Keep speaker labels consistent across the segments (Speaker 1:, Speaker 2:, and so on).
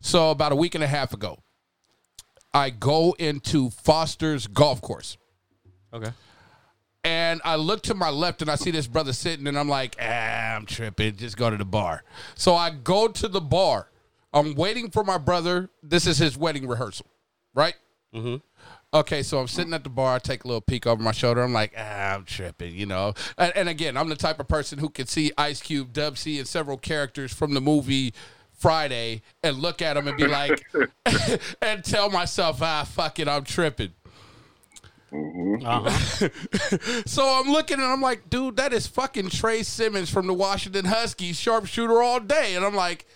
Speaker 1: So about a week and a half ago, I go into Foster's golf course.
Speaker 2: Okay.
Speaker 1: And I look to my left and I see this brother sitting, and I'm like, ah, I'm tripping. Just go to the bar. So I go to the bar. I'm waiting for my brother. This is his wedding rehearsal, right? Mm-hmm. Okay, so I'm sitting at the bar. I take a little peek over my shoulder. I'm like, ah, I'm tripping, you know. And, and again, I'm the type of person who can see Ice Cube, Dub C, and several characters from the movie Friday and look at them and be like, and tell myself, ah, fuck it, I'm tripping. So I'm looking and I'm like, dude, that is fucking Trey Simmons from the Washington Huskies, sharpshooter all day. And I'm like,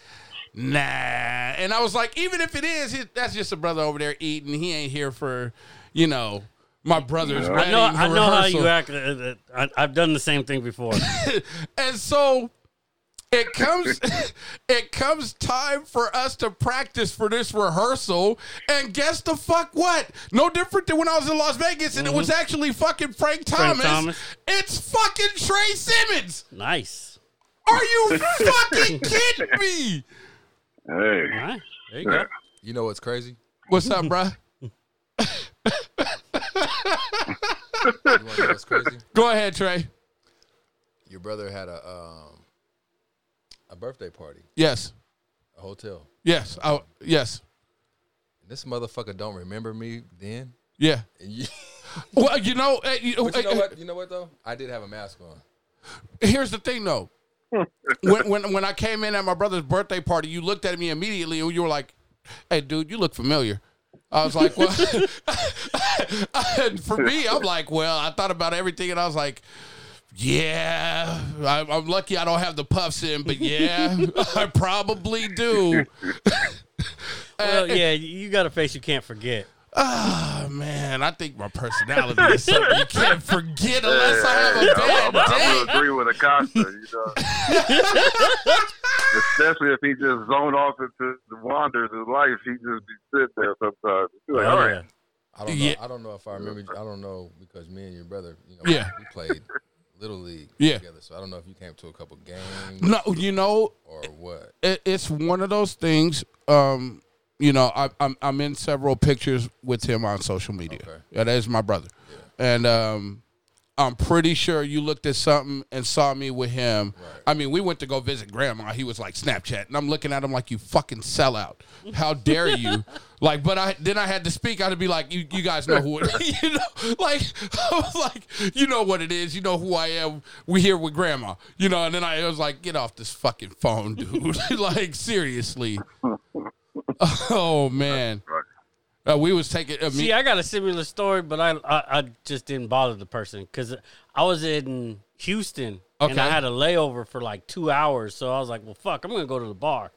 Speaker 1: nah. And I was like, even if it is, it, that's just a brother over there eating. He ain't here for, you know, my brother's
Speaker 3: I know,
Speaker 1: wedding
Speaker 3: I know how
Speaker 1: rehearsal.
Speaker 3: you act. uh, uh, I, I've done the same thing before.
Speaker 1: And so it comes it comes time for us to practice for this rehearsal. And guess the fuck what? No different than when I was in Las Vegas and it was actually fucking Frank Thomas.
Speaker 3: Mm-hmm. Thomas.
Speaker 1: It's fucking Trey Simmons.
Speaker 3: nice.
Speaker 1: Are you fucking kidding me?
Speaker 4: Hey.
Speaker 3: All right. There you go.
Speaker 2: You know what's crazy?
Speaker 1: What's up, bruh?
Speaker 2: You want to know what's crazy?
Speaker 1: Go ahead, Trey.
Speaker 2: Your brother had a um, a birthday party,
Speaker 1: Yes.
Speaker 2: a hotel.
Speaker 1: Yes. Oh, yes.
Speaker 2: And this motherfucker don't remember me then.
Speaker 1: Yeah.
Speaker 2: And you,
Speaker 1: Well, you know, eh, you-
Speaker 2: but you know
Speaker 1: eh,
Speaker 2: what? You know what though? I did have a mask on.
Speaker 1: here's the thing though. when, when when I came in at my brother's birthday party, you looked at me immediately and you were like, "Hey, dude, you look familiar." I was like, "Well," and for me, I'm like, "Well, I thought about everything, and I was like." Yeah, I, I'm lucky I don't have the puffs in, but yeah, I probably do.
Speaker 4: Uh,
Speaker 3: Well, yeah, you got a face you can't forget.
Speaker 1: Oh, man, I think my personality is something you can't forget unless I have a bad
Speaker 4: I'm,
Speaker 1: day.
Speaker 4: I'm gonna agree with Acosta, you know. Especially if he just zoned off into the wanders of life, he just be sitting there sometimes. He's like,
Speaker 3: Oh,
Speaker 4: all right,
Speaker 3: yeah.
Speaker 2: I don't
Speaker 1: Yeah.
Speaker 2: know. I don't know if I remember. I don't know because me and your brother, you know,
Speaker 1: Yeah.
Speaker 2: we played little league
Speaker 1: Yeah.
Speaker 2: together. So I don't know if you came to a couple games
Speaker 1: No, you know,
Speaker 2: or what.
Speaker 1: it, it's one of those things. Um, you know, I, I'm I'm in several pictures with him on social media.
Speaker 2: Okay.
Speaker 1: Yeah, that is my brother, and um, I'm pretty sure you looked at something and saw me with him. I mean, we went to go visit grandma. He was like Snapchat, and I'm looking at him like you fucking sellout. How dare you? like, but I then I had to speak. I'd be like, you you guys know who it, you know, like I was like, you know what it is. You know who I am. We here with grandma, you know. And then I was like, get off this fucking phone, dude. like seriously. Oh man. Uh, we was taking. Uh,
Speaker 3: See,
Speaker 1: me,
Speaker 3: I got a similar story, but I I, I just didn't bother the person because I was in Houston and I
Speaker 1: Okay.
Speaker 3: had a layover for like two hours, so I was like, well, fuck, I'm gonna go to the bar.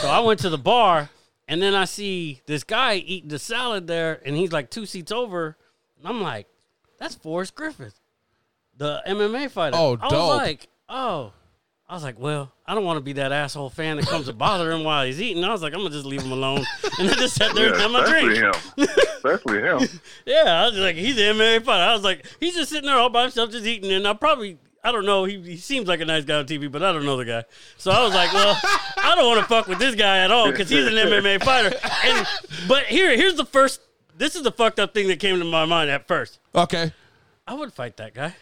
Speaker 3: So I went to the bar, and then I see this guy eating the salad there, and he's like two seats over, and I'm like, that's Forrest Griffith, the MMA fighter.
Speaker 1: Oh,
Speaker 3: I
Speaker 1: dope.
Speaker 3: was like, oh. I was like, well, I don't want to be that asshole fan that comes to bother him while he's eating. I was like, I'm gonna just leave him alone, and I just sat there and
Speaker 4: yeah,
Speaker 3: had my drink.
Speaker 4: especially him, especially him.
Speaker 3: Yeah, I was like, he's an MMA fighter. I was like, he's just sitting there all by himself, just eating. And I probably, I don't know, he, he seems like a nice guy on TV, but I don't know the guy. So I was like, well, I don't want to fuck with this guy at all because he's an MMA fighter. And but here, here's the first. This is the fucked up thing that came to my mind at first.
Speaker 1: okay.
Speaker 3: I would fight that guy.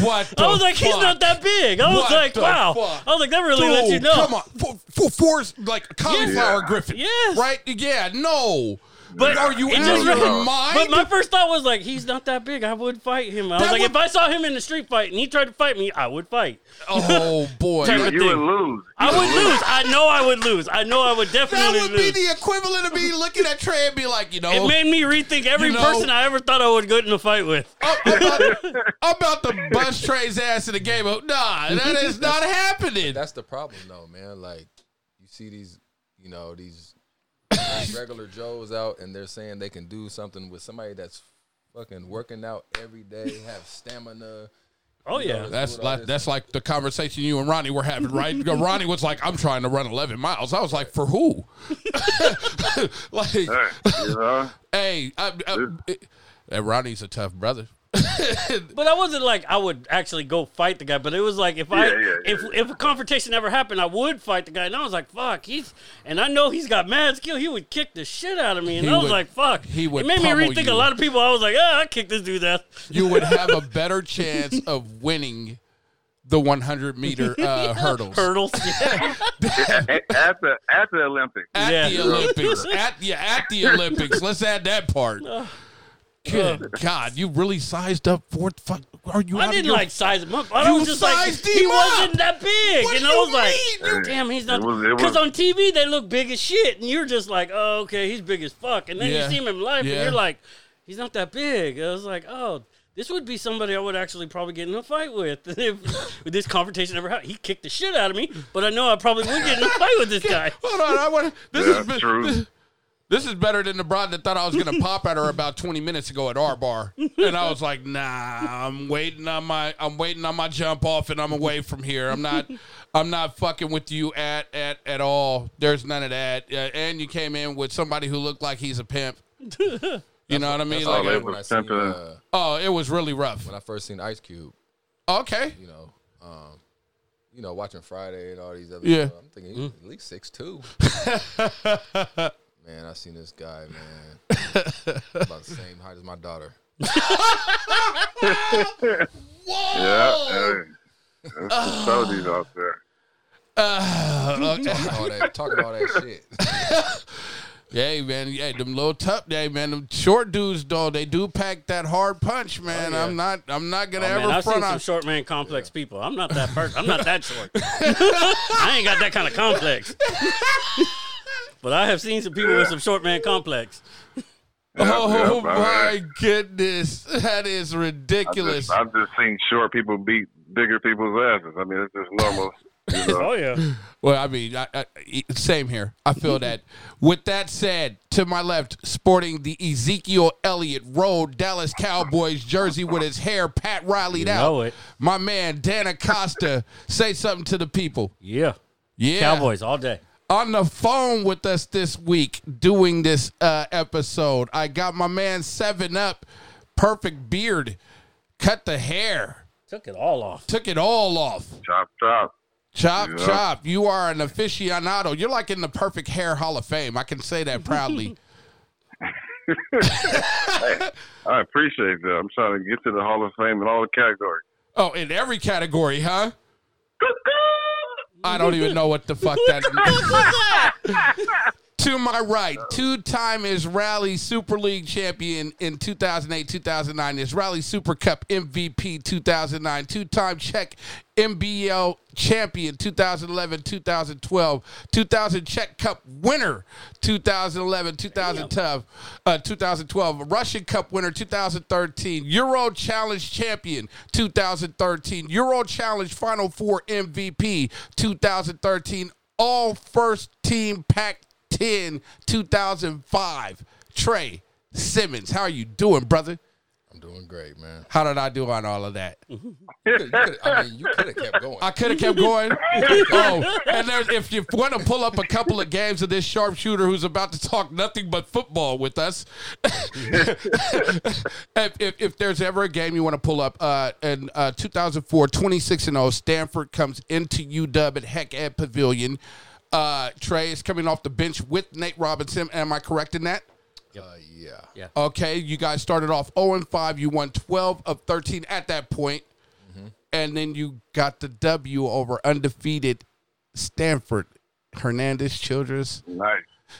Speaker 1: What?
Speaker 3: I was
Speaker 1: the
Speaker 3: like, he's
Speaker 1: fuck?
Speaker 3: not that big. I was
Speaker 1: What
Speaker 3: like,
Speaker 1: the
Speaker 3: wow.
Speaker 1: fuck?
Speaker 3: I was like, that really
Speaker 1: Dude,
Speaker 3: lets you know.
Speaker 1: Come on, for, for, force like cauliflower
Speaker 4: Yeah.
Speaker 1: Griffin.
Speaker 3: Yes.
Speaker 1: Right? Yeah. No.
Speaker 3: But
Speaker 1: are you
Speaker 3: it
Speaker 1: out
Speaker 3: just
Speaker 1: of your
Speaker 3: really-
Speaker 1: mind?
Speaker 3: But my first thought was like, he's not that big. I would fight him. I was
Speaker 1: That
Speaker 3: like,
Speaker 1: would-
Speaker 3: if I saw him in the street fight and he tried to fight me, I would fight.
Speaker 1: oh boy.
Speaker 3: Type
Speaker 4: You,
Speaker 3: of
Speaker 4: you would
Speaker 3: thing.
Speaker 4: lose.
Speaker 3: I would lose. I know I would lose. I know I would
Speaker 1: That
Speaker 3: definitely
Speaker 1: would be
Speaker 3: lose.
Speaker 1: the equivalent of me looking at Trey and be like, you know,
Speaker 3: it made me rethink every
Speaker 1: You know-
Speaker 3: person I ever thought I would get in a fight with.
Speaker 1: I'm, I'm about, I'm about to bust Trey's ass in the game. Oh, Nah, that is not happening.
Speaker 2: That's the problem, though, man. Like you see these, you know, these regular Joes out, and they're saying they can do something with somebody that's fucking working out every day, have stamina.
Speaker 3: Oh yeah.
Speaker 1: That's like that's like the conversation you and Ronnie were having, right? Ronnie was like, "I'm trying to run 11 miles." I was like, "For who?" like,
Speaker 4: Hey, you know,
Speaker 1: hey, I, I, and Ronnie's a tough brother.
Speaker 3: But I wasn't like I would actually go fight the guy. But it was like if I
Speaker 4: Yeah, yeah, yeah,
Speaker 3: if if a confrontation ever happened, I would fight the guy. And I was like, fuck, he's and I know he's got mad skill. He would kick the shit out of me, and
Speaker 1: He
Speaker 3: I was
Speaker 1: would-
Speaker 3: like, fuck.
Speaker 1: he would
Speaker 3: It made me
Speaker 1: pummel
Speaker 3: rethink
Speaker 1: you.
Speaker 3: a lot of people. I was like, ah, I kicked this dude's ass.
Speaker 1: you would have a better chance of winning the 100 meter uh, hurdles.
Speaker 3: Hurdles. Yeah.
Speaker 4: A- at the at the Olympics.
Speaker 1: At the
Speaker 3: Yeah.
Speaker 1: Olympics. at, yeah, at the Olympics. Let's add that part. Good God, you really sized up for fuck. Are you? out
Speaker 3: I
Speaker 1: of
Speaker 3: didn't
Speaker 1: your-
Speaker 3: like size him up. I
Speaker 1: You
Speaker 3: was just like
Speaker 1: sized him
Speaker 3: he
Speaker 1: up.
Speaker 3: wasn't that big,
Speaker 1: What
Speaker 3: and
Speaker 1: do
Speaker 3: I
Speaker 1: you
Speaker 3: was like.
Speaker 1: mean? You-
Speaker 3: Damn, he's not.
Speaker 4: It was- it was-
Speaker 3: Because on TV they look big as shit, and you're just like, oh, okay, he's big as fuck. And then
Speaker 1: Yeah.
Speaker 3: you see him in life,
Speaker 1: Yeah.
Speaker 3: and you're like, he's not that big. I was like, oh, this would be somebody I would actually probably get in a fight with if this confrontation ever happened. He kicked the shit out of me, but I know I probably would get in a fight with this guy.
Speaker 1: Hold on, I want. This
Speaker 4: Yeah,
Speaker 1: is be-
Speaker 4: true.
Speaker 1: This, this is better than the broad that thought I was gonna pop at her about 20 minutes ago at our bar, and I was like, Nah, I'm waiting on my, I'm waiting on my jump off, and I'm away from here. I'm not, I'm not fucking with you at at at all. There's none of that. Uh, and you came in with somebody who looked like he's a pimp. You know what I mean?
Speaker 4: all
Speaker 1: Like,
Speaker 4: they
Speaker 2: when
Speaker 4: were
Speaker 2: I seen,
Speaker 4: pimping.
Speaker 2: uh,
Speaker 1: oh, it was really rough.
Speaker 2: when I first seen Ice Cube,
Speaker 1: Okay,
Speaker 2: you know, um, you know, watching Friday and all these other.
Speaker 1: Yeah.
Speaker 2: stuff, I'm thinking he's at least six two. man, I seen this guy, man, about the same height as my daughter.
Speaker 1: whoa.
Speaker 4: Yeah, hey, there's some soldiers out there.
Speaker 1: Uh, okay.
Speaker 2: All that talking all that shit.
Speaker 1: Hey man, yeah, them little tough, hey man, them short dudes though, they do pack that hard punch, man.
Speaker 2: Oh, yeah.
Speaker 1: I'm not, I'm not gonna
Speaker 3: Oh,
Speaker 1: ever
Speaker 3: man, I've seen
Speaker 1: front
Speaker 3: some
Speaker 1: on.
Speaker 3: short man complex people. I'm not that person. I'm not that short. I ain't got that kind of complex. but I have seen some people with some short man complex.
Speaker 1: oh
Speaker 4: Yeah, yeah,
Speaker 1: my
Speaker 4: I-
Speaker 1: goodness, that is
Speaker 4: I've
Speaker 1: ridiculous.
Speaker 4: just, I've just seen short people beat bigger people's asses. I mean, it's just normal. You know?
Speaker 3: Oh yeah.
Speaker 1: well, I mean, I, I, same here. I feel that. With that said, to my left, sporting the Ezekiel Elliott Road Dallas Cowboys jersey with his hair Pat Rileyed out,
Speaker 3: know it.
Speaker 1: my man Dan Acosta, say something to the people.
Speaker 3: Yeah.
Speaker 1: Yeah,
Speaker 3: Cowboys all day.
Speaker 1: on the phone with us this week doing this uh, episode. I got my man Seven Up, perfect beard, cut the hair,
Speaker 3: Took it all off.
Speaker 1: took it all off.
Speaker 4: Chop, chop.
Speaker 1: Chop,
Speaker 4: Yeah.
Speaker 1: chop. You are an aficionado. You're like in the perfect hair hall of fame. I can say that proudly.
Speaker 4: I appreciate that. I'm trying to get to the Hall of Fame in all the categories.
Speaker 1: oh, in every category, huh? I don't even know what the fuck that to my right, two time Israeli Super League champion in 2008 2009, Israeli Super Cup MVP 2009, two time Czech MBL champion 2011 2012, 2000 Czech Cup winner 2011 2012, uh, 2012 Russian Cup winner 2013, Euro Challenge champion 2013, Euro Challenge Final Four MVP 2013, all first team packed 10 2005 trey simmons how are you doing brother
Speaker 2: I'm doing great, man.
Speaker 1: how did i do on all of that
Speaker 2: You could, you could, I mean, you could have kept going. Uh,
Speaker 1: i could have kept going oh and there's, if you want to pull up a couple of games of this sharpshooter who's about to talk nothing but football with us if, if, if there's ever a game you want to pull up, uh, in uh, 2004, 26 and 0, Stanford comes into UW at Heck Ed Pavilion. Uh, Trey is coming off the bench with Nate Robinson. Am I correct in that?
Speaker 2: Uh, yeah.
Speaker 3: Yeah.
Speaker 1: Okay, you guys started off 0 and 5. You won 12 of 13 at that point. And then you got the W over undefeated Stanford. Hernandez Childress.
Speaker 4: Nice,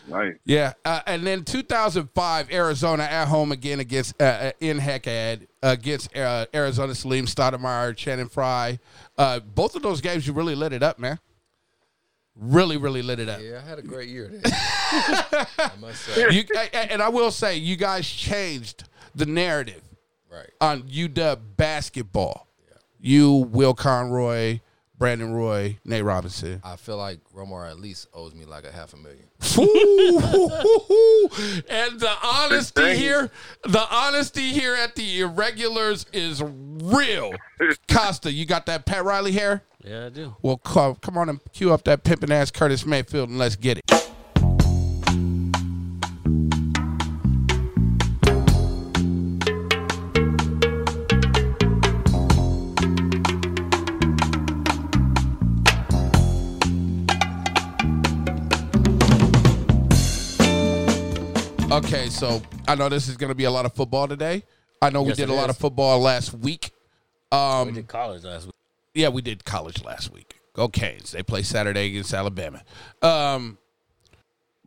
Speaker 4: nice.
Speaker 1: Yeah, uh, and then 2005, Arizona at home again against uh, uh, in Heckad against uh, Arizona Salim Stoudemire, Shannon Fry. Uh, both of those games, you really lit it up, man. Really, really lit it up.
Speaker 2: Yeah, I had a great year. There. I must say.
Speaker 1: You a- a- and I will say, you guys changed the narrative
Speaker 2: Right.
Speaker 1: on UW basketball. You, Will Conroy, Brandon Roy, Nate Robinson.
Speaker 2: I feel like Romar at least owes me like a half a million.
Speaker 1: Ooh, and the honesty
Speaker 4: Thank you.
Speaker 1: here, the honesty here at the irregulars is real. Costa, you got that Pat Riley hair?
Speaker 3: Yeah, I do.
Speaker 1: Well, co- come on and cue up that pimpin' ass Curtis Mayfield and let's get it. Okay, so I know this is going to be a lot of football today. I know
Speaker 3: Yes,
Speaker 1: we did
Speaker 3: it
Speaker 1: a lot of
Speaker 3: is.
Speaker 1: football last week. Um,
Speaker 3: We did college last week.
Speaker 1: yeah, we did college last week. Go Canes. They play Saturday against Alabama. Um,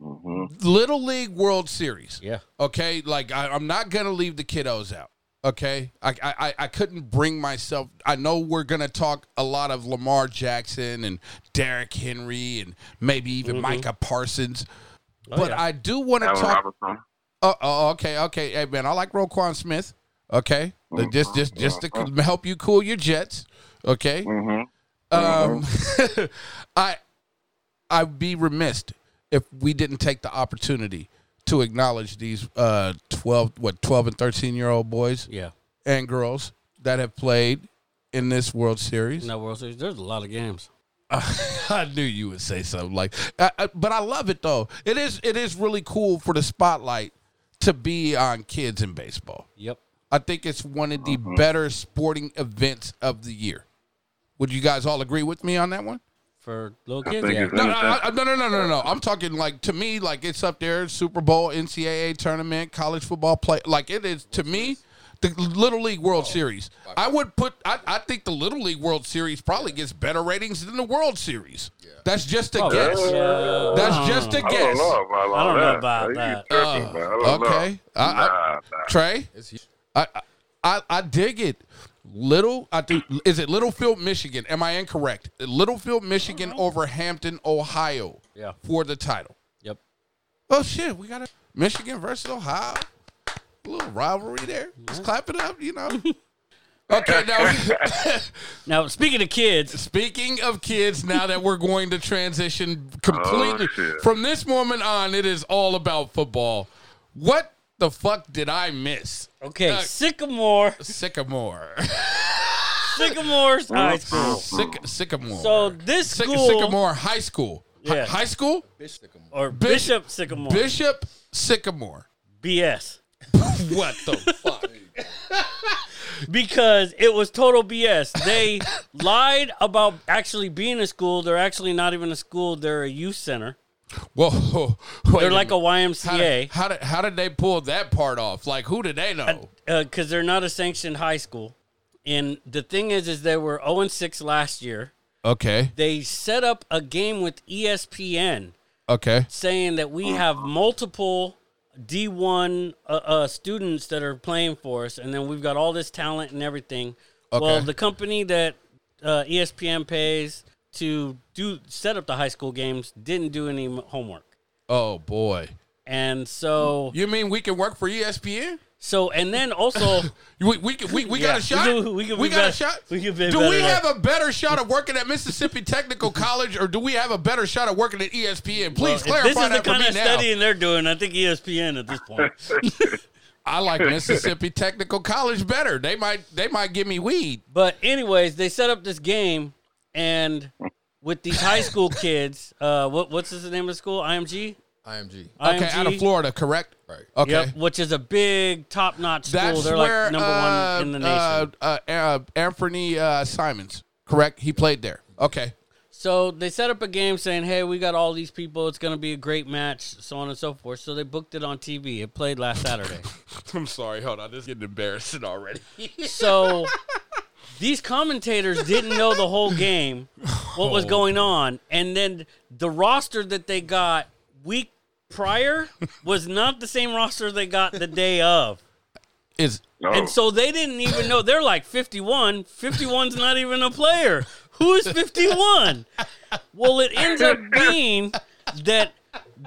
Speaker 1: Little League World Series.
Speaker 3: Yeah.
Speaker 1: Okay. Like I, I'm not gonna leave the kiddos out. Okay. I, I I- I couldn't bring myself. I know we're gonna talk a lot of Lamar Jackson and Derrick Henry and maybe even Micah Parsons, but
Speaker 3: Mm-hmm. Oh, yeah.
Speaker 1: I do want to
Speaker 4: Allen
Speaker 1: talk.
Speaker 4: Robinson.
Speaker 1: Uh, oh, okay, okay. Hey, man, I like Roquan Smith. Okay, Like, just, just, just to c- help you cool your jets. Okay. Um, I, I'd be remiss if we didn't take the opportunity to acknowledge these uh twelve, what twelve and thirteen year old boys
Speaker 3: Yeah.
Speaker 1: and girls that have played in this World Series.
Speaker 3: In that World Series, there's a lot of games.
Speaker 1: I knew you would say something like, I, I- but I love it though. It is, it is really cool for the spotlight to be on kids in baseball.
Speaker 3: Yep.
Speaker 1: I think it's one of
Speaker 4: Mm-hmm.
Speaker 1: the better sporting events of the year. Would you guys all agree with me on that one?
Speaker 3: For little
Speaker 4: I
Speaker 3: kids,
Speaker 4: think
Speaker 3: yeah.
Speaker 4: it's
Speaker 1: No, no,
Speaker 4: innocent.
Speaker 1: I- no, no, no, no, no. I'm talking like to me, like it's up there. Super Bowl, NCAA tournament, college football play. Like it is to me, the Little League World
Speaker 4: Oh,
Speaker 1: Series. I would put. I, I think the Little League World Series probably gets better ratings than the World Series. That's just
Speaker 3: Oh,
Speaker 1: a guess.
Speaker 3: Yeah.
Speaker 1: That's just
Speaker 3: Oh.
Speaker 1: a
Speaker 4: I don't
Speaker 1: guess.
Speaker 4: know about all
Speaker 3: I don't know
Speaker 4: that.
Speaker 3: about
Speaker 4: You
Speaker 3: that.
Speaker 4: tripping, man. I
Speaker 3: Oh,
Speaker 4: don't
Speaker 1: Okay, I,
Speaker 4: Know.
Speaker 1: I,
Speaker 4: Nah, nah.
Speaker 1: Trey.
Speaker 2: It's huge.
Speaker 1: I, I- I I dig it. Little, I think is it Littlefield, Michigan? Am I incorrect? Littlefield, Michigan over Hampton, Ohio.
Speaker 3: Yeah.
Speaker 1: For the title.
Speaker 3: Yep.
Speaker 1: Oh shit, we got a Michigan versus Ohio. A little rivalry there. Just clap it up, you know. Okay, now
Speaker 3: Now, speaking of kids,
Speaker 1: speaking of kids, now that we're going to transition completely
Speaker 4: shit.
Speaker 1: from this moment on, it is all about football. What the fuck did I miss?
Speaker 3: okay,
Speaker 1: Uh,
Speaker 3: Sycamore,
Speaker 1: Sycamore.
Speaker 3: Sycamore's high school.
Speaker 1: Syc- Sycamore.
Speaker 3: So this
Speaker 1: Syc-
Speaker 3: school
Speaker 1: Sycamore High School. Hi-
Speaker 3: Yeah.
Speaker 1: high school?
Speaker 2: Bitch, stick 'em.
Speaker 3: or
Speaker 1: Bishop-
Speaker 3: Bishop, Sycamore,
Speaker 1: Bishop Sycamore.
Speaker 3: BS,
Speaker 1: What the fuck?
Speaker 3: because it was total BS. They lied about actually being a school. They're actually not even a school. They're a youth center.
Speaker 1: Whoa. wait
Speaker 3: They're like a
Speaker 1: minute. how
Speaker 3: YMCA
Speaker 1: did, how did how did they pull that part off? Like who did they know?
Speaker 3: because uh, they're not a sanctioned high school. And the thing is, is they were zero and six last year.
Speaker 1: Okay.
Speaker 3: They set up a game with E ESPN
Speaker 1: Okay.
Speaker 3: saying that
Speaker 1: Mm.
Speaker 3: we have multiple D1 uh, uh, students that are playing for us, and then we've got all this talent and everything. Well,
Speaker 1: Okay.
Speaker 3: the company that uh, ESPN pays to do set up the high school games didn't do any m- homework,
Speaker 1: Oh boy.
Speaker 3: and so
Speaker 1: You mean we can work for E ESPN?
Speaker 3: so and then also.
Speaker 1: We we can, we, we got
Speaker 3: Yeah.
Speaker 1: a shot.
Speaker 3: We can- we can be
Speaker 1: got a
Speaker 3: better-
Speaker 1: shot.
Speaker 3: we can be
Speaker 1: do
Speaker 3: better
Speaker 1: we
Speaker 3: than-
Speaker 1: have a better shot of working at Mississippi Technical College, or do we have a better shot of working at E ESPN? Please
Speaker 3: Well, uh, if
Speaker 1: clarify
Speaker 3: this is the
Speaker 1: that for
Speaker 3: kind
Speaker 1: me
Speaker 3: of
Speaker 1: now.
Speaker 3: studying they're doing. I think E ESPN at this point.
Speaker 1: I like Mississippi Technical College better. They might they might give me weed.
Speaker 3: But anyways, they set up this game, and with these high school kids, uh, what what's the name of the school? IMG.
Speaker 2: IMG.
Speaker 1: Okay,
Speaker 3: IMG?
Speaker 1: out of Florida, correct?
Speaker 2: Right.
Speaker 1: Okay.
Speaker 3: Yep, which is a big top notch school.
Speaker 1: That's
Speaker 3: They're
Speaker 1: where
Speaker 3: like number
Speaker 1: uh,
Speaker 3: one in the nation.
Speaker 1: Uh, uh, uh, Anthony uh, Simons, correct? He played there. Okay.
Speaker 3: so they set up a game saying, "Hey, we got all these people. It's going to be a great match, so on and so forth." So they booked it on TV. It played last Saturday.
Speaker 1: I'm sorry. Hold on. This is getting embarrassing already.
Speaker 3: so these commentators didn't know the whole game, what
Speaker 1: Oh.
Speaker 3: was going on, and then the roster that they got week prior was not the same roster they got the day of.
Speaker 1: Is
Speaker 4: No.
Speaker 3: And so they didn't even know. They're like 51. 51's not even a player. Who is 51? Well, it ends up being that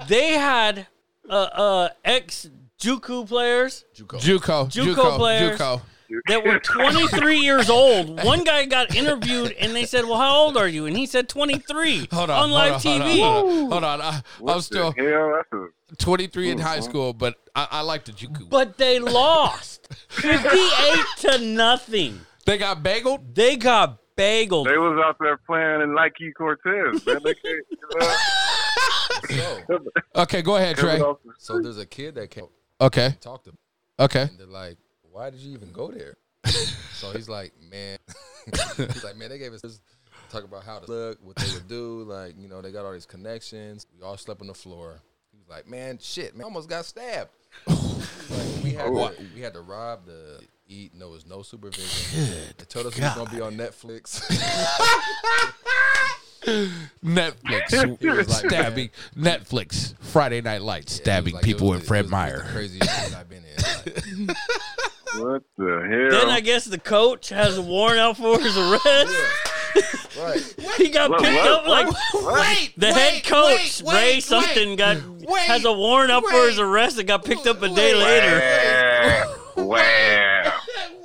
Speaker 3: they had uh, uh, ex Juku players
Speaker 2: Juco.
Speaker 1: JUCO?
Speaker 3: JUCO
Speaker 1: JUCO
Speaker 3: players.
Speaker 1: JUCO.
Speaker 3: that were 23 years old. One guy got interviewed and they said, Well, how old are you? And he said, 23
Speaker 1: Hold on.
Speaker 3: live
Speaker 1: hold on,
Speaker 3: TV.
Speaker 1: Hold on. Hold on. I,
Speaker 4: What
Speaker 1: I'm still
Speaker 4: The hell, that's a
Speaker 1: 23 in high school, but I, I like the JUCO.
Speaker 3: But they lost 58 to nothing.
Speaker 1: they got bageled.
Speaker 3: They got bageled.
Speaker 4: They was out there playing in Nike Cortez, man. They can't, you know,
Speaker 2: So,
Speaker 1: Okay, go ahead, Trey.
Speaker 4: coming off the-
Speaker 2: so there's a kid that came
Speaker 1: Okay.
Speaker 2: talk to me,
Speaker 1: Okay.
Speaker 2: and they're like, "Why did you even go there?" so he's like, "Man," he's like, "Man, they gave us this talk about how to look, what they would do, like you know, they got all these connections. We all slept on the floor." He was like, man, shit, man, I almost got stabbed. like, we, had to, we had to rob the eat, and there was no supervision. they told us it was gonna be on Netflix.
Speaker 1: Netflix
Speaker 2: He was like,
Speaker 1: stabbing Netflix Friday Night Lights stabbing
Speaker 2: Like, it
Speaker 1: people
Speaker 2: was
Speaker 1: with
Speaker 2: the-
Speaker 1: Fred
Speaker 2: it was- it was the
Speaker 1: Meyer.
Speaker 2: Craziest shit I've been in. Like,
Speaker 4: What the hell?
Speaker 3: Then I guess the coach has a warrant out for his arrest.
Speaker 2: right.
Speaker 3: He got
Speaker 4: What,
Speaker 3: picked
Speaker 4: what,
Speaker 3: up like
Speaker 1: Wait,
Speaker 3: the head coach Ray something got
Speaker 1: wait,
Speaker 3: has a warrant out for his
Speaker 1: wait,
Speaker 3: arrest and got picked up a day
Speaker 1: wait.
Speaker 3: later.
Speaker 4: Wow. wow.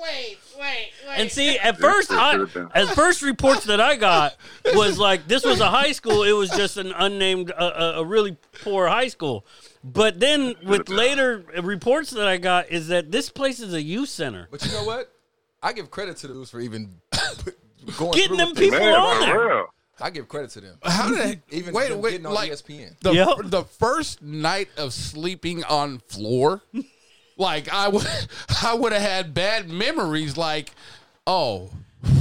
Speaker 1: Wait, wait, wait.
Speaker 3: And see, at first, I, at first reports that I got was like this was a high school. It was just an unnamed, uh, uh, a really poor high school. But then with later reports that I got is that this place is a youth center.
Speaker 2: But you know what? I give credit to the dudes for even going
Speaker 3: Getting
Speaker 2: through
Speaker 3: them
Speaker 2: with this.
Speaker 3: people
Speaker 4: Man,
Speaker 3: on
Speaker 4: for
Speaker 3: there.
Speaker 4: real.
Speaker 2: I give credit to them.
Speaker 1: How did
Speaker 2: Even
Speaker 1: wait,
Speaker 2: them
Speaker 1: wait,
Speaker 2: getting on E
Speaker 1: like
Speaker 2: ESPN.
Speaker 1: the
Speaker 3: Yep.
Speaker 1: the first night of sleeping on floor, like I would I would have had bad memories. Like, oh,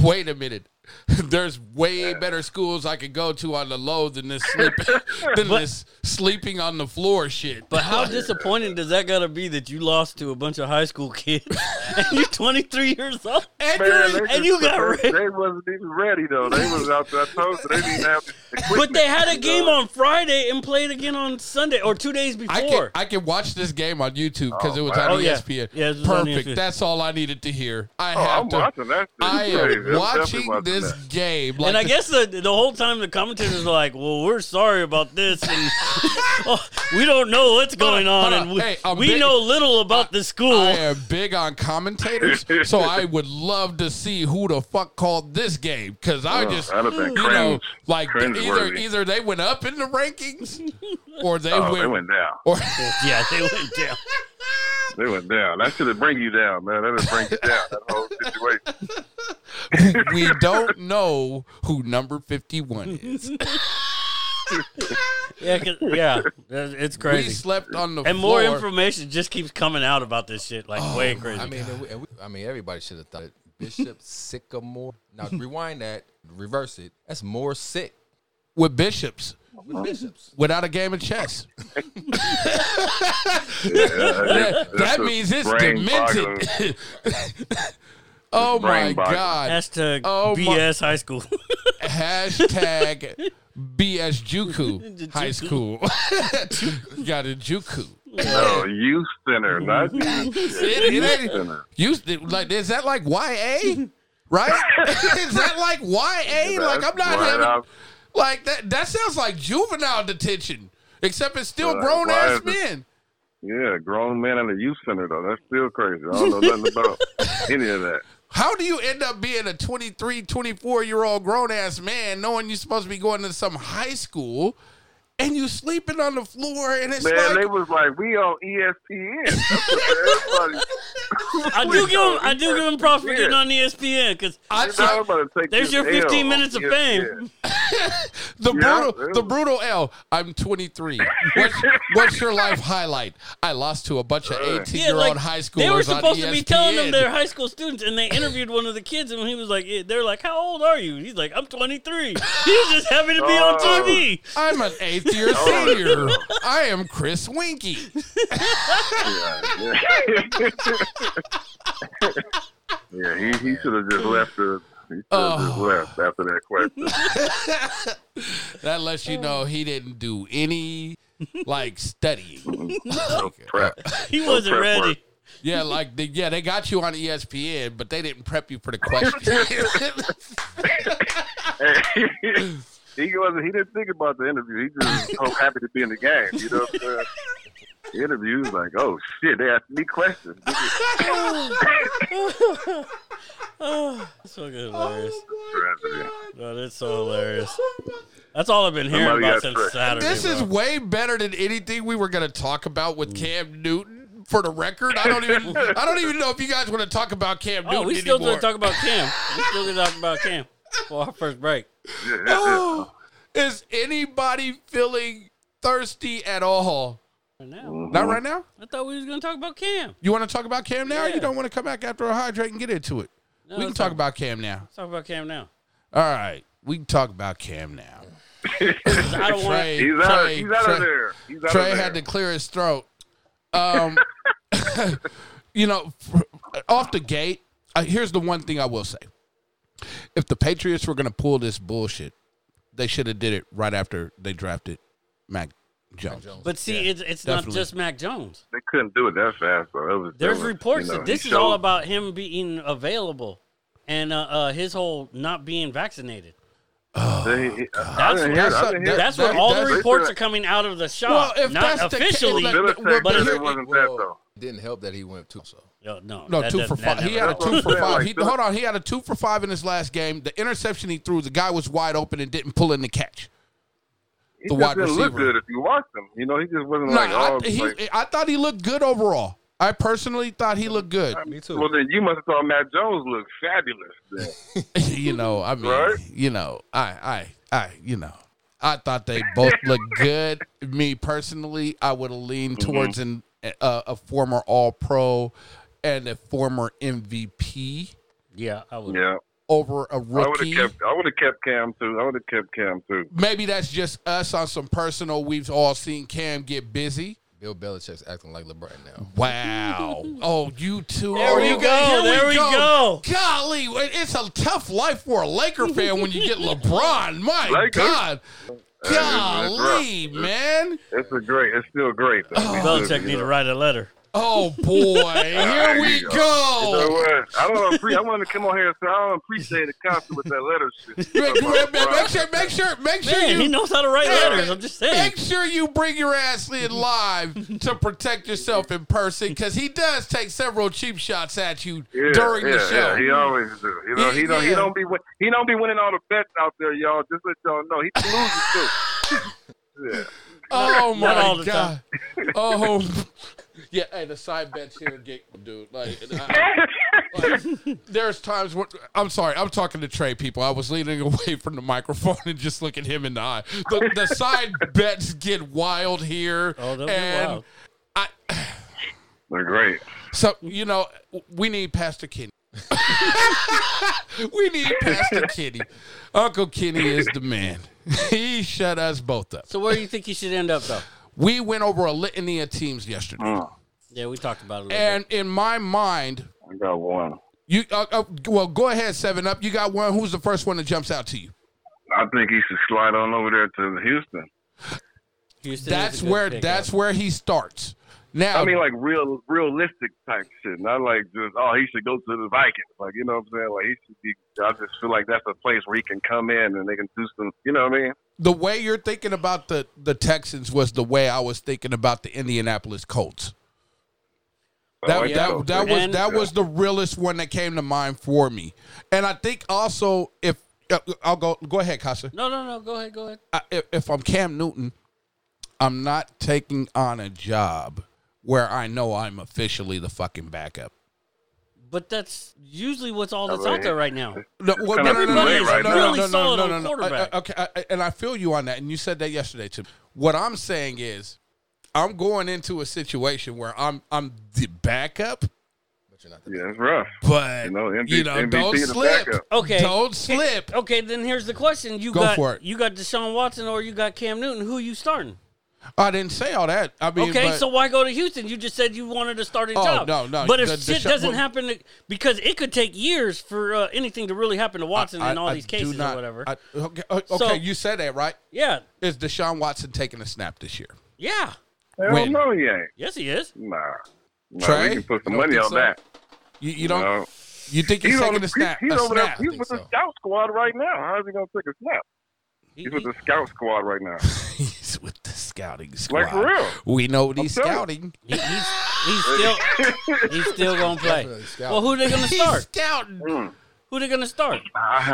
Speaker 1: wait a minute. There's way better schools I could go to on the low than this sleeping than this sleeping on the floor shit.
Speaker 3: But how disappointing does that gotta be that you lost to a bunch of high school kids and you're 23 years old?
Speaker 1: And
Speaker 4: Man, they
Speaker 1: you're-
Speaker 4: just-
Speaker 3: you got
Speaker 4: they,
Speaker 3: raped.
Speaker 4: they wasn't even ready though. They was out there. I told you they didn't have the
Speaker 3: But
Speaker 4: equipment,
Speaker 3: they had a
Speaker 4: you
Speaker 3: game
Speaker 4: know.
Speaker 3: on Friday and played again on Sunday or two days
Speaker 1: I can
Speaker 3: before.
Speaker 1: I can watch this game on YouTube because it was on E
Speaker 4: wow.
Speaker 3: Oh, yeah.
Speaker 1: ESPN.
Speaker 3: Yeah, it was on E
Speaker 1: Perfect.
Speaker 3: ESPN.
Speaker 1: That's all I needed to hear. I
Speaker 4: Oh,
Speaker 1: have
Speaker 4: I'm
Speaker 1: to.
Speaker 4: watching that. Shit.
Speaker 1: I
Speaker 4: It's crazy. I'm
Speaker 1: am
Speaker 4: definitely
Speaker 1: watching this
Speaker 4: that.
Speaker 1: game. Like
Speaker 3: and I
Speaker 1: the-
Speaker 3: guess the, the whole time the commentators are like, "Well, we're sorry about this, and oh, we don't know what's going
Speaker 1: on,
Speaker 3: on,
Speaker 1: hold
Speaker 3: and
Speaker 1: on.
Speaker 3: we,
Speaker 1: Hey, I'm
Speaker 3: we
Speaker 1: big-
Speaker 3: know little about the school."
Speaker 1: I am big on commentators, so I would love to see who the fuck called this game because I
Speaker 4: Oh,
Speaker 1: just
Speaker 4: that'd have been
Speaker 1: you know
Speaker 4: cringe.
Speaker 1: like either
Speaker 4: Cringe-worthy.
Speaker 1: either they went up in the rankings or they
Speaker 4: Oh,
Speaker 1: went,
Speaker 4: they went down.
Speaker 1: or
Speaker 3: yeah, they went down.
Speaker 4: They went down. That should have bring you down, man. That would bring you down. That whole situation.
Speaker 1: we don't know who number fifty one is.
Speaker 3: Yeah, 'cause- yeah, it's it's
Speaker 1: we
Speaker 3: crazy.
Speaker 1: slept on the
Speaker 3: And more
Speaker 1: floor.
Speaker 3: information just keeps coming out about this shit, like
Speaker 1: Oh,
Speaker 3: way crazy.
Speaker 2: I mean, and we, and we- I mean, everybody should have thought it. Bishop Sycamore. Now rewind that, reverse it. That's more sick
Speaker 1: with bishops
Speaker 2: with bishops.
Speaker 1: without a game of chess.
Speaker 4: Yeah, that,
Speaker 1: that means it's demented. oh my
Speaker 4: Brain boggling.
Speaker 1: god!
Speaker 3: Hashtag
Speaker 1: Oh, my-
Speaker 3: BS high school.
Speaker 1: Hashtag BS Juku
Speaker 3: The
Speaker 1: High
Speaker 3: Juku.
Speaker 1: School. Got a Juku.
Speaker 4: No, youth center, not youth
Speaker 1: It, it ain't,
Speaker 4: center.
Speaker 1: you like is that like YA? Right? is that like YA? Like I'm not
Speaker 4: right
Speaker 1: having
Speaker 4: out-
Speaker 1: like that. That sounds like juvenile detention, except it's still
Speaker 4: Uh,
Speaker 1: grown
Speaker 4: why
Speaker 1: ass
Speaker 4: is it-
Speaker 1: men.
Speaker 4: Yeah, grown man in a youth center though. That's still crazy. I don't know nothing about any of that.
Speaker 1: How do you end up being a 23, 24 year old grown ass man knowing you're supposed to be going to some high school and you sleeping on the floor and it's
Speaker 4: Man,
Speaker 1: like
Speaker 4: they was like, we on E ESPN. That's what everybody.
Speaker 3: I do give him, I do give him props for getting on E ESPN because
Speaker 1: I,
Speaker 4: You're not about to take
Speaker 3: There's
Speaker 4: this
Speaker 3: your 15
Speaker 4: L on E
Speaker 3: minutes of
Speaker 4: ESPN.
Speaker 3: fame.
Speaker 1: The
Speaker 4: Yeah,
Speaker 1: brutal,
Speaker 4: it
Speaker 1: the
Speaker 4: was-
Speaker 1: brutal L. I'm 23. What's, what's your life highlight? I lost to a bunch of 18
Speaker 3: yeah,
Speaker 1: year
Speaker 3: like
Speaker 1: old high schoolers.
Speaker 3: they were
Speaker 1: on E
Speaker 3: supposed to be
Speaker 1: ESPN.
Speaker 3: telling them they're high school students, and they interviewed one of the kids, and he was like, yeah, "They're like, how old are you?" He's like, "I'm 23." He's just happy to be on
Speaker 4: Oh.
Speaker 3: TV.
Speaker 1: I'm an eighth year
Speaker 4: Oh.
Speaker 1: senior. I am Chris Winky.
Speaker 4: Yeah, yeah. yeah, he, he should have just left the. He should have just
Speaker 1: Oh.
Speaker 4: left after that question.
Speaker 1: That lets you know he didn't do any like studying.
Speaker 4: No prep.
Speaker 3: He
Speaker 4: No
Speaker 3: wasn't
Speaker 4: prep
Speaker 3: ready.
Speaker 4: work.
Speaker 1: Yeah, like they, yeah, they got you on E ESPN, but they didn't prep you for the question.
Speaker 4: he wasn't. He didn't think about the interview. He just was so happy to be in the game. You know. What I'm saying? The interview was like, oh shit, they asked me questions. This is
Speaker 3: Oh, that's fucking hilarious.
Speaker 1: Oh,
Speaker 4: Oh, crazy.
Speaker 3: No, that's so hilarious. That's all I've been hearing
Speaker 4: Somebody
Speaker 3: about
Speaker 4: got
Speaker 3: since
Speaker 4: tricked.
Speaker 3: Saturday.
Speaker 1: this is
Speaker 3: bro.
Speaker 1: way better than anything we were going to talk about with Cam Newton. For the record, I don't even I don't even know if you guys want to talk about Cam Newton
Speaker 3: oh, we still
Speaker 1: anymore.
Speaker 3: gonna talk about Cam. We still gonna talk about Cam for our first break.
Speaker 4: Yeah, yeah, yeah.
Speaker 1: Oh, is anybody feeling thirsty at all?
Speaker 3: For now,
Speaker 1: Not right now.
Speaker 3: I thought we was gonna talk about Cam.
Speaker 1: You want to talk about Cam now? Or you
Speaker 3: Yeah.
Speaker 1: don't want to come back after a hydrate and get into it.
Speaker 3: No,
Speaker 1: we can
Speaker 3: let's
Speaker 1: talk about Cam now.
Speaker 3: Let's talk about Cam now.
Speaker 1: All right, we can talk about Cam now.
Speaker 3: I don't want.
Speaker 1: Trey,
Speaker 4: He's out.
Speaker 1: Trey,
Speaker 4: he's out
Speaker 1: Trey,
Speaker 4: of there. He's out
Speaker 1: Trey
Speaker 4: of there.
Speaker 1: had to clear his throat. Um, you know, f- off the gate. Uh, here's the one thing I will say: if the Patriots were going to pull this bullshit, they should have did it right after they drafted Mac Jones.
Speaker 3: But see, it's it's not
Speaker 1: definitely.
Speaker 3: just Mac Jones.
Speaker 4: they couldn't do it that fast. So that was, that
Speaker 3: There's
Speaker 4: was,
Speaker 3: reports
Speaker 4: you know,
Speaker 3: that this
Speaker 4: he
Speaker 3: is all
Speaker 4: showed-
Speaker 3: about him being available, and uh, uh, his whole not being vaccinated.
Speaker 4: They- he- I
Speaker 3: That's-
Speaker 4: didn't hear.
Speaker 1: that's
Speaker 4: I
Speaker 1: a-
Speaker 4: didn't hear.
Speaker 1: that-
Speaker 3: That's where all
Speaker 1: that's-
Speaker 3: the reports are coming out of the
Speaker 1: Well,
Speaker 3: shop.
Speaker 1: if
Speaker 3: not
Speaker 1: that's the case-
Speaker 3: officially.
Speaker 1: Well,
Speaker 4: Bill
Speaker 1: but-
Speaker 4: Belichick
Speaker 3: but-
Speaker 4: said it wasn't that though.
Speaker 2: it didn't help that he went two. So
Speaker 3: Yo, no,
Speaker 1: No,
Speaker 3: that
Speaker 1: two
Speaker 3: does-
Speaker 1: for
Speaker 3: that
Speaker 1: five. He
Speaker 3: never
Speaker 1: had a
Speaker 4: That's what
Speaker 1: two
Speaker 4: I'm
Speaker 1: for
Speaker 4: saying,
Speaker 1: five.
Speaker 4: like,
Speaker 1: He,
Speaker 4: Bill-
Speaker 1: hold on, he had a two for five in his last game. The interception he threw, the guy was wide open and didn't pull in the catch.
Speaker 4: He
Speaker 1: The
Speaker 4: just
Speaker 1: wide
Speaker 4: didn't look
Speaker 1: receiver.
Speaker 4: good if you watched him. You know, he just wasn't
Speaker 1: No,
Speaker 4: like all.
Speaker 1: I, he,
Speaker 4: like,
Speaker 1: I thought he looked good overall. I personally thought he looked good.
Speaker 2: me too.
Speaker 4: well, then you must have thought Matt Jones looked fabulous. Then.
Speaker 1: you know, I mean,
Speaker 4: Right?
Speaker 1: you know, I, I, I, you know, I thought they both looked good. Me personally, I would have leaned
Speaker 4: Mm-hmm.
Speaker 1: towards an a, a former All Pro and a former MVP
Speaker 3: Yeah, I would.
Speaker 4: yeah,
Speaker 1: over a
Speaker 4: I would
Speaker 1: rookie.
Speaker 4: have kept. I would have kept Cam too. I would have kept Cam too.
Speaker 1: Maybe that's just us on some personal. We've all seen Cam get busy.
Speaker 2: Bill Belichick's acting like LeBron now.
Speaker 1: Wow. oh, you too.
Speaker 3: There we
Speaker 1: Oh, here
Speaker 3: go. There we go.
Speaker 1: Golly, it- it's a tough life for a Laker fan when you get LeBron. My
Speaker 4: Lakers.
Speaker 1: God.
Speaker 4: Hey, man, it's rough.
Speaker 1: Golly, man.
Speaker 4: It's a great. It's still great. Though. We still,
Speaker 3: Belichick
Speaker 4: you
Speaker 3: need
Speaker 4: know.
Speaker 3: to write a letter.
Speaker 1: Oh, boy. Here we
Speaker 4: You know
Speaker 1: go.
Speaker 4: what? I don't appre- I want to come on here and say I don't appreciate the concert with that letter shit.
Speaker 1: Make make sure, make sure, make sure
Speaker 3: Man, he
Speaker 1: you
Speaker 3: knows how to write
Speaker 1: Hey,
Speaker 3: letters. I'm just saying.
Speaker 1: Make sure you bring your ass in live to protect yourself in person because he does take several cheap shots at you
Speaker 4: Yeah,
Speaker 1: during
Speaker 4: yeah,
Speaker 1: the show.
Speaker 4: Yeah, he always do. You know,
Speaker 1: He-
Speaker 4: he, don't. He
Speaker 1: yeah.
Speaker 4: don't be. Win- he don't be winning all the bets out there, y'all. Just let y'all know he can lose it too. Yeah.
Speaker 1: oh
Speaker 3: Not all
Speaker 1: my
Speaker 3: the
Speaker 1: god.
Speaker 3: time.
Speaker 1: Oh yeah, hey, the side bets here get dude. Like, I- like, there's times when I'm sorry, I'm talking to Trey people. I was leaning away from the microphone and just looking him in the eye. The, the side bets get wild here.
Speaker 3: Oh, they'll get
Speaker 1: and
Speaker 3: wild.
Speaker 1: I
Speaker 4: They're great.
Speaker 1: So you know, we need Pastor Kenny. we need Pastor Kenny. Uncle Kenny is the man. he shut us both up.
Speaker 3: So where do you think he should end up though?
Speaker 1: We went over a litany of teams yesterday,
Speaker 4: Mm.
Speaker 3: Yeah, we talked about it. A little
Speaker 1: and in my mind,
Speaker 4: I got one.
Speaker 1: you uh, uh, well, go ahead, seven up. You got one. Who's the first one that jumps out to you?
Speaker 4: I think he should slide on over there to Houston.
Speaker 3: bit. Houston is a
Speaker 1: That's
Speaker 3: good
Speaker 1: where
Speaker 3: pick,
Speaker 1: that's
Speaker 3: though.
Speaker 1: where he starts. Now,
Speaker 4: I mean, like real, realistic type shit. Not like just oh, he should go to the Vikings. Like you know what I'm saying? Like he should be. I just feel like that's a place where he can come in and they can do some. You know what I mean?
Speaker 1: the way you're thinking about the the Texans was the way I was thinking about the Indianapolis Colts.
Speaker 4: Oh, I
Speaker 1: That,
Speaker 4: like though.
Speaker 1: that, that was
Speaker 3: And-
Speaker 1: that was the realest one that came to mind for me, and I think also if uh, I'll go go ahead, Casa.
Speaker 3: No, no, no. Go ahead. Go ahead.
Speaker 1: I, if, if I'm Cam Newton, I'm not taking on a job where I know I'm officially the fucking backup.
Speaker 3: But that's usually what's all that's
Speaker 4: right.
Speaker 3: out there right now.
Speaker 1: No, well,
Speaker 4: kinda too late
Speaker 1: no,
Speaker 4: right
Speaker 1: no,
Speaker 4: now.
Speaker 1: no,
Speaker 4: Really
Speaker 1: no,
Speaker 3: solid
Speaker 1: no,
Speaker 3: on
Speaker 1: no, no, no. I-
Speaker 3: quarterback.
Speaker 1: I- Okay, I- I- and I feel you on that, and you said that yesterday too. What I'm saying is, I'm going into a situation where I'm I'm the backup,
Speaker 2: But you're not. The
Speaker 4: Yeah, it's rough.
Speaker 1: but
Speaker 4: You know, MVP,
Speaker 1: you know, don't
Speaker 4: the
Speaker 1: slip.
Speaker 4: backup.
Speaker 3: Okay.
Speaker 1: Don't slip.
Speaker 3: Okay, then here's the question: You
Speaker 1: Go
Speaker 3: got
Speaker 1: for it.
Speaker 3: you got Deshaun Watson or you got Cam Newton? Who you starting?
Speaker 1: I didn't say all that. I mean,
Speaker 3: Okay,
Speaker 1: but-
Speaker 3: so why go to Houston? You just said you wanted to start a
Speaker 1: Oh,
Speaker 3: job.
Speaker 1: no, no,
Speaker 3: But if
Speaker 1: the- the
Speaker 3: shit
Speaker 1: Deshaun-
Speaker 3: doesn't
Speaker 1: well-
Speaker 3: happen, to, because it could take years for uh, anything to really happen to Watson in all
Speaker 1: I
Speaker 3: these
Speaker 1: do
Speaker 3: cases
Speaker 1: not-
Speaker 3: or whatever.
Speaker 1: I- okay, uh, okay,
Speaker 3: So-
Speaker 1: you said that right.
Speaker 3: yeah,
Speaker 1: Is Deshaun Watson taking a snap this year?
Speaker 3: yeah,
Speaker 4: Hell
Speaker 1: Win.
Speaker 4: no, he ain't.
Speaker 3: yes, he is.
Speaker 4: Nah. Nah,
Speaker 1: Trey,
Speaker 4: we can put some
Speaker 1: you don't
Speaker 4: money
Speaker 1: think
Speaker 4: on
Speaker 1: so?
Speaker 4: that.
Speaker 1: You, you don't.
Speaker 4: No.
Speaker 1: You think he's, taking a snap?
Speaker 4: He's
Speaker 1: a
Speaker 4: over
Speaker 1: snap.
Speaker 2: I
Speaker 4: there. He's with
Speaker 2: think
Speaker 4: the
Speaker 2: so.
Speaker 4: scout squad right now. How is he gonna take a snap?
Speaker 3: He-
Speaker 4: He's with
Speaker 3: he-
Speaker 4: the scout squad right now.
Speaker 1: He's with the scouting squad.
Speaker 4: Like, for real.
Speaker 1: We know what he's
Speaker 4: telling you.
Speaker 1: scouting.
Speaker 3: he- he's, he's still he's still gonna play.
Speaker 2: Definitely scouting.
Speaker 3: Well, who they gonna
Speaker 1: He's
Speaker 3: start?
Speaker 1: scouting.
Speaker 3: Who they gonna start?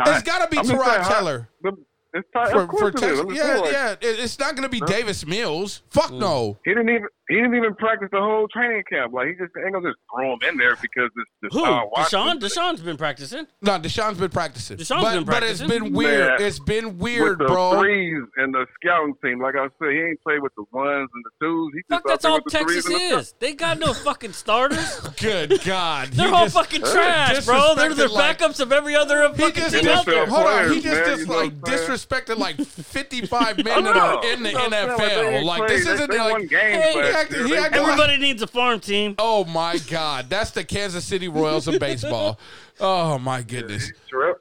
Speaker 1: It's got to be
Speaker 4: I'm just saying,
Speaker 1: Tyrod
Speaker 4: how-
Speaker 1: Taylor.
Speaker 4: The- It's Ty-
Speaker 1: For,
Speaker 4: of course
Speaker 1: for
Speaker 4: it Hmm. is.
Speaker 1: Texas.
Speaker 4: I'm just
Speaker 1: Yeah,
Speaker 4: saying, like,
Speaker 1: yeah. It- it's not going to be Davis Mills. Fuck no.
Speaker 4: He didn't even. He didn't even practice the whole training camp. Like he just ain't gonna just throw him in there because it's
Speaker 3: Who?
Speaker 4: Deshaun
Speaker 3: Deshaun?
Speaker 4: Uh, Watson.
Speaker 3: Deshaun's been practicing.
Speaker 1: No, Deshaun's been practicing.
Speaker 3: Deshaun's
Speaker 1: but,
Speaker 3: been practicing.
Speaker 1: But it's been weird.
Speaker 4: Man.
Speaker 1: It's been
Speaker 4: with
Speaker 1: weird,
Speaker 4: the
Speaker 1: bro.
Speaker 4: threes and the scouting team. Like I said, he ain't played with the ones and the twos. He
Speaker 3: Fuck,
Speaker 4: just out
Speaker 3: that's
Speaker 4: there
Speaker 3: all
Speaker 4: with the threes
Speaker 3: Texas
Speaker 4: and the-
Speaker 3: is. They got no fucking starters.
Speaker 1: Good God.
Speaker 3: They're
Speaker 1: You
Speaker 3: all
Speaker 1: just-
Speaker 3: fucking trash, bro. They're the
Speaker 1: disrespected like-
Speaker 3: backups of every other
Speaker 1: He
Speaker 3: fucking
Speaker 1: just
Speaker 3: team out there.
Speaker 4: NFL
Speaker 1: hold on. He just,
Speaker 4: players, man,
Speaker 1: just
Speaker 4: you know
Speaker 1: like
Speaker 4: what I'm saying?
Speaker 1: disrespected like fifty five men
Speaker 4: I
Speaker 1: that are
Speaker 4: know.
Speaker 1: in the
Speaker 4: You know what I'm saying? Like, they
Speaker 1: NFL.
Speaker 4: ain't
Speaker 1: Like
Speaker 4: played.
Speaker 1: this
Speaker 4: They-
Speaker 1: isn't
Speaker 4: they
Speaker 1: like
Speaker 4: won games
Speaker 1: hey, he acted-
Speaker 4: last year.
Speaker 1: he
Speaker 4: They-
Speaker 1: acted like-
Speaker 3: Everybody needs a farm team.
Speaker 1: Oh my God, that's the Kansas City Royals of baseball. Oh my goodness.
Speaker 4: Trip.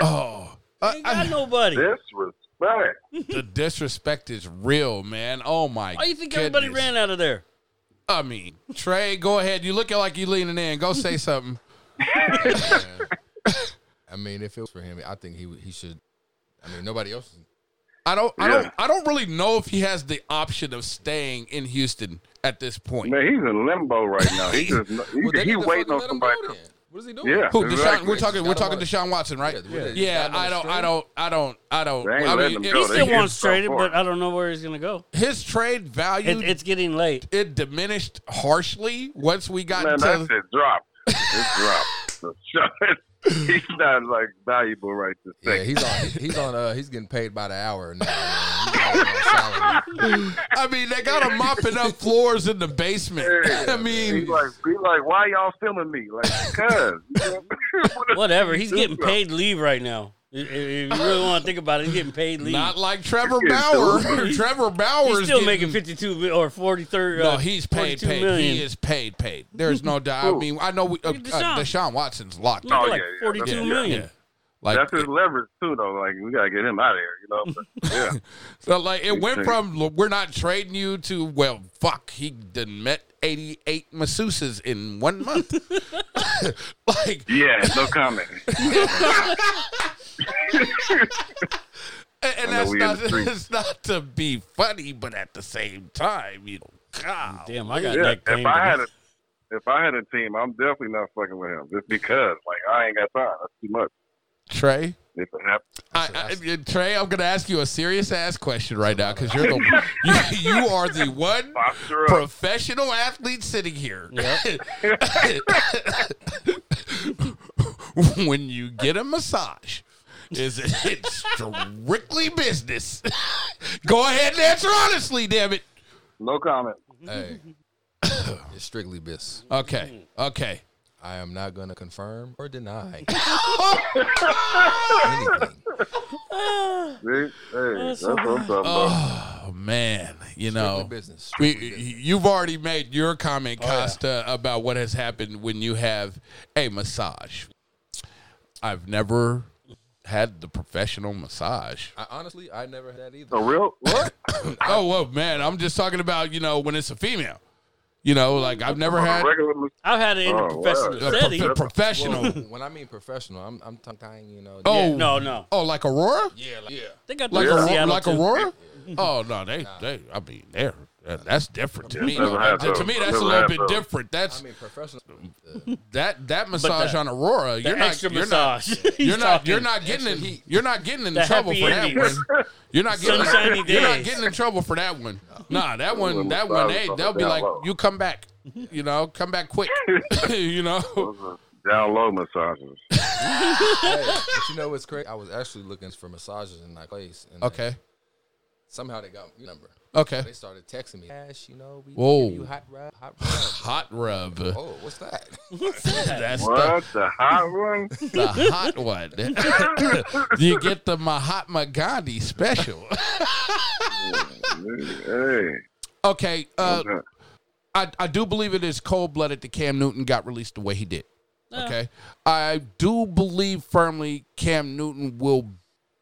Speaker 1: Oh, I-
Speaker 3: They got
Speaker 1: I-
Speaker 3: nobody.
Speaker 4: Disrespect.
Speaker 1: the disrespect is real, man. Oh my.
Speaker 3: Why you think everybody
Speaker 1: goodness.
Speaker 3: ran out of there?
Speaker 1: I mean, Trey, go ahead. You look like you leaning in. Go say something.
Speaker 2: I mean, if it was for him, I think he would- he should. I mean, nobody else.
Speaker 1: I don't. I
Speaker 4: Yeah.
Speaker 1: don't. I don't really know if he has the option of staying in Houston at this point.
Speaker 4: Man, he's in limbo right now. He just he,
Speaker 2: Well, they
Speaker 4: he
Speaker 2: need to
Speaker 4: waiting
Speaker 2: fucking
Speaker 4: on
Speaker 2: let him
Speaker 4: somebody.
Speaker 2: go
Speaker 4: To,
Speaker 2: then. What is he doing?
Speaker 4: Yeah.
Speaker 1: Who? Deshaun,
Speaker 4: Exactly.
Speaker 1: We're talking. We're
Speaker 2: Gotta
Speaker 1: talking
Speaker 2: watch.
Speaker 1: Deshaun Watson, right?
Speaker 2: Yeah,
Speaker 1: Yeah.
Speaker 2: yeah.
Speaker 1: I don't. I don't. I don't. I don't.
Speaker 4: They ain't
Speaker 1: I
Speaker 4: letting him
Speaker 1: mean, if-
Speaker 3: He
Speaker 4: go. Bro, they
Speaker 3: still
Speaker 4: getting
Speaker 3: wants
Speaker 4: so
Speaker 3: traded,
Speaker 4: far.
Speaker 3: but I don't know where he's gonna go.
Speaker 1: his trade value
Speaker 3: It, it's getting late.
Speaker 1: it diminished harshly once we got
Speaker 4: Man, that
Speaker 1: to.
Speaker 4: shit dropped. It's dropped. he's not like valuable right this
Speaker 2: Yeah,
Speaker 4: second.
Speaker 2: he's on. He's on. Uh, he's getting paid by the hour now. man. He's on uh, salary.
Speaker 1: I mean, they got him mopping up floors in the basement. I
Speaker 4: He's
Speaker 1: mean,
Speaker 4: like, he's like, why y'all filming me? Like, cuz.
Speaker 3: Whatever. He's getting paid leave right now. If, if you really want to think about it, he's getting paid leave.
Speaker 1: not like Trevor
Speaker 4: He's
Speaker 1: Bauer.
Speaker 4: still-
Speaker 1: Trevor Bauer
Speaker 3: he's
Speaker 1: is
Speaker 3: still
Speaker 1: getting-
Speaker 3: making fifty-two mi- or forty-three.
Speaker 1: No,
Speaker 3: uh,
Speaker 1: he's paid.
Speaker 3: 42
Speaker 1: Paid.
Speaker 3: million.
Speaker 1: He is paid. Paid. There's no doubt. I
Speaker 4: Who?
Speaker 1: mean, I know we, uh, uh,
Speaker 3: Look at Deshaun.
Speaker 1: Deshaun. Watson's locked.
Speaker 3: Look at
Speaker 4: Oh,
Speaker 3: like
Speaker 4: yeah, yeah,
Speaker 3: forty-two million.
Speaker 4: that's-
Speaker 1: Like
Speaker 4: That's his leverage, too, though. Like, we got to get him out of here, you know? But, yeah.
Speaker 1: So like it went
Speaker 4: Right.
Speaker 1: from "Look, we're not trading you to well fuck he done met eighty eight masseuses in one month. like
Speaker 4: Yeah, no comment.
Speaker 1: and, and
Speaker 4: I know
Speaker 1: that's
Speaker 4: we in
Speaker 1: not
Speaker 4: the streets.
Speaker 1: it's not to be funny, but at the same time, you know, God.
Speaker 3: Damn, I got
Speaker 4: Yeah,
Speaker 3: neck pain.
Speaker 4: if I had a if I had a team, I'm definitely not fucking with him just because, like, I ain't got time. That's too much.
Speaker 1: Trey.
Speaker 4: If it happens,
Speaker 1: I, I, uh, Trey, I'm gonna ask you a serious ass question right now because you're the you, you are the one
Speaker 4: posture up.
Speaker 1: professional athlete sitting here. when you get a massage, is it it's strictly business? Go ahead and answer honestly, damn it.
Speaker 4: No comment.
Speaker 2: Hey, it's strictly bis.
Speaker 1: Okay, okay.
Speaker 2: I am not going to confirm or deny
Speaker 1: Oh,
Speaker 2: anything.
Speaker 3: Ah,
Speaker 4: See? Hey, that's
Speaker 3: so
Speaker 4: what I'm talking about.
Speaker 1: oh, man, you know.
Speaker 2: Strictly business.
Speaker 1: We,
Speaker 2: Strictly business.
Speaker 1: you've already made your comment,
Speaker 4: Oh,
Speaker 1: Costa, about what has happened when you have a massage. I've never had the professional massage.
Speaker 2: I, honestly, I never had that
Speaker 4: A
Speaker 2: either.
Speaker 4: real what?
Speaker 1: Oh well, man, I'm just talking about you know when it's a female. You know, like I've never
Speaker 4: A
Speaker 1: had
Speaker 4: regular mis-
Speaker 3: I've had it in a
Speaker 4: Oh, wow.
Speaker 3: professional
Speaker 1: a
Speaker 3: setting.
Speaker 1: prof- professional.
Speaker 2: Well, when I mean professional, I'm I'm talking, you know.
Speaker 1: Oh.
Speaker 3: Yeah, no, no.
Speaker 1: Oh, like Aurora?
Speaker 2: yeah, like, yeah.
Speaker 3: They got
Speaker 1: Like
Speaker 3: that in
Speaker 1: Aurora,
Speaker 3: Seattle
Speaker 1: like
Speaker 3: too.
Speaker 1: Aurora? Oh no, they they. I mean, they're that- that's different to me.
Speaker 4: Never had
Speaker 1: To, to
Speaker 4: those.
Speaker 1: me, that's a
Speaker 4: Never
Speaker 1: little
Speaker 4: had
Speaker 1: bit
Speaker 4: those.
Speaker 1: different. That's
Speaker 2: I mean professional. uh,
Speaker 1: that that massage
Speaker 3: that-
Speaker 1: on Aurora.
Speaker 3: The
Speaker 1: You're not,
Speaker 3: extra
Speaker 1: you're not.
Speaker 3: massage. He's
Speaker 1: You're not.
Speaker 3: talking
Speaker 1: You're not getting
Speaker 2: Extra
Speaker 1: in.
Speaker 2: heat.
Speaker 1: You're not getting in
Speaker 3: The
Speaker 1: trouble
Speaker 3: happy
Speaker 1: for that
Speaker 3: endings.
Speaker 1: one. You're not getting.
Speaker 3: Sunshiny
Speaker 1: You're not
Speaker 3: days.
Speaker 1: getting in trouble for that one. Nah, that one.
Speaker 4: Little
Speaker 1: That one.
Speaker 4: massage
Speaker 1: They
Speaker 4: on the
Speaker 1: they'll be
Speaker 4: down
Speaker 1: like,
Speaker 4: low.
Speaker 1: you come back. You know, come back quick. you know.
Speaker 4: those are uh, down low massages.
Speaker 2: hey, but you know what's crazy? I was actually looking for massages in my place, and
Speaker 1: Okay.
Speaker 2: somehow they got my number.
Speaker 1: Okay.
Speaker 2: They started texting me. Cash, you know, we
Speaker 1: Whoa.
Speaker 2: Whoa. you hot rub, hot rub.
Speaker 1: Hot rub.
Speaker 2: oh, what's that?
Speaker 1: That's the,
Speaker 4: What the hot one?
Speaker 1: the hot one. you get the Mahatma Gandhi special.
Speaker 4: hey,
Speaker 1: Okay, uh,
Speaker 4: okay.
Speaker 1: I, I do believe it is cold blooded that Cam Newton got released the way he did.
Speaker 3: Yeah.
Speaker 1: Okay, I do believe firmly Cam Newton will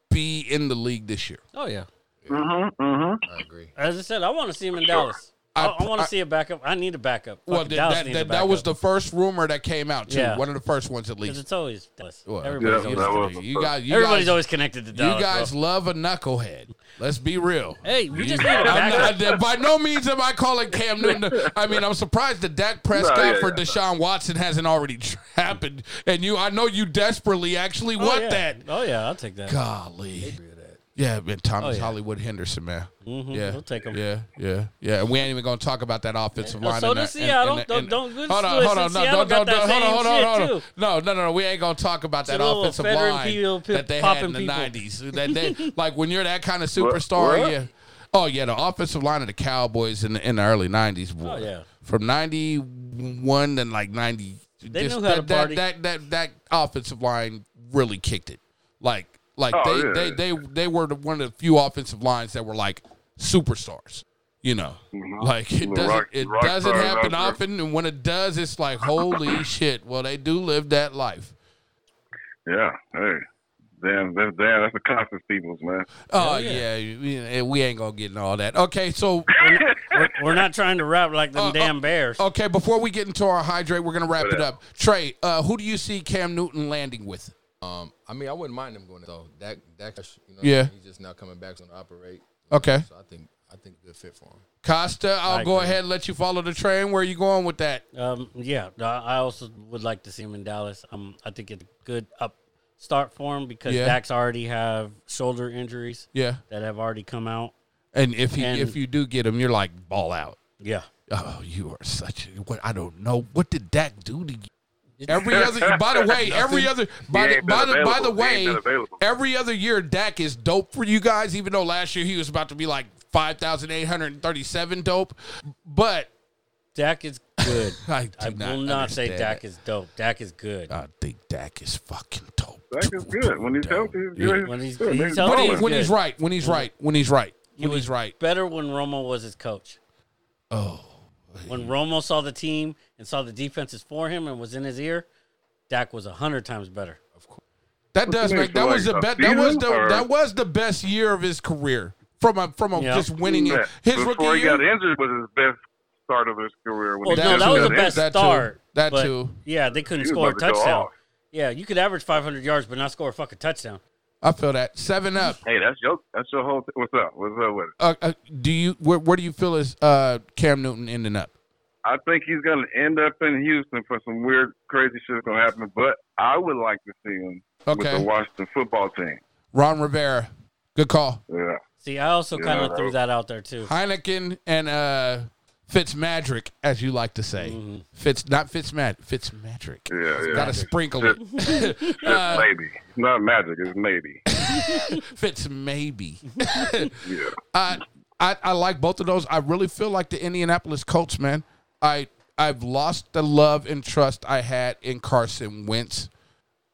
Speaker 1: be in the league this year.
Speaker 3: Oh yeah.
Speaker 4: Mm-hmm, mm-hmm.
Speaker 2: I agree.
Speaker 3: As I said, I want to see him in Dallas.
Speaker 1: I-
Speaker 3: I, I want
Speaker 1: I-
Speaker 3: to see a backup. I need a backup.
Speaker 1: Well,
Speaker 3: Fucking
Speaker 1: that,
Speaker 3: Dallas
Speaker 1: that,
Speaker 3: needs a
Speaker 1: that,
Speaker 3: backup.
Speaker 1: that was the first rumor that came out too.
Speaker 3: Yeah.
Speaker 1: One of the first ones at
Speaker 3: 'Cause
Speaker 1: least.
Speaker 3: it's always Dallas.
Speaker 1: Well,
Speaker 3: Everybody's,
Speaker 4: Yeah,
Speaker 3: always,
Speaker 4: that was-
Speaker 1: you, got you
Speaker 3: everybody's
Speaker 1: guys,
Speaker 3: always connected to Dallas.
Speaker 1: you guys
Speaker 3: bro.
Speaker 1: love a knucklehead. Let's be real.
Speaker 3: Hey, we just
Speaker 1: You-
Speaker 3: need a
Speaker 1: I'm
Speaker 3: backup.
Speaker 1: not- by no means am I calling Cam Newton. a- I mean, I'm surprised that Dak Prescott
Speaker 4: yeah,
Speaker 1: for
Speaker 4: yeah.
Speaker 1: Deshaun Watson hasn't already tra- happened. And you, I know you desperately actually
Speaker 3: Oh,
Speaker 1: want
Speaker 3: yeah.
Speaker 1: that.
Speaker 3: Oh yeah, I'll take that.
Speaker 1: Golly,
Speaker 2: Agree with that.
Speaker 1: Yeah, man, Thomas
Speaker 3: Oh, yeah.
Speaker 1: Hollywood Henderson, man.
Speaker 3: Mhm,
Speaker 1: Yeah,
Speaker 3: we'll take 'em.
Speaker 1: Yeah, yeah, yeah. And we ain't even gonna talk about that offensive
Speaker 3: Yeah,
Speaker 1: line.
Speaker 3: so
Speaker 1: and
Speaker 3: does
Speaker 1: that- and-
Speaker 3: Seattle.
Speaker 1: and-
Speaker 3: Don't-
Speaker 1: and-
Speaker 3: don't- good
Speaker 1: Hold on,
Speaker 3: since
Speaker 1: hold on, no,
Speaker 3: Seattle
Speaker 1: don't,
Speaker 3: got
Speaker 1: don't,
Speaker 3: that
Speaker 1: don't, hold on,
Speaker 3: same
Speaker 1: hold on,
Speaker 3: shit,
Speaker 1: hold on. No, no, no, no. We ain't gonna talk about that
Speaker 3: little
Speaker 1: offensive
Speaker 3: veteran
Speaker 1: line
Speaker 3: people pip-
Speaker 1: that they had
Speaker 3: popping
Speaker 1: in the
Speaker 3: people.
Speaker 1: nineties. That they like when you're that kind of superstar,
Speaker 4: what?
Speaker 1: yeah. Oh yeah, the offensive line of the Cowboys in the in the early nineties.
Speaker 3: Oh, yeah.
Speaker 1: from ninety one and like ninety.
Speaker 3: They
Speaker 1: just
Speaker 3: knew how to
Speaker 1: that, that-
Speaker 3: party.
Speaker 1: That, that that offensive line really kicked it. Like like
Speaker 4: Oh,
Speaker 1: they,
Speaker 4: yeah.
Speaker 1: they they they were the, one of the few offensive lines that were like superstars. You know, like it
Speaker 4: Mm-hmm. The
Speaker 1: doesn't
Speaker 4: rock-
Speaker 1: it
Speaker 4: rock
Speaker 1: doesn't
Speaker 4: stars out
Speaker 1: happen
Speaker 4: there.
Speaker 1: often, and when it does, it's like holy shit. Well, they do live that life.
Speaker 4: Yeah. Hey. Damn, that's, damn, that's the constant peoples, man.
Speaker 1: Oh yeah,
Speaker 3: yeah.
Speaker 1: you- and we ain't gonna get into all that. Okay, so
Speaker 3: We're, we're not trying to rap like them
Speaker 1: Uh,
Speaker 3: damn bears.
Speaker 1: okay, before we get into our hydrate, we're gonna wrap it up. Trey, uh, who do you see Cam Newton landing with?
Speaker 2: Um, I mean, I wouldn't mind him going though. That that you know,
Speaker 1: Yeah. Oh,
Speaker 2: he's just now coming back to operate.
Speaker 1: Okay,
Speaker 2: So I think I think good fit for him.
Speaker 1: Costa, I'll
Speaker 3: I
Speaker 1: go
Speaker 3: agree.
Speaker 1: ahead and let you follow the train. Where are you going with that?
Speaker 3: Um, yeah, no, I also would like to see him in Dallas. Um, I think it's a good up start for him because
Speaker 1: Yeah.
Speaker 3: Dax already have shoulder injuries
Speaker 1: Yeah,
Speaker 3: that have already come out.
Speaker 1: and if he
Speaker 3: And-
Speaker 1: if you do get him, you're like ball out.
Speaker 3: Yeah,
Speaker 1: Oh, you are such a, what I don't know. What did Dak do to you? Every other by the way, every other by
Speaker 4: He
Speaker 1: the,
Speaker 4: ain't
Speaker 1: by
Speaker 4: been
Speaker 1: the, by the
Speaker 4: available. He ain't
Speaker 1: way,
Speaker 4: been available.
Speaker 1: every other year Dak is dope for you guys, even though last year he was about to be like five thousand eight hundred and thirty seven dope. But
Speaker 3: Dak is good.
Speaker 1: I, do
Speaker 3: I will not say
Speaker 1: understand Uh,
Speaker 3: Dak
Speaker 1: that.
Speaker 3: is dope. Dak is good.
Speaker 1: I think Dak is fucking dope.
Speaker 4: Dak is good. When he's healthy, he's good.
Speaker 3: When he's-
Speaker 4: good.
Speaker 3: he's
Speaker 4: Niggas
Speaker 3: healthy,
Speaker 1: When,
Speaker 4: balling.
Speaker 1: he, when he's
Speaker 3: Good.
Speaker 1: right, when he's right, when he's right, when he's right.
Speaker 3: Better when Romo was his coach.
Speaker 1: Oh.
Speaker 3: When Romo saw the team and saw the defenses for him and was in his ear, Dak was a hundred times better.
Speaker 1: That does
Speaker 4: you mean,
Speaker 1: make that
Speaker 4: for
Speaker 1: was the
Speaker 4: like
Speaker 1: best
Speaker 4: a
Speaker 1: that was
Speaker 4: season,
Speaker 1: the
Speaker 4: or-
Speaker 1: that was the best year of his career from a from a
Speaker 3: Yeah.
Speaker 1: just winning it. His
Speaker 4: Before
Speaker 1: rookie
Speaker 4: he
Speaker 1: year,
Speaker 4: got injured was his best start of his career. When
Speaker 3: Well,
Speaker 4: he
Speaker 1: that
Speaker 3: no,
Speaker 4: just
Speaker 3: that was
Speaker 1: too.
Speaker 3: the
Speaker 4: got injured.
Speaker 3: best
Speaker 1: That too.
Speaker 3: start.
Speaker 1: That
Speaker 3: but,
Speaker 1: too.
Speaker 3: Yeah, they couldn't
Speaker 4: He was
Speaker 3: score a
Speaker 4: about to go
Speaker 3: touchdown.
Speaker 4: off.
Speaker 3: Yeah, you could average 500 yards but not score a fucking touchdown.
Speaker 1: I feel that seven up.
Speaker 4: Hey, that's your that's your whole. Th- what's up? What's up with it?
Speaker 1: Uh, uh, do you where, where do you feel is uh, Cam Newton ending up?
Speaker 4: I think he's gonna end up in Houston for some weird, crazy shit gonna happen. But I would like to see him
Speaker 1: Okay.
Speaker 4: with the Washington football team.
Speaker 1: Ron Rivera, good call.
Speaker 4: Yeah,
Speaker 3: See, I also
Speaker 4: Yeah,
Speaker 3: kind of
Speaker 4: that
Speaker 3: threw
Speaker 4: was-
Speaker 3: that out there too.
Speaker 1: Heineken and uh, Fitzmagic, as you like to say, Fitz not Fitzmag Fitzmagic.
Speaker 4: yeah, yeah.
Speaker 1: Got to sprinkle it.
Speaker 4: It's maybe. It's not magic. It's maybe.
Speaker 1: Fitz maybe.
Speaker 4: Yeah.
Speaker 1: I, I I like both of those. I really feel like the Indianapolis Colts, man. I I've lost the love and trust I had in Carson Wentz.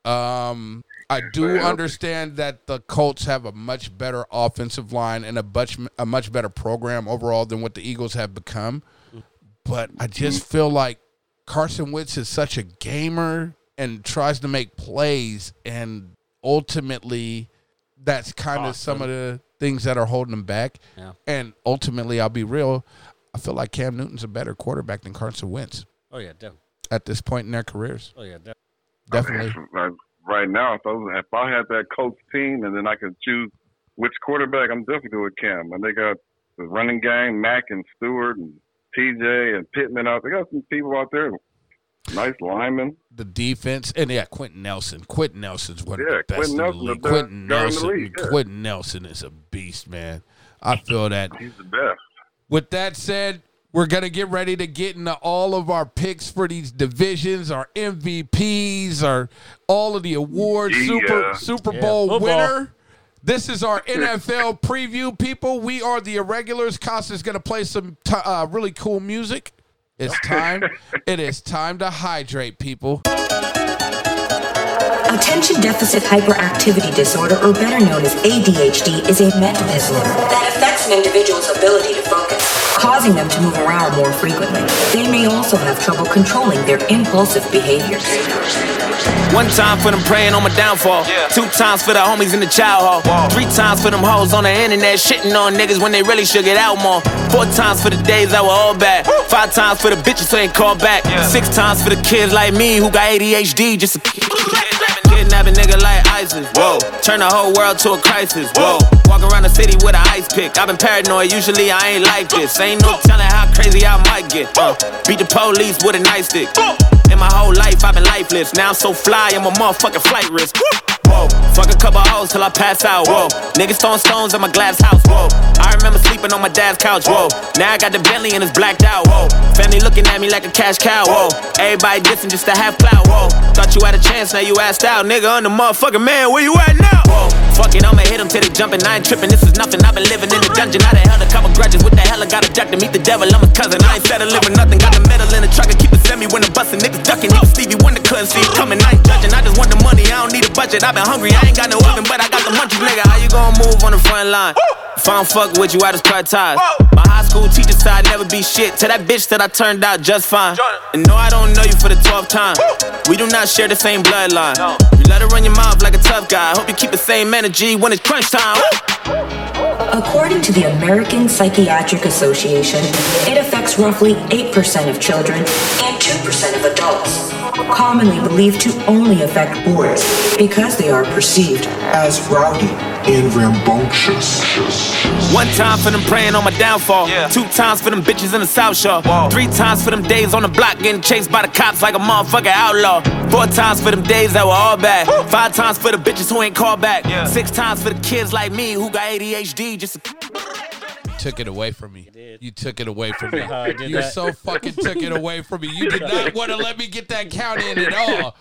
Speaker 1: Um, I do understand that the Colts have a much better offensive line and a much a much better program overall than what the Eagles have become. But I just feel like Carson Wentz is such a gamer and tries to make plays, and ultimately, that's kind of some of the things that are holding him back.
Speaker 3: Yeah.
Speaker 1: And ultimately, I'll be real. I feel like Cam Newton's a better quarterback than Carson Wentz
Speaker 3: Oh yeah, def-
Speaker 1: at this point in their careers.
Speaker 3: oh yeah, def-
Speaker 1: Definitely.
Speaker 4: Like, right now, if I, was, if I had that coach team and then I could choose which quarterback, I'm definitely going with Cam. And they got the running game, Mack and Stewart and TJ and Pittman out. They got some people out there. Nice linemen.
Speaker 1: the defense, and yeah, Quentin Nelson. Quentin Nelson's one
Speaker 4: Yeah,
Speaker 1: of the best
Speaker 4: Quentin
Speaker 1: in the league.
Speaker 4: Nelson's the
Speaker 1: Quentin
Speaker 4: best guy in the
Speaker 1: Nelson,
Speaker 4: league, yeah.
Speaker 1: Quentin Nelson is a beast, man. I feel that.
Speaker 4: He's the best.
Speaker 1: With that said, we're gonna get ready to get into all of our picks for these divisions, our MVPs, our all of the awards,
Speaker 4: Yeah.
Speaker 1: Super Super
Speaker 3: Yeah,
Speaker 1: Bowl
Speaker 3: football.
Speaker 1: winner. This is our NFL preview, people. We are the irregulars. Costa's gonna play some t- uh, really cool music. It's time. it is time to hydrate, people.
Speaker 5: Attention Deficit Hyperactivity Disorder, or better known as ADHD, is a mental disorder that affects an individual's ability to focus, causing them to move around more frequently. They may also have trouble controlling their impulsive behaviors.
Speaker 6: One time for them praying on my downfall. Two times for the homies in the child hall. Three times for them hoes on the internet shitting on niggas when they really should get out more. Four times for the days I were all bad. Five times for the bitches who ain't called back. Six times for the kids like me who got ADHD just to kidnap a nigga like ISIS. Whoa, turn the whole world to a crisis. Whoa, walk around the city with an ice pick. I've been paranoid. Usually I ain't like this. Ain't no telling how crazy I might get. Uh, beat the police with a nice stick. In my whole life, I've been lifeless. Now I'm so fly, I'm a motherfucking flight risk. Whoa, fuck a couple hoes till I pass out. Whoa, niggas throwing stones at my glass house. Whoa, I remember sleeping on my dad's couch. Whoa, now I got the Bentley and it's blacked out. Whoa, family looking at me like a cash cow. Whoa, everybody dissing just a half cloud. Whoa, thought you had a chance, now you asked out. Nigga, I'm the motherfucking man. Where you at now? Whoa, fuck it, I'ma hit them till they jumping. I ain't tripping. This is nothing. I've been living in the dungeon. I done held a couple grudges. What the hell? I got a jack to meet the devil. I'm his cousin. I ain't settling for nothing. Got the metal in the truck and keep the semi when the bustin'. Niggas ducking. Even Stevie Wonder couldn't see it coming. I ain't judging. I just want the money. I don't need a budget. I've been hungry. I ain't got no oven, but I got the munchies, nigga. How you gonna move on the front line? If I don't fuck with you, I just cut ties. My high school teacher said I'd never be shit. To that bitch that I turned out just fine. And no, I don't know you for the 12th time. We do not share the same bloodline. You let her run your mouth like a tough guy. Hope you keep the same energy when it's crunch time.
Speaker 5: According to the American Psychiatric Association, it affects roughly 8% of children and 2% of adults, commonly believed to only affect boys because they are perceived
Speaker 7: as rowdy and rambunctious.
Speaker 6: One time for them praying on my downfall. Two times for them bitches in the South Shore. Three times for them days on the block getting chased by the cops like a motherfucking outlaw. Four times for them days that were all bad. Five times for the bitches who ain't called back. Six times for the kids like me who got ADHD just to
Speaker 1: took it away from me.
Speaker 3: did.
Speaker 1: You took it away from me.
Speaker 3: I did
Speaker 1: you
Speaker 3: that.
Speaker 1: so fucking took it away from me. You did not want to let me get that count in at all.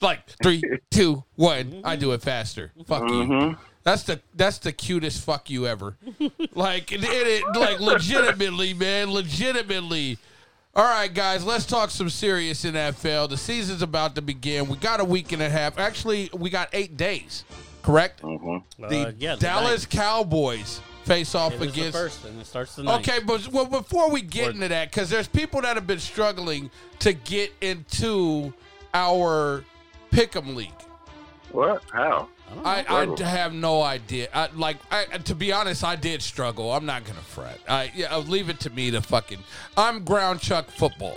Speaker 1: Like three, two, one. I do it faster. Fuck you. That's the that's the cutest fuck you ever. Like it, it, it- like legitimately, man, legitimately. All right, guys, let's talk some serious NFL. The season's about to begin. We got a week and a half. Actually, we got eight days. Correct. The
Speaker 3: Uh, yeah, the
Speaker 1: Dallas
Speaker 3: ninth.
Speaker 1: Cowboys face off
Speaker 3: It is the
Speaker 1: against
Speaker 3: first, and it starts the ninth.
Speaker 1: Okay, but well, before we get into that, because there's people that have been struggling to get into our pick'em league.
Speaker 4: What? How?
Speaker 1: I, I have no idea. I, like, I, to be honest, I did struggle. I'm not gonna fret. I yeah, I'll leave it to me to fucking. I'm ground chuck football.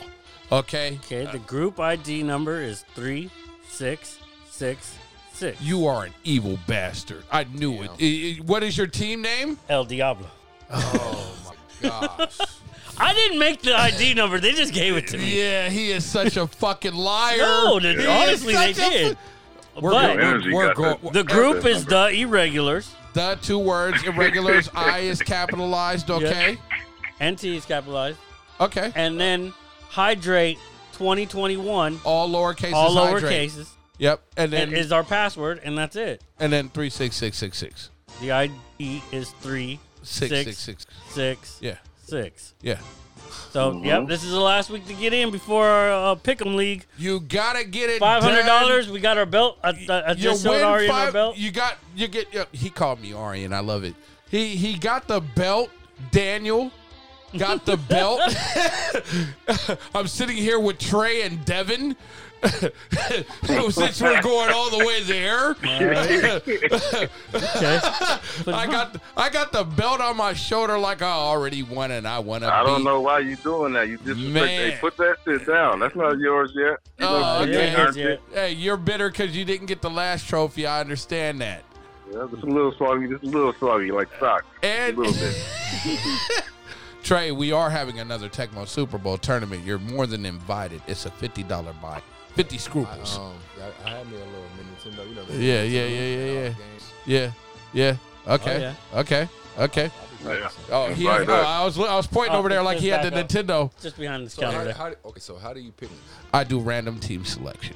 Speaker 1: Okay,
Speaker 3: Okay, the group ID number is 3666.
Speaker 1: you are an evil bastard. I knew it. I- I- What is your team name?
Speaker 3: El Diablo.
Speaker 1: Gosh.
Speaker 3: I didn't make the ID number. They just gave it to me.
Speaker 1: yeah, he is such a fucking liar.
Speaker 3: No, they-
Speaker 1: He is
Speaker 3: honestly, they
Speaker 1: such a
Speaker 3: did.
Speaker 1: We're,
Speaker 3: But-
Speaker 1: going.
Speaker 4: Energy
Speaker 1: we're
Speaker 4: got
Speaker 1: go-
Speaker 4: that.
Speaker 3: The group
Speaker 4: Okay.
Speaker 3: is the irregulars.
Speaker 1: The two words, irregulars, I is capitalized, okay?
Speaker 3: NT is capitalized.
Speaker 1: Okay.
Speaker 3: And then Hydrate 2021,
Speaker 1: All lowercase is
Speaker 3: all
Speaker 1: hydrate.
Speaker 3: lowercases,
Speaker 1: Yep. And then
Speaker 3: and is our password, and that's it.
Speaker 1: and then three six six six six.
Speaker 3: The ID is three
Speaker 1: Six
Speaker 3: six,
Speaker 1: six six.
Speaker 3: six,
Speaker 1: Yeah.
Speaker 3: six.
Speaker 1: Yeah.
Speaker 3: So,
Speaker 4: Mm-hmm.
Speaker 3: yep, this is the last week to get in before our uh, Pick'em League.
Speaker 1: You gotta get it.
Speaker 3: Five hundred dollars.
Speaker 1: done.
Speaker 3: We got our belt. I, I, I
Speaker 1: You
Speaker 3: just showed
Speaker 1: win
Speaker 3: Ari in our
Speaker 1: five.
Speaker 3: belt.
Speaker 1: You got you get yeah, he called me Ari and I love it. He he got the belt, Daniel. Got the belt. I'm sitting here with Trey and Devin. Since we're going all the way there. I got I got the belt on my shoulder like I already won and I want to.
Speaker 4: I don't know why you doing that. You just
Speaker 1: Man.
Speaker 4: Hey, put that shit down. That's not yours yet. You
Speaker 1: Oh,
Speaker 4: know, you
Speaker 1: okay.
Speaker 4: ain't earned it.
Speaker 1: Hey, you're bitter because you didn't get the last trophy. I understand that.
Speaker 4: Yeah, just a little soggy, just a little soggy, like socks.
Speaker 1: And-
Speaker 4: a little bit.
Speaker 1: Trey, we are having another Tecmo Super Bowl tournament. You're more than invited. It's a fifty dollar buy, fifty
Speaker 2: I,
Speaker 1: scruples.
Speaker 3: Uh,
Speaker 2: um, I, I had me a little mini Nintendo, you know. the
Speaker 1: Yeah,
Speaker 2: Nintendo
Speaker 1: yeah, yeah, yeah, yeah.
Speaker 2: games.
Speaker 1: Yeah, yeah.
Speaker 3: oh,
Speaker 1: Okay, okay, okay.
Speaker 4: Yeah.
Speaker 1: Oh, he,
Speaker 4: Right,
Speaker 1: oh,
Speaker 4: right.
Speaker 1: I was I was pointing
Speaker 3: Oh,
Speaker 1: over there like he had the
Speaker 3: back up.
Speaker 1: Nintendo.
Speaker 3: Just behind this
Speaker 2: So how,
Speaker 3: counter. there.
Speaker 2: how, do- okay, so how do you pick?
Speaker 1: I do random team selection.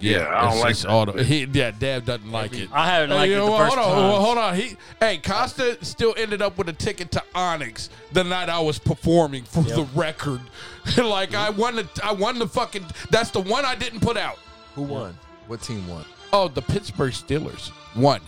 Speaker 4: Yeah, I don't
Speaker 1: it's
Speaker 4: like
Speaker 1: just
Speaker 4: that
Speaker 1: all the, he, yeah, Dab doesn't like it.
Speaker 3: I haven't liked
Speaker 1: You
Speaker 3: it
Speaker 1: know
Speaker 3: the
Speaker 1: what,
Speaker 3: first
Speaker 1: hold on,
Speaker 3: time.
Speaker 1: well, hold on. He, hey, Costa still ended up with a ticket to Onyx the night I was performing for the record. like I won the, I won the fucking. That's the one I didn't put out.
Speaker 2: Who won? What team won?
Speaker 1: Oh, the Pittsburgh Steelers won.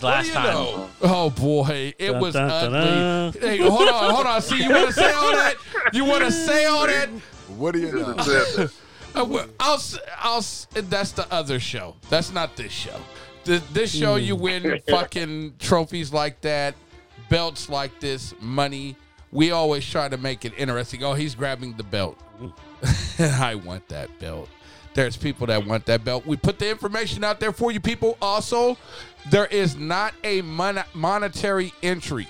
Speaker 1: What do
Speaker 3: last
Speaker 1: you
Speaker 3: time.
Speaker 1: know? Oh boy, it
Speaker 3: Dun,
Speaker 1: was
Speaker 3: dun, dun,
Speaker 1: ugly. Hey, hold on, hold on. See, you want to say all that? You want to say all that?
Speaker 2: What do you know?
Speaker 4: Said
Speaker 1: I will- Uh, I'll, s- I'll, s- That's the other show. That's not this show. Th- This show, you win fucking trophies like that, belts like this, money. We always try to make it interesting. Oh, he's grabbing the belt. I want that belt. There's people that want that belt. We put the information out there for you, people. Also, there is not a mon- monetary entry.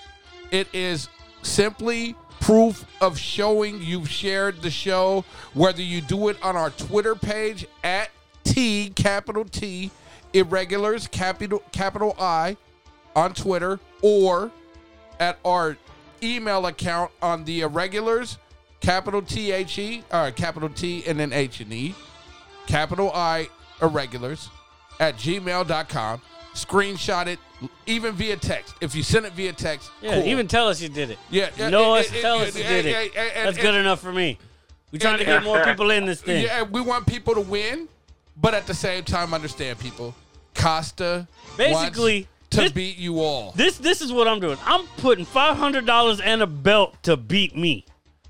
Speaker 1: It is simply proof of showing you've shared the show, whether you do it on our Twitter page at T, capital T, irregulars capital capital I on Twitter or at our email account on the irregulars capital T H E uh, capital T and then H and E capital I irregulars at gmail.com. Screenshot it even via text. If you send it via text,
Speaker 3: Yeah,
Speaker 1: cool.
Speaker 3: even tell us you did it.
Speaker 1: Yeah, yeah,
Speaker 3: know
Speaker 1: it-
Speaker 3: us,
Speaker 1: it-
Speaker 3: tell
Speaker 1: it-
Speaker 3: us you
Speaker 1: it-
Speaker 3: did it.
Speaker 1: it- it-
Speaker 3: That's
Speaker 1: it-
Speaker 3: good enough for me. We're trying to get more people in this thing.
Speaker 1: Yeah, we want people to win, but at the same time, understand people. Costa
Speaker 3: Basically,
Speaker 1: wants to
Speaker 3: this-
Speaker 1: beat you all.
Speaker 3: This this is what I'm doing. I'm putting five hundred dollars and a belt to beat me.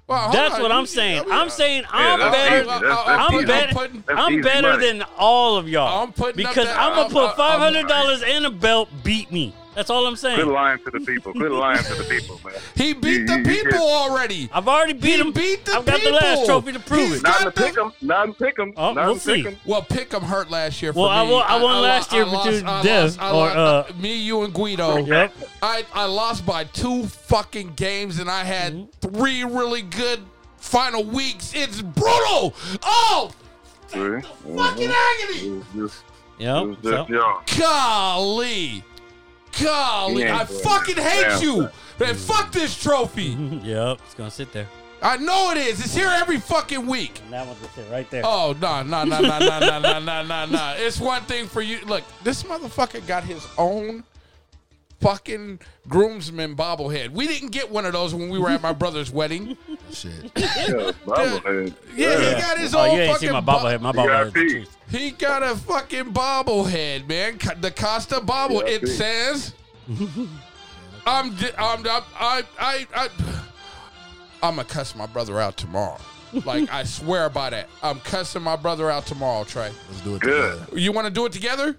Speaker 1: Well, hold
Speaker 3: That's
Speaker 1: on.
Speaker 3: what I'm
Speaker 1: You-
Speaker 3: saying.
Speaker 1: I mean, uh,
Speaker 3: I'm saying I'm
Speaker 4: that's
Speaker 3: better.
Speaker 4: easy. That's- that's
Speaker 3: I'm
Speaker 4: easy.
Speaker 3: better.
Speaker 1: putting-
Speaker 4: That's
Speaker 3: I'm
Speaker 4: easy
Speaker 3: better
Speaker 4: money.
Speaker 3: than all of y'all.
Speaker 1: I'm putting up
Speaker 3: because
Speaker 1: that-
Speaker 3: I'm gonna
Speaker 1: I'm-
Speaker 3: put
Speaker 1: I'm-
Speaker 3: five hundred dollars and a belt. Beat me. That's all I'm
Speaker 4: Quit
Speaker 3: saying.
Speaker 4: lying to the people. Quit lying to the people, man.
Speaker 1: He beat
Speaker 4: You-
Speaker 1: the
Speaker 4: you- you
Speaker 1: people already.
Speaker 3: I've already beat
Speaker 1: He
Speaker 3: him.
Speaker 1: beat the
Speaker 3: I've got the last
Speaker 1: people.
Speaker 3: trophy to prove
Speaker 1: He's
Speaker 3: it.
Speaker 4: Not in the
Speaker 1: Got them.
Speaker 4: pick 'em. Not in the pick 'em.
Speaker 3: Oh,
Speaker 4: not
Speaker 3: we'll
Speaker 4: in the pick
Speaker 3: see.
Speaker 4: 'em.
Speaker 1: Well, Pickham hurt last year. For
Speaker 3: Well, I
Speaker 1: me.
Speaker 3: won- I won
Speaker 1: lo-
Speaker 3: last year
Speaker 1: I lost-
Speaker 3: between
Speaker 1: I lost-
Speaker 3: Dev
Speaker 1: I
Speaker 3: or,
Speaker 1: lost-
Speaker 3: uh,
Speaker 1: me, you, and Guido.
Speaker 3: Yep.
Speaker 1: I I lost by two fucking games, and I had
Speaker 3: Mm-hmm.
Speaker 1: three really good final weeks. It's brutal. Oh,
Speaker 4: See?
Speaker 1: fucking
Speaker 4: Mhm. It
Speaker 1: agony!
Speaker 4: was just, it was
Speaker 3: Yep.
Speaker 4: just
Speaker 3: Oh, So,
Speaker 4: y'all.
Speaker 1: Golly, golly,
Speaker 4: He ain't
Speaker 1: I
Speaker 4: doing
Speaker 1: fucking
Speaker 4: that.
Speaker 1: hate
Speaker 4: Yeah.
Speaker 1: you. Man, fuck this trophy.
Speaker 3: yep. It's gonna sit there.
Speaker 1: I know it is. It's here every fucking week.
Speaker 3: And that one's gonna sit right there.
Speaker 1: Oh no no no no no no no no no no! It's one thing for you. Look, this motherfucker got his own fucking groomsman bobblehead. We didn't get one of those when we were at my brother's wedding.
Speaker 2: Shit.
Speaker 4: Yeah, bobblehead.
Speaker 1: Yeah,
Speaker 4: Yeah.
Speaker 1: he got his
Speaker 3: Oh,
Speaker 1: own
Speaker 3: you ain't
Speaker 1: fucking.
Speaker 3: seen my
Speaker 1: bo-
Speaker 3: bobblehead. My bobblehead's the
Speaker 4: VIP.
Speaker 3: truth.
Speaker 1: he got a fucking bobblehead, man. Co- The Costa bobble.
Speaker 4: Yeah, I
Speaker 1: it
Speaker 4: see.
Speaker 1: says, "I'm di- I'm I'm I I I." I'm gonna cuss my brother out tomorrow. Like I swear by that. I'm cussing my brother out tomorrow, Trey.
Speaker 2: Let's do it
Speaker 4: Good.
Speaker 2: together.
Speaker 1: You want to do it together?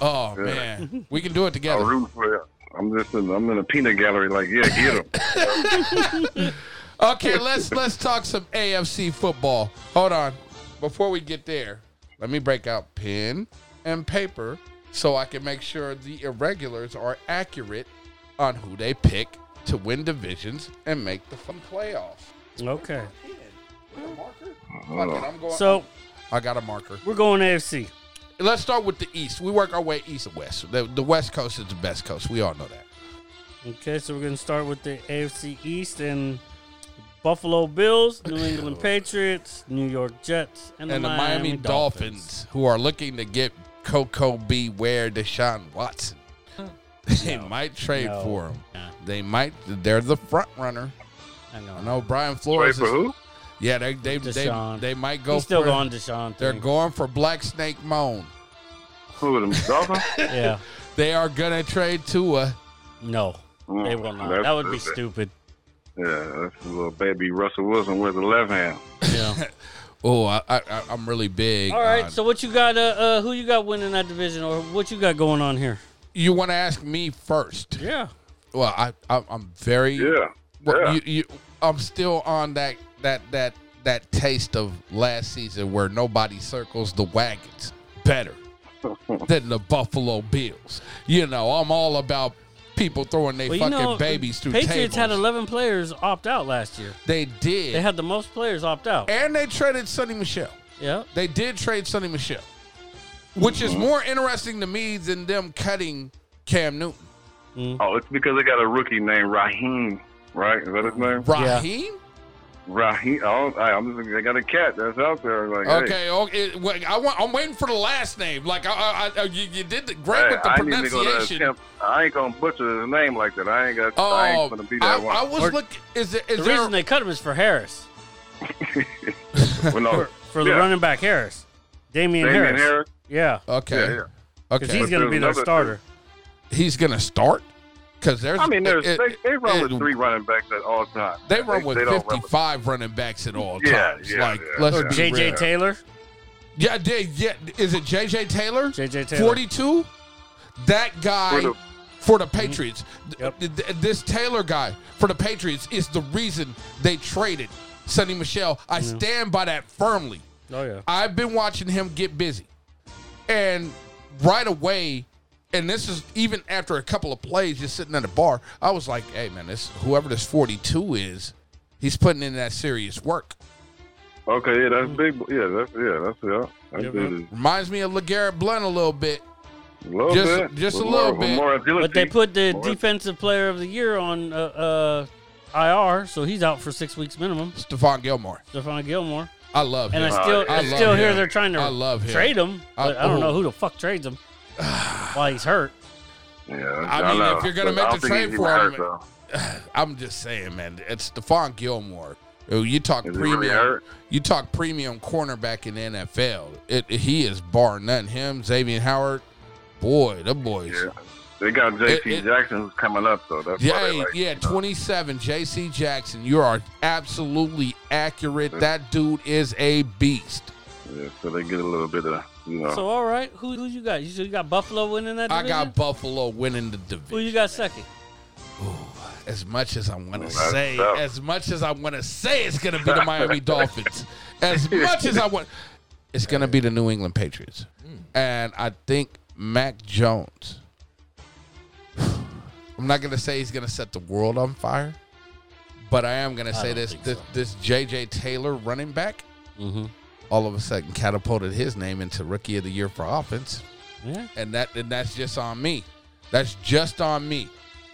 Speaker 1: Oh
Speaker 4: Yeah.
Speaker 1: man, we can do it
Speaker 4: I'm
Speaker 1: together.
Speaker 4: rooting for it. I'm just in, I'm in a peanut gallery. Like, yeah, get him.
Speaker 1: Okay, let's let's talk some AFC football. Hold on, before we get there, let me break out pen and paper so I can make sure the irregulars are accurate on who they pick to win divisions and make the fun playoffs.
Speaker 3: Okay.
Speaker 1: Fuck it, I'm going.
Speaker 3: So
Speaker 1: I got a marker.
Speaker 3: we're going AFC.
Speaker 1: Let's start with the East. We work our way east and west. The, the West Coast is the best coast. We all know that.
Speaker 3: Okay, so we're going to start with the AFC East and Buffalo Bills, New England Patriots, New York Jets, and the,
Speaker 1: and the
Speaker 3: Miami, Dolphins.
Speaker 1: Dolphins, who are looking to get Coco Beware Deshaun Watson. They might trade
Speaker 3: No.
Speaker 1: for him.
Speaker 3: Yeah.
Speaker 1: They might. They're the front runner.
Speaker 3: I know.
Speaker 1: I know Brian
Speaker 4: Wait
Speaker 1: Flores.
Speaker 4: for
Speaker 1: is-
Speaker 4: who?
Speaker 1: Yeah, they they, they
Speaker 3: Deshaun.
Speaker 1: they might go.
Speaker 3: He's still
Speaker 1: for,
Speaker 3: going Deshaun.
Speaker 1: They're
Speaker 3: thing.
Speaker 1: going for Black Snake Moan.
Speaker 4: Who them Dolphins?
Speaker 3: Yeah.
Speaker 1: They are gonna trade Tua.
Speaker 3: No,
Speaker 4: Mm,
Speaker 3: they will not.
Speaker 4: that's-
Speaker 3: That would be
Speaker 4: that's it.
Speaker 3: stupid.
Speaker 4: Yeah, that's a little baby Russell Wilson with the left hand.
Speaker 3: Yeah.
Speaker 1: Oh, I, I I- I'm really big.
Speaker 3: All right.
Speaker 1: on-
Speaker 3: So what you got? Uh, uh, who you got winning that division, or what you got going on here?
Speaker 1: you want to ask me first?
Speaker 3: Yeah.
Speaker 1: Well, I, I I'm very
Speaker 4: Yeah.
Speaker 1: Well,
Speaker 4: yeah.
Speaker 1: you, you, I'm still on that that that that taste of last season where nobody circles the wagons better than the Buffalo Bills. You know, I'm all about people throwing their
Speaker 3: Well, you
Speaker 1: fucking
Speaker 3: know,
Speaker 1: babies through
Speaker 3: Patriots
Speaker 1: tables.
Speaker 3: had 11 players opt out last year.
Speaker 1: they did,
Speaker 3: They had the most players opt out.
Speaker 1: and they traded Sonny Michelle.
Speaker 3: Yeah.
Speaker 1: They did trade Sonny Michelle, which is more interesting to me than them cutting Cam Newton.
Speaker 4: oh, it's because they got a rookie named Raheem, right? Is that his name?
Speaker 3: Yeah.
Speaker 1: Raheem.
Speaker 4: Raheem. Oh, I, I'm just. They got a cat that's out there. Like, hey.
Speaker 1: Okay, okay. wait, I want, I'm waiting for the last name. Like I, I, I you, you did the, great
Speaker 4: Hey,
Speaker 1: with the
Speaker 4: I ain't even gonna
Speaker 1: pronunciation.
Speaker 4: attempt. I ain't gonna butcher his name like that. I ain't got.
Speaker 1: Oh,
Speaker 4: I
Speaker 1: I,
Speaker 4: ain't gonna be that
Speaker 1: I,
Speaker 4: one.
Speaker 1: was
Speaker 3: Or-
Speaker 1: looking. Is there? Is
Speaker 3: The
Speaker 1: there
Speaker 3: reason they cut him is for Harris,
Speaker 4: Well, no,
Speaker 3: for, for the
Speaker 4: Yeah.
Speaker 3: running back Harris, Damian,
Speaker 4: Damian
Speaker 3: Harris.
Speaker 4: Harris.
Speaker 3: Yeah.
Speaker 1: okay,
Speaker 4: Yeah, yeah.
Speaker 1: okay.
Speaker 3: Because
Speaker 1: He's,
Speaker 3: he's going to
Speaker 4: there's
Speaker 3: be their
Speaker 4: another-
Speaker 3: starter.
Speaker 1: gonna start because there's.
Speaker 4: I mean, there's,
Speaker 1: it-
Speaker 4: they, they run
Speaker 1: it-
Speaker 4: with three running backs at all times.
Speaker 1: They run with
Speaker 4: they don't run with-
Speaker 1: 55 running backs at all
Speaker 4: Yeah,
Speaker 1: times.
Speaker 4: yeah,
Speaker 1: like,
Speaker 4: yeah.
Speaker 1: let's
Speaker 4: Or
Speaker 1: be
Speaker 3: JJ
Speaker 1: real.
Speaker 3: Taylor.
Speaker 1: Yeah, they, yeah. Is it JJ Taylor?
Speaker 3: J.J. Taylor.
Speaker 1: 42? That guy
Speaker 4: For the-
Speaker 1: for the Patriots. th-
Speaker 3: Mm-hmm. Yep.
Speaker 1: th- th- this Taylor guy for the Patriots is the reason they traded Sonny Michelle. I stand by that firmly.
Speaker 3: Oh yeah.
Speaker 1: I've been watching him get busy. And right away, and this is even after a couple of plays just sitting at a bar, I was like, hey man, this whoever this 42 is, he's putting in that serious work.
Speaker 4: Okay, yeah, that's big. Yeah, that's yeah, that's yeah. That's
Speaker 3: Yeah,
Speaker 4: good.
Speaker 3: man.
Speaker 1: Reminds me of LeGarrette Blunt a little bit.
Speaker 4: A little
Speaker 1: Just-
Speaker 4: bit.
Speaker 1: just a
Speaker 4: With
Speaker 1: little
Speaker 4: more, with
Speaker 1: bit.
Speaker 4: More agility.
Speaker 3: But they put the
Speaker 4: More-
Speaker 3: defensive player of the year on uh, uh, IR, so he's out for six weeks minimum.
Speaker 1: Stephon Gilmore.
Speaker 3: Stephon Gilmore,
Speaker 1: I love
Speaker 3: and
Speaker 1: him.
Speaker 3: I still,
Speaker 4: yeah.
Speaker 3: I,
Speaker 1: I love
Speaker 3: still hear
Speaker 1: him.
Speaker 3: they're trying to
Speaker 1: I love him.
Speaker 3: trade him,
Speaker 1: I-
Speaker 3: but I, don't
Speaker 1: ooh.
Speaker 3: know who the fuck trades him while he's hurt.
Speaker 4: Yeah,
Speaker 1: I mean,
Speaker 4: know.
Speaker 1: if you're gonna
Speaker 4: But
Speaker 1: make
Speaker 4: I don't
Speaker 1: the
Speaker 4: think
Speaker 1: trade
Speaker 4: he's
Speaker 1: for
Speaker 4: even
Speaker 1: him-
Speaker 4: hurt, though.
Speaker 1: I'm just saying, man. It's Stephon Gilmore. Oh, You talk
Speaker 4: Is he
Speaker 1: premium.
Speaker 4: really hurt?
Speaker 1: you talk premium cornerback in the NFL. It, he is bar none. Him, Xavier Howard. Boy, the boys.
Speaker 4: Yeah. They got
Speaker 1: It-
Speaker 4: J.C.
Speaker 1: it-
Speaker 4: Jackson who's coming up though. That's why
Speaker 1: Yeah,
Speaker 4: they like,
Speaker 1: yeah,
Speaker 4: you know.
Speaker 1: 27, J.C. Jackson. You are absolutely accurate. That dude is a beast.
Speaker 4: Yeah, so they get a little bit of you know.
Speaker 3: So all right, who who you got? You, so you got Buffalo winning that
Speaker 1: I
Speaker 3: division.
Speaker 1: got Buffalo winning the
Speaker 3: who
Speaker 1: division.
Speaker 3: you got second?
Speaker 1: As much as I want to
Speaker 4: that's
Speaker 1: say,
Speaker 4: tough.
Speaker 1: as much as I want to say, it's going to be the Miami Dolphins. As much as I want, it's going to be the New England Patriots.
Speaker 4: Hmm.
Speaker 1: And I think Mac Jones. I'm not going to say he's going to set the world on fire, but I am going to say
Speaker 3: don't
Speaker 1: this
Speaker 3: think
Speaker 1: this,
Speaker 3: so.
Speaker 1: this JJ Taylor running back
Speaker 3: Mm-hmm.
Speaker 1: all of a sudden catapulted his name into rookie of the year for offense
Speaker 3: Yeah.
Speaker 1: and that and that's just on me. That's just on me.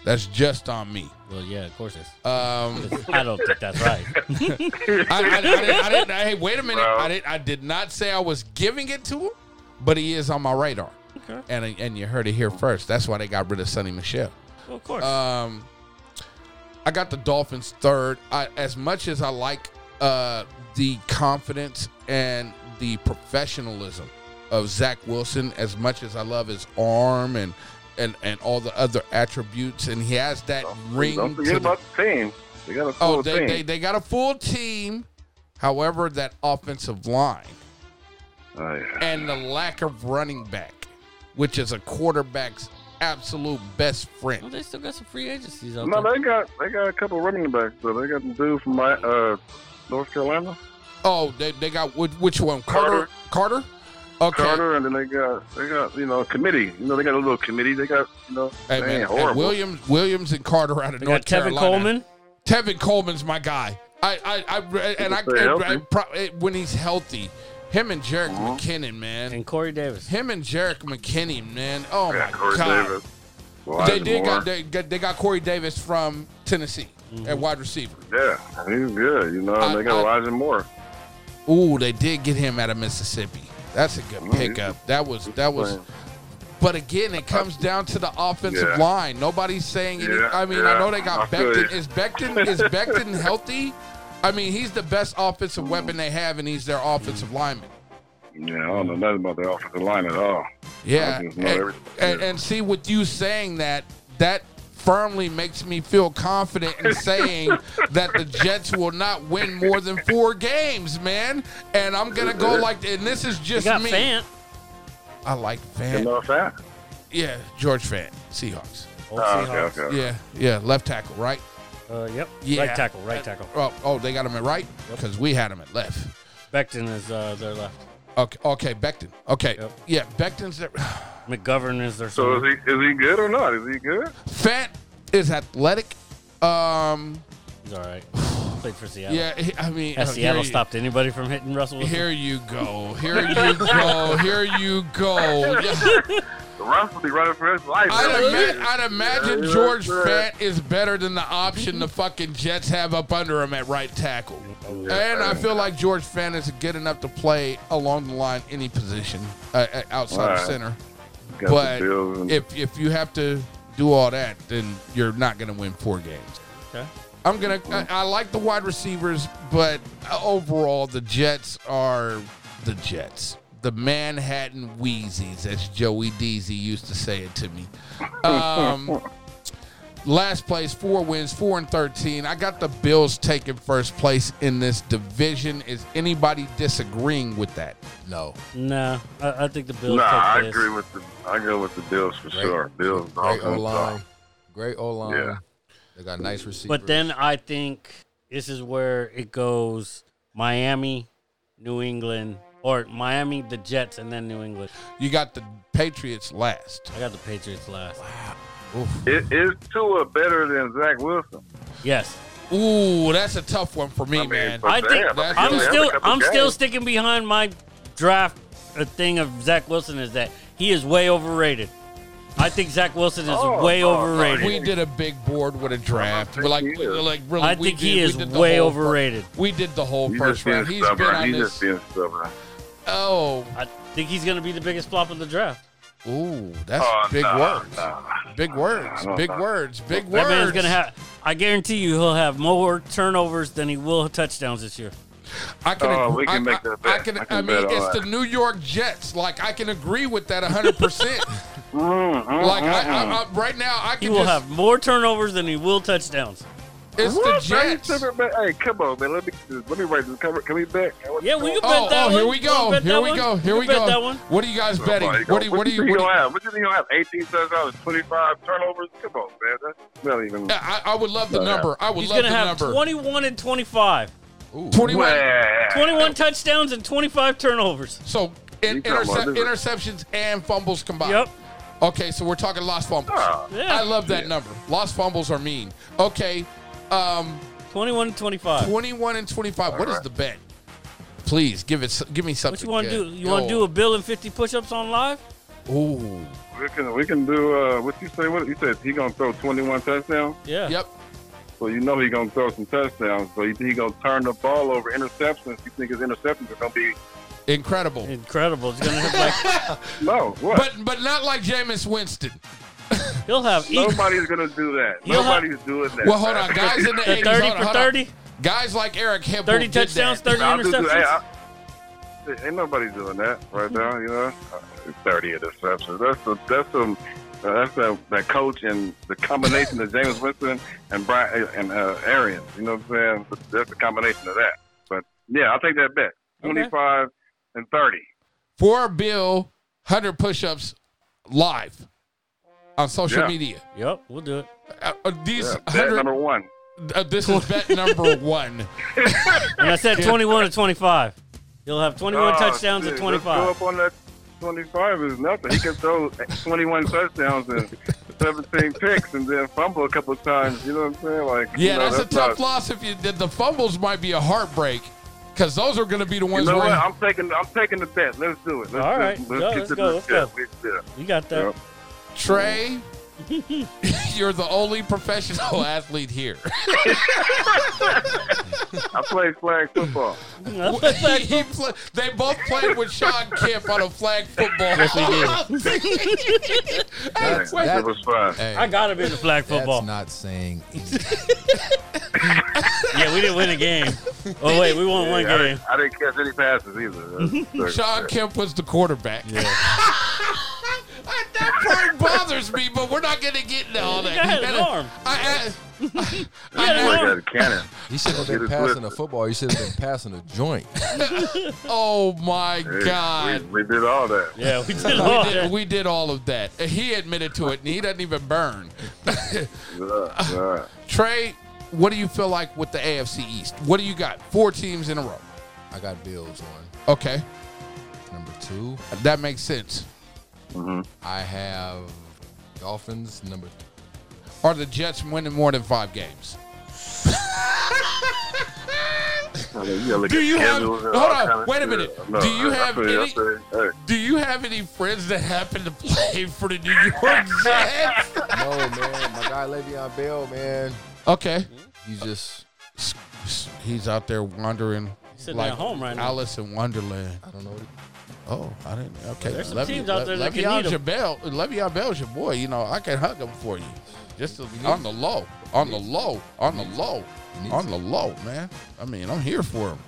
Speaker 1: That's just on me.
Speaker 3: Well, yeah, of course. It's,
Speaker 1: Um,
Speaker 3: I don't think that's right.
Speaker 1: I, I, I didn't, I didn't, hey, wait a minute.
Speaker 4: Well-
Speaker 1: I did. I did not say I was giving it to him, but he is on my radar.
Speaker 3: Okay.
Speaker 1: And and you heard it here first. That's why they got rid of Sonny Michelle.
Speaker 3: Well, of course.
Speaker 1: Um, I got the Dolphins third. I, as much as I like uh, the confidence and the professionalism of Zach Wilson, as much as I love his arm and and, and all the other attributes, and he has that ring.
Speaker 4: Don't
Speaker 1: to
Speaker 4: forget
Speaker 1: the-
Speaker 4: about the team. They got a full
Speaker 1: oh, they,
Speaker 4: team.
Speaker 1: they they got a full team. However, that offensive line
Speaker 4: oh, yeah.
Speaker 1: and the lack of running back, which is a quarterback's absolute best
Speaker 3: Well,
Speaker 1: friend.
Speaker 3: they still got some free agencies out
Speaker 4: No,
Speaker 3: there.
Speaker 4: they got they got a couple running backs though. They got the dude from my uh, North Carolina,
Speaker 1: Oh, they, they got which, which one? Carter.
Speaker 4: Carter.
Speaker 1: Carter. Okay.
Speaker 4: Carter, and then they got they got you know a committee. You know they got a little committee. They got you know
Speaker 1: Hey,
Speaker 4: man,
Speaker 1: man, hey,
Speaker 4: horrible.
Speaker 1: Williams, Williams, and Carter out of
Speaker 3: They
Speaker 1: North
Speaker 3: got Tevin
Speaker 1: Carolina.
Speaker 3: Coleman.
Speaker 1: Tevin Coleman's my guy. I, I, I and I,
Speaker 4: If they're
Speaker 1: and-
Speaker 4: healthy. Uh-huh.
Speaker 1: and pro- and when he's healthy, him and Jarek McKinnon, man.
Speaker 3: and Corey Davis.
Speaker 1: Him and Jarek McKinney, man. Oh
Speaker 4: They
Speaker 1: my
Speaker 4: got Corey
Speaker 1: god.
Speaker 4: Davis.
Speaker 1: They
Speaker 4: Elijah
Speaker 1: did
Speaker 4: Moore.
Speaker 1: got they, got they got Corey Davis from Tennessee
Speaker 3: Mm-hmm.
Speaker 1: at wide receiver.
Speaker 4: yeah, he's good. You know, and
Speaker 1: I-
Speaker 4: they got
Speaker 1: I-
Speaker 4: Elijah Moore.
Speaker 1: Ooh, they did get him out of Mississippi. That's a good pickup. That was that was. But again, it comes down to the offensive
Speaker 4: Yeah.
Speaker 1: line. Nobody's saying. Any,
Speaker 4: Yeah,
Speaker 1: I mean, I
Speaker 4: yeah,
Speaker 1: know they got
Speaker 4: I feel
Speaker 1: Becton.
Speaker 4: you.
Speaker 1: Is Becton is Becton healthy? I mean, he's the best offensive weapon they have, and he's their offensive lineman.
Speaker 4: Yeah, I don't know nothing about the offensive line at all.
Speaker 1: Yeah,
Speaker 4: I
Speaker 1: and,
Speaker 4: just know everything.
Speaker 1: and, and see, with you saying that, that firmly makes me feel confident in saying that the Jets will not win more than four games, man. And I'm gonna go like, and this is
Speaker 3: They
Speaker 1: just
Speaker 3: got
Speaker 1: me.
Speaker 3: Fant.
Speaker 1: I like
Speaker 4: You
Speaker 1: Fan.
Speaker 4: know what I'm saying?
Speaker 1: Yeah, George Fan, Seahawks.
Speaker 3: Old
Speaker 1: Ah,
Speaker 4: Oh,
Speaker 3: Seahawks.
Speaker 4: okay, okay.
Speaker 1: Yeah, yeah, left tackle, right?
Speaker 3: Uh, yep.
Speaker 1: Yeah.
Speaker 3: Right tackle. Right tackle.
Speaker 1: Oh, oh, they got him at right because we had him at left.
Speaker 3: Becton is uh, their left.
Speaker 1: Okay, okay, Becton. Okay,
Speaker 3: Yep.
Speaker 1: yeah, Becton's there.
Speaker 3: McGovern is their.
Speaker 4: So is
Speaker 3: center.
Speaker 4: he is he good or not? Is he good?
Speaker 1: Fant is athletic. Um,
Speaker 3: He's all right. Played for Seattle.
Speaker 1: yeah, he- I mean,
Speaker 3: Has
Speaker 1: oh,
Speaker 3: Seattle
Speaker 1: here you-
Speaker 3: stopped anybody from hitting Russell Wilson?
Speaker 1: Here you go. Here you go. Here you go.
Speaker 4: Russell be running for his life.
Speaker 1: I'd,
Speaker 4: Really?
Speaker 1: ima- I'd imagine
Speaker 4: Yeah,
Speaker 1: George
Speaker 4: that's right.
Speaker 1: Fant is better than the option the fucking Jets have up under him at right tackle. And I feel like George Fant is good enough to play along the line any position uh, uh, outside of
Speaker 4: Alright.
Speaker 1: center.
Speaker 4: Got the
Speaker 1: But
Speaker 4: Bills and-
Speaker 1: if if you have to do all that, then you're not going to win four games.
Speaker 3: Okay.
Speaker 1: I'm gonna. I, I like the wide receivers, but overall, the Jets are the Jets. The Manhattan Wheezies, as Joey Deasy used to say it to me. Um, last place, four wins, four and thirteen. I got the Bills taking first place in this division. Is anybody disagreeing with that?
Speaker 2: No.
Speaker 3: Nah, I, I think the Bills.
Speaker 4: Nah, I
Speaker 3: take this.
Speaker 4: agree with the I go with the Bills for
Speaker 2: Great-
Speaker 4: sure. Bills,
Speaker 2: Great
Speaker 4: Dolphins,
Speaker 2: O line.
Speaker 4: Dolphins.
Speaker 2: Great O line.
Speaker 4: Yeah.
Speaker 2: They got nice receivers.
Speaker 3: But then I think this is where it goes: Miami, New England, or Miami, the Jets, and then New England.
Speaker 1: You got the Patriots last.
Speaker 3: I got the Patriots last.
Speaker 4: It is Tua better than Zach Wilson?
Speaker 3: Yes,
Speaker 1: Ooh, that's a tough one for me,
Speaker 4: I mean,
Speaker 1: man.
Speaker 4: but
Speaker 3: I think-
Speaker 4: damn, mean,
Speaker 1: Yeah,
Speaker 3: I'm
Speaker 4: he only had a
Speaker 3: still
Speaker 4: couple
Speaker 3: I'm still
Speaker 4: games.
Speaker 3: sticking behind my draft uh, thing of Zach Wilson is that he is way overrated. I think Zach Wilson is
Speaker 4: Oh,
Speaker 3: way
Speaker 4: no, no,
Speaker 3: overrated.
Speaker 1: We did a big board with a draft. We're like,
Speaker 4: he
Speaker 1: we're
Speaker 4: is.
Speaker 1: like really,
Speaker 3: I
Speaker 1: we
Speaker 3: think he
Speaker 1: did- we
Speaker 3: is
Speaker 1: did the
Speaker 3: way
Speaker 1: whole fir-
Speaker 3: overrated.
Speaker 1: we did the whole
Speaker 4: He's
Speaker 1: first
Speaker 4: just being
Speaker 1: round. He's been
Speaker 4: stubborn.
Speaker 1: on
Speaker 4: He's
Speaker 1: this.
Speaker 4: just being stubborn.
Speaker 1: oh,
Speaker 3: I think he's going to be the biggest flop of the draft.
Speaker 1: ooh, that's
Speaker 4: Oh,
Speaker 1: big
Speaker 4: nah,
Speaker 1: words.
Speaker 4: nah.
Speaker 1: Big words.
Speaker 4: nah,
Speaker 1: Big
Speaker 4: nah.
Speaker 1: words. Big words.
Speaker 3: That man's going to have. I guarantee you, he'll have more turnovers than he will touchdowns this year.
Speaker 1: I can.
Speaker 4: Oh,
Speaker 1: agree-
Speaker 4: we can
Speaker 1: I,
Speaker 4: make that
Speaker 1: I- I
Speaker 4: bet.
Speaker 1: can.
Speaker 4: I
Speaker 1: I, mean,
Speaker 4: can bet on
Speaker 1: it's
Speaker 4: that.
Speaker 1: the New York Jets. Like I can agree with that hundred percent.
Speaker 4: Mm,
Speaker 3: Mm-hmm.
Speaker 4: mm,
Speaker 1: Like I,
Speaker 4: mm, mm.
Speaker 1: I, I, right now, I
Speaker 3: He
Speaker 1: can
Speaker 3: will
Speaker 1: just.
Speaker 3: have more turnovers than he will touchdowns.
Speaker 1: it's
Speaker 4: What?
Speaker 1: the Jets.
Speaker 4: Hey, Timber, man, Hey, come on, man. Let me let me write this. Can we, can we bet?
Speaker 3: Yeah, we can bet
Speaker 1: Oh,
Speaker 3: that
Speaker 1: oh,
Speaker 3: one.
Speaker 1: here we
Speaker 3: Wanna
Speaker 1: go.
Speaker 3: bet
Speaker 1: Here
Speaker 3: that
Speaker 1: we
Speaker 3: one?
Speaker 1: go. Here
Speaker 3: You
Speaker 1: we
Speaker 3: bet
Speaker 1: go.
Speaker 3: that one.
Speaker 1: What are you guys betting? Oh, What do you? What do you?
Speaker 4: you
Speaker 1: What
Speaker 4: think
Speaker 1: do
Speaker 4: you'll
Speaker 1: you
Speaker 4: have? What do you think you'll have? 18 touchdowns, 25 turnovers? Come on, man. That's not even.
Speaker 1: I, I would love the number. I would
Speaker 3: He's
Speaker 1: love
Speaker 3: going
Speaker 1: the
Speaker 3: to have
Speaker 1: number.
Speaker 3: 21 and 25.
Speaker 1: Twenty-one.
Speaker 4: Well,
Speaker 3: 21 touchdowns and 25 turnovers.
Speaker 1: So in,
Speaker 4: You talking about
Speaker 1: intercep-
Speaker 4: this-
Speaker 1: interceptions and fumbles combined.
Speaker 3: Yep.
Speaker 1: Okay, so we're talking lost fumbles.
Speaker 3: Yeah.
Speaker 1: I love that number. Lost fumbles are mean. Okay, um,
Speaker 3: 21 and 25.
Speaker 1: twenty-one and twenty-five. What is the bet? Please give it. s- Give me something.
Speaker 3: What you want to
Speaker 1: good.
Speaker 3: do? You want to do a bill and 50 push ups on live?
Speaker 1: a? Ooh.
Speaker 4: We can we can do uh, what you say. What you said? He gonna throw 21 touchdowns.
Speaker 3: Yeah.
Speaker 1: Yep.
Speaker 4: So you know he gonna throw some touchdowns. So you think he gonna turn the ball over interceptions? You think his interceptions are gonna be
Speaker 1: Incredible.
Speaker 3: Incredible. He's gonna have like,
Speaker 4: no? What?
Speaker 1: But but not like Jameis Winston.
Speaker 3: he'll have each
Speaker 4: Nobody's gonna do that.
Speaker 3: You'll have-
Speaker 4: Nobody's doing that.
Speaker 1: Well, hold on,
Speaker 4: man.
Speaker 1: guys in the,
Speaker 3: the
Speaker 1: 80s,
Speaker 3: 30
Speaker 1: hold on,
Speaker 3: for
Speaker 1: hold on.
Speaker 3: 30,
Speaker 1: Guys like Eric Hipple
Speaker 3: 30
Speaker 1: did that.
Speaker 3: touchdowns, 30
Speaker 4: Nah, I'm just- hey,
Speaker 3: interceptions.
Speaker 4: I- ain't nobody doing that right now. You know, Uh, thirty interceptions. That's the that's the uh, that's the that coach and the combination of James Winston and Brian and uh, Arians. You know what I'm saying? That's the combination of that. But yeah, I'll take that bet.
Speaker 3: Okay.
Speaker 4: Twenty-five and thirty.
Speaker 1: Four bill, hundred push-ups, live on social
Speaker 4: Yeah.
Speaker 1: media.
Speaker 3: Yep, we'll do it.
Speaker 1: Uh, uh, these
Speaker 4: Yeah, bet
Speaker 1: 100
Speaker 4: number one.
Speaker 1: Uh, this is bet number one.
Speaker 3: And I said 21 to 25. He'll have 21
Speaker 4: Oh,
Speaker 3: touchdowns
Speaker 4: shit,
Speaker 3: and
Speaker 4: Let's
Speaker 3: 25.
Speaker 4: go up on that twenty-five is nothing. He can throw twenty-one touchdowns and seventeen picks, and then fumble a couple times. You know what I'm saying? Like, you
Speaker 1: Yeah,
Speaker 4: know,
Speaker 1: that's, a tough
Speaker 4: not-
Speaker 1: loss. If you did the fumbles, might be a heartbreak because those are going to be the
Speaker 4: You
Speaker 1: ones
Speaker 4: know
Speaker 1: where
Speaker 4: what? I'm taking. I'm taking the bet. Let's do it. Let's,
Speaker 3: All right.
Speaker 4: Let's,
Speaker 3: Go,
Speaker 4: get
Speaker 3: let's
Speaker 4: to
Speaker 3: go,
Speaker 4: this
Speaker 3: let's
Speaker 4: shit. We- yeah.
Speaker 3: You got that.
Speaker 4: Yep.
Speaker 1: Trey. you're the only professional athlete here.
Speaker 4: I play flag football.
Speaker 3: That's the fact.
Speaker 1: He pla- they both played with Sean Kemp on a flag football.
Speaker 2: That's,
Speaker 1: wait.
Speaker 4: It
Speaker 2: that,
Speaker 4: was fun.
Speaker 2: hey,
Speaker 3: I got him in the flag
Speaker 2: that's
Speaker 3: football.
Speaker 2: not saying anything.
Speaker 3: yeah, we didn't win a game. Oh, wait, we won one
Speaker 4: I,
Speaker 3: game.
Speaker 4: didn't, I didn't catch any passes either.
Speaker 1: Sean Kemp was the quarterback. that part bothers me, but we're not going to get into all that.
Speaker 3: guy had
Speaker 1: He
Speaker 3: an
Speaker 1: a-
Speaker 3: arm.
Speaker 1: I- I- I
Speaker 3: had an
Speaker 1: had-
Speaker 3: arm.
Speaker 4: Got a cannon.
Speaker 2: He should have
Speaker 4: Get
Speaker 2: been
Speaker 4: it
Speaker 2: passing a
Speaker 4: twisted.
Speaker 2: football. He should have been passing a joint.
Speaker 1: oh my
Speaker 4: Hey,
Speaker 1: God.
Speaker 4: we, we did all that.
Speaker 3: Yeah, we did
Speaker 1: we
Speaker 3: all
Speaker 1: did,
Speaker 3: that.
Speaker 1: we did all of that. And He admitted to it, and he doesn't even burn.
Speaker 4: Yeah, yeah.
Speaker 1: Trey, what do you feel like with the AFC East? What do you got? Four teams in a row.
Speaker 2: I got Bills on.
Speaker 1: Okay,
Speaker 2: Number two,
Speaker 1: that makes sense.
Speaker 2: I have Dolphins. Number
Speaker 1: Are the Jets winning more than five games?
Speaker 4: I mean, you gotta look
Speaker 1: Do
Speaker 4: at
Speaker 1: you have-
Speaker 4: schedules and
Speaker 1: hold
Speaker 4: all
Speaker 1: on,
Speaker 4: kinds of
Speaker 1: wait a
Speaker 4: shit.
Speaker 1: minute.
Speaker 4: No,
Speaker 1: Do you
Speaker 4: I- I
Speaker 1: have
Speaker 4: feel you, I
Speaker 1: any-
Speaker 4: feel you. Hey,
Speaker 1: Do you have any friends that happen to play for the New York Jets?
Speaker 2: no man, my guy Le'Veon Bell, man.
Speaker 1: okay,
Speaker 3: Mm-hmm.
Speaker 2: You just
Speaker 1: S- s- he's out there wandering
Speaker 3: sitting
Speaker 1: like
Speaker 3: at home right now.
Speaker 1: Alice in Wonderland.
Speaker 2: I don't know. what he-
Speaker 1: Oh, I didn't. Okay,
Speaker 3: There's some teams out there that can need 'em.
Speaker 1: Jabel, Le'Veon Bell's your boy. You know, I can hug him for you. Just
Speaker 2: Mm-hmm.
Speaker 1: on the low, on the low, on the low,
Speaker 2: needs
Speaker 1: on the low, man. I mean, I'm here for him.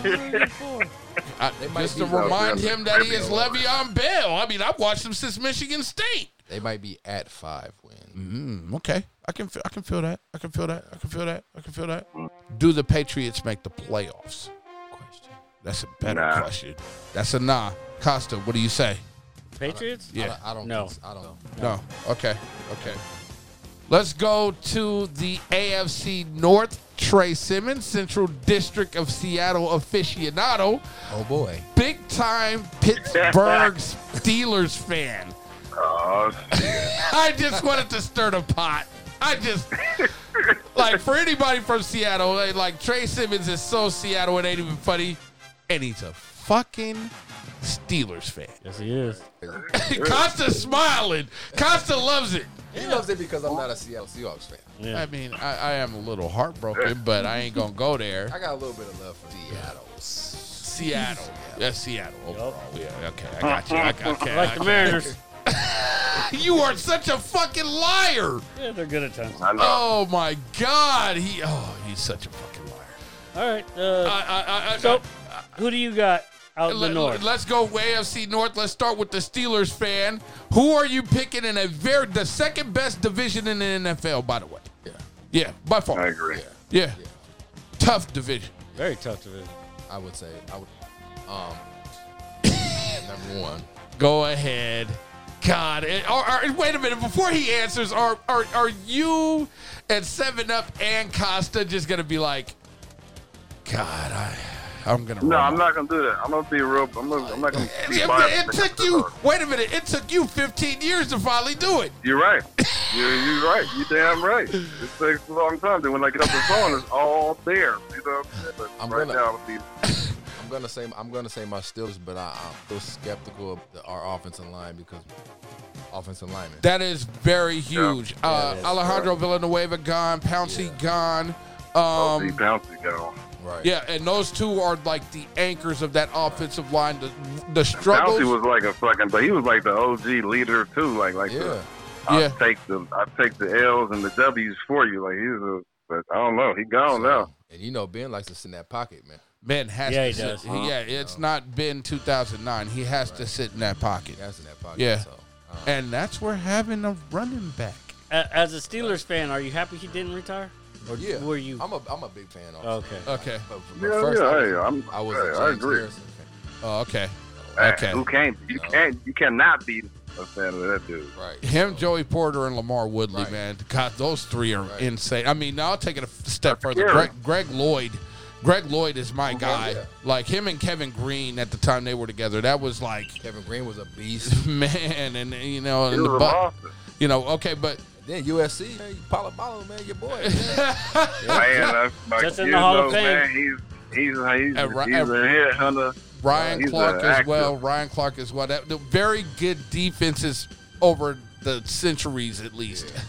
Speaker 1: I,
Speaker 2: might
Speaker 1: just
Speaker 2: be
Speaker 1: to
Speaker 2: out
Speaker 1: remind
Speaker 4: there.
Speaker 1: him that he is
Speaker 4: Maybe a
Speaker 1: Le'Veon Bell. I mean, I've watched him since Michigan State.
Speaker 2: They might be at five wins.
Speaker 3: Mm-hmm.
Speaker 1: Mm, okay, I can feel, I can feel that. I can feel that. I can feel that. I can feel that. Do the Patriots make the playoffs?
Speaker 2: Question.
Speaker 1: That's a better
Speaker 4: Nah.
Speaker 1: question. That's a nah. Costa, what do you say?
Speaker 3: Patriots?
Speaker 1: Yeah.
Speaker 2: I don't.
Speaker 3: No.
Speaker 2: No. I don't.
Speaker 1: No. Okay. Okay. Let's go to the AFC North. Trey Simmons, Central District of Seattle aficionado,
Speaker 2: Oh boy.
Speaker 1: big time Pittsburgh Steelers fan.
Speaker 4: Oh, shit.
Speaker 1: I just wanted to stir the pot. I just eh, like for anybody from Seattle, like, like Trey Simmons is so Seattle, it ain't even funny. and he's a fucking Steelers fan.
Speaker 3: Yes, he is.
Speaker 1: Costa smiling. Costa loves it.
Speaker 2: He loves it because I'm not a Seattle Seahawks fan.
Speaker 3: Yeah.
Speaker 1: I mean, I, I am a little heartbroken, but I ain't gonna go there.
Speaker 2: I got a little bit of love for Seattle.
Speaker 1: Seattle. That's Seattle. Overall. Yeah, okay, I got you. I got okay,
Speaker 3: Like the
Speaker 1: I-
Speaker 3: Mariners.
Speaker 1: You are such a fucking liar.
Speaker 3: Yeah, they're good at times.
Speaker 4: I know.
Speaker 1: Oh my god. He oh he's such a fucking liar.
Speaker 3: All right. Uh,
Speaker 1: I, I, I,
Speaker 3: so, who do you got
Speaker 1: I,
Speaker 3: out in the
Speaker 1: let,
Speaker 3: north?
Speaker 1: us go AFC North. Let's start with the Steelers fan. Who are you picking in a very the second best division in the NFL, by the way?
Speaker 2: Yeah.
Speaker 1: Yeah, by far.
Speaker 4: I agree.
Speaker 1: Yeah. Tough division.
Speaker 3: Very tough division.
Speaker 2: I would say I would um number one.
Speaker 1: Go ahead. God, and- or, or- wait a minute. Before he answers, are are, are you and Seven Up and Costa just gonna be like, God, I, I'm gonna.
Speaker 4: No,
Speaker 1: run
Speaker 4: I'm not gonna do that. I'm gonna be real. I'm, gonna, I'm not gonna.
Speaker 1: It,
Speaker 4: be
Speaker 1: it-
Speaker 4: biased
Speaker 1: it took you. Wait a minute. It took you 15 years to finally do it.
Speaker 4: You're right. You're, you're right. You're damn right. It takes a long time. Then when I get off the phone, it's all there. You know. But
Speaker 2: I'm
Speaker 4: right
Speaker 2: gonna-
Speaker 4: now, I'm be
Speaker 2: I'm gonna say I'm gonna say my Steelers, but I, I'm still skeptical of the, our offensive line because offensive lineman.
Speaker 1: That is very huge. Uh, Alejandro Villanueva gone. Pouncey gone.
Speaker 4: the
Speaker 1: Um,
Speaker 4: bouncy guy.
Speaker 2: right. Um,
Speaker 1: yeah, and those two are like the anchors of that offensive line. The, the struggles.
Speaker 4: Bouncy was like a fucking, but he was like the OG leader too. Like, like
Speaker 2: Yeah.
Speaker 4: the, I
Speaker 1: Yeah.
Speaker 4: take the I take the L's and the W's for you. Like he's a, but I don't know. He gone now.
Speaker 2: And you know Ben likes to sit in that pocket, man.
Speaker 1: Ben has
Speaker 3: Yeah,
Speaker 1: to
Speaker 3: he
Speaker 1: sit.
Speaker 3: does.
Speaker 1: Yeah, it's not Ben 2009. He has to sit in that pocket.
Speaker 2: He has in that pocket.
Speaker 1: Yeah.
Speaker 2: So um,
Speaker 1: And that's where having a running back.
Speaker 3: A- As a Steelers fan, are you happy he didn't retire? Or
Speaker 2: yeah.
Speaker 3: were you?
Speaker 2: I'm a I'm a big fan of
Speaker 3: Okay.
Speaker 1: Okay.
Speaker 2: But, but
Speaker 4: Yeah,
Speaker 2: first,
Speaker 4: yeah.
Speaker 2: I,
Speaker 4: hey, I'm,
Speaker 2: I was
Speaker 4: hey,
Speaker 2: a James
Speaker 4: I agree.
Speaker 2: Harrison fan.
Speaker 1: Oh, okay.
Speaker 4: Hey,
Speaker 1: Okay.
Speaker 4: Who can't? You can't. You cannot be a fan of that dude.
Speaker 2: Right.
Speaker 1: Him, Joey Porter, and Lamar Woodley,
Speaker 2: Right.
Speaker 1: man. God, those three are insane. I mean, now I'll take it a f- step further.
Speaker 4: Yeah.
Speaker 1: Greg, Greg Lloyd. Greg Lloyd is
Speaker 4: Oh,
Speaker 1: my guy.
Speaker 2: yeah.
Speaker 1: Like him and Kevin Green at the time they were together, that was like,
Speaker 2: Kevin Green was a beast.
Speaker 1: man, and you know,
Speaker 4: He
Speaker 1: and
Speaker 4: was
Speaker 1: the
Speaker 4: a
Speaker 1: buck,
Speaker 4: monster.
Speaker 1: you know, okay, but
Speaker 2: then USC, man, you Paulo Paulo, man, your boy. man.
Speaker 4: Man, that's my
Speaker 3: Just in
Speaker 4: you
Speaker 3: the Hall of
Speaker 4: know,
Speaker 3: Fame.
Speaker 4: Man, he's he's he's,
Speaker 1: At Ri-
Speaker 4: he's
Speaker 1: at-
Speaker 4: a headhunter.
Speaker 1: Ryan
Speaker 4: He's a
Speaker 1: Clark as
Speaker 4: actor.
Speaker 1: well. Ryan Clark as well. That, the very good defenses over the centuries, at least.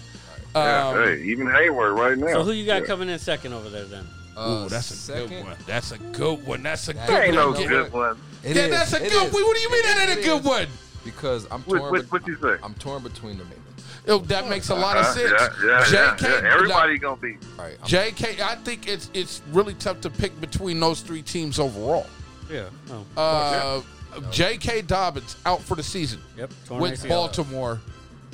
Speaker 4: Yeah,
Speaker 1: Um,
Speaker 4: hey, even Hayward right now.
Speaker 3: So who you got
Speaker 4: Yeah.
Speaker 3: coming in second over there then?
Speaker 2: Uh,
Speaker 1: Ooh, that's a good one. That's a good one. That's a
Speaker 4: That
Speaker 1: good
Speaker 4: ain't no
Speaker 1: one.
Speaker 2: Yeah.
Speaker 4: good one.
Speaker 2: It
Speaker 1: yeah,
Speaker 2: is,
Speaker 1: that's a
Speaker 2: it
Speaker 1: good
Speaker 2: is.
Speaker 1: one. What do you mean that ain't a
Speaker 2: It
Speaker 1: good
Speaker 2: is.
Speaker 1: one?
Speaker 2: Because I'm
Speaker 4: What-
Speaker 2: torn.
Speaker 4: what-
Speaker 2: bet-
Speaker 4: what you say?
Speaker 2: I'm torn between the maintenance.
Speaker 1: Oh, that makes a lot of
Speaker 4: Uh,
Speaker 1: sense.
Speaker 4: yeah, yeah, yeah,
Speaker 1: JK,
Speaker 4: yeah. Everybody gonna be.
Speaker 2: All right. I'm,
Speaker 1: JK, I think it's it's really tough to pick between those three teams overall.
Speaker 3: Yeah. Oh,
Speaker 1: Uh, J.K. Dobbins out for the season
Speaker 3: yep. Torn
Speaker 1: with
Speaker 3: ACL.
Speaker 1: Baltimore.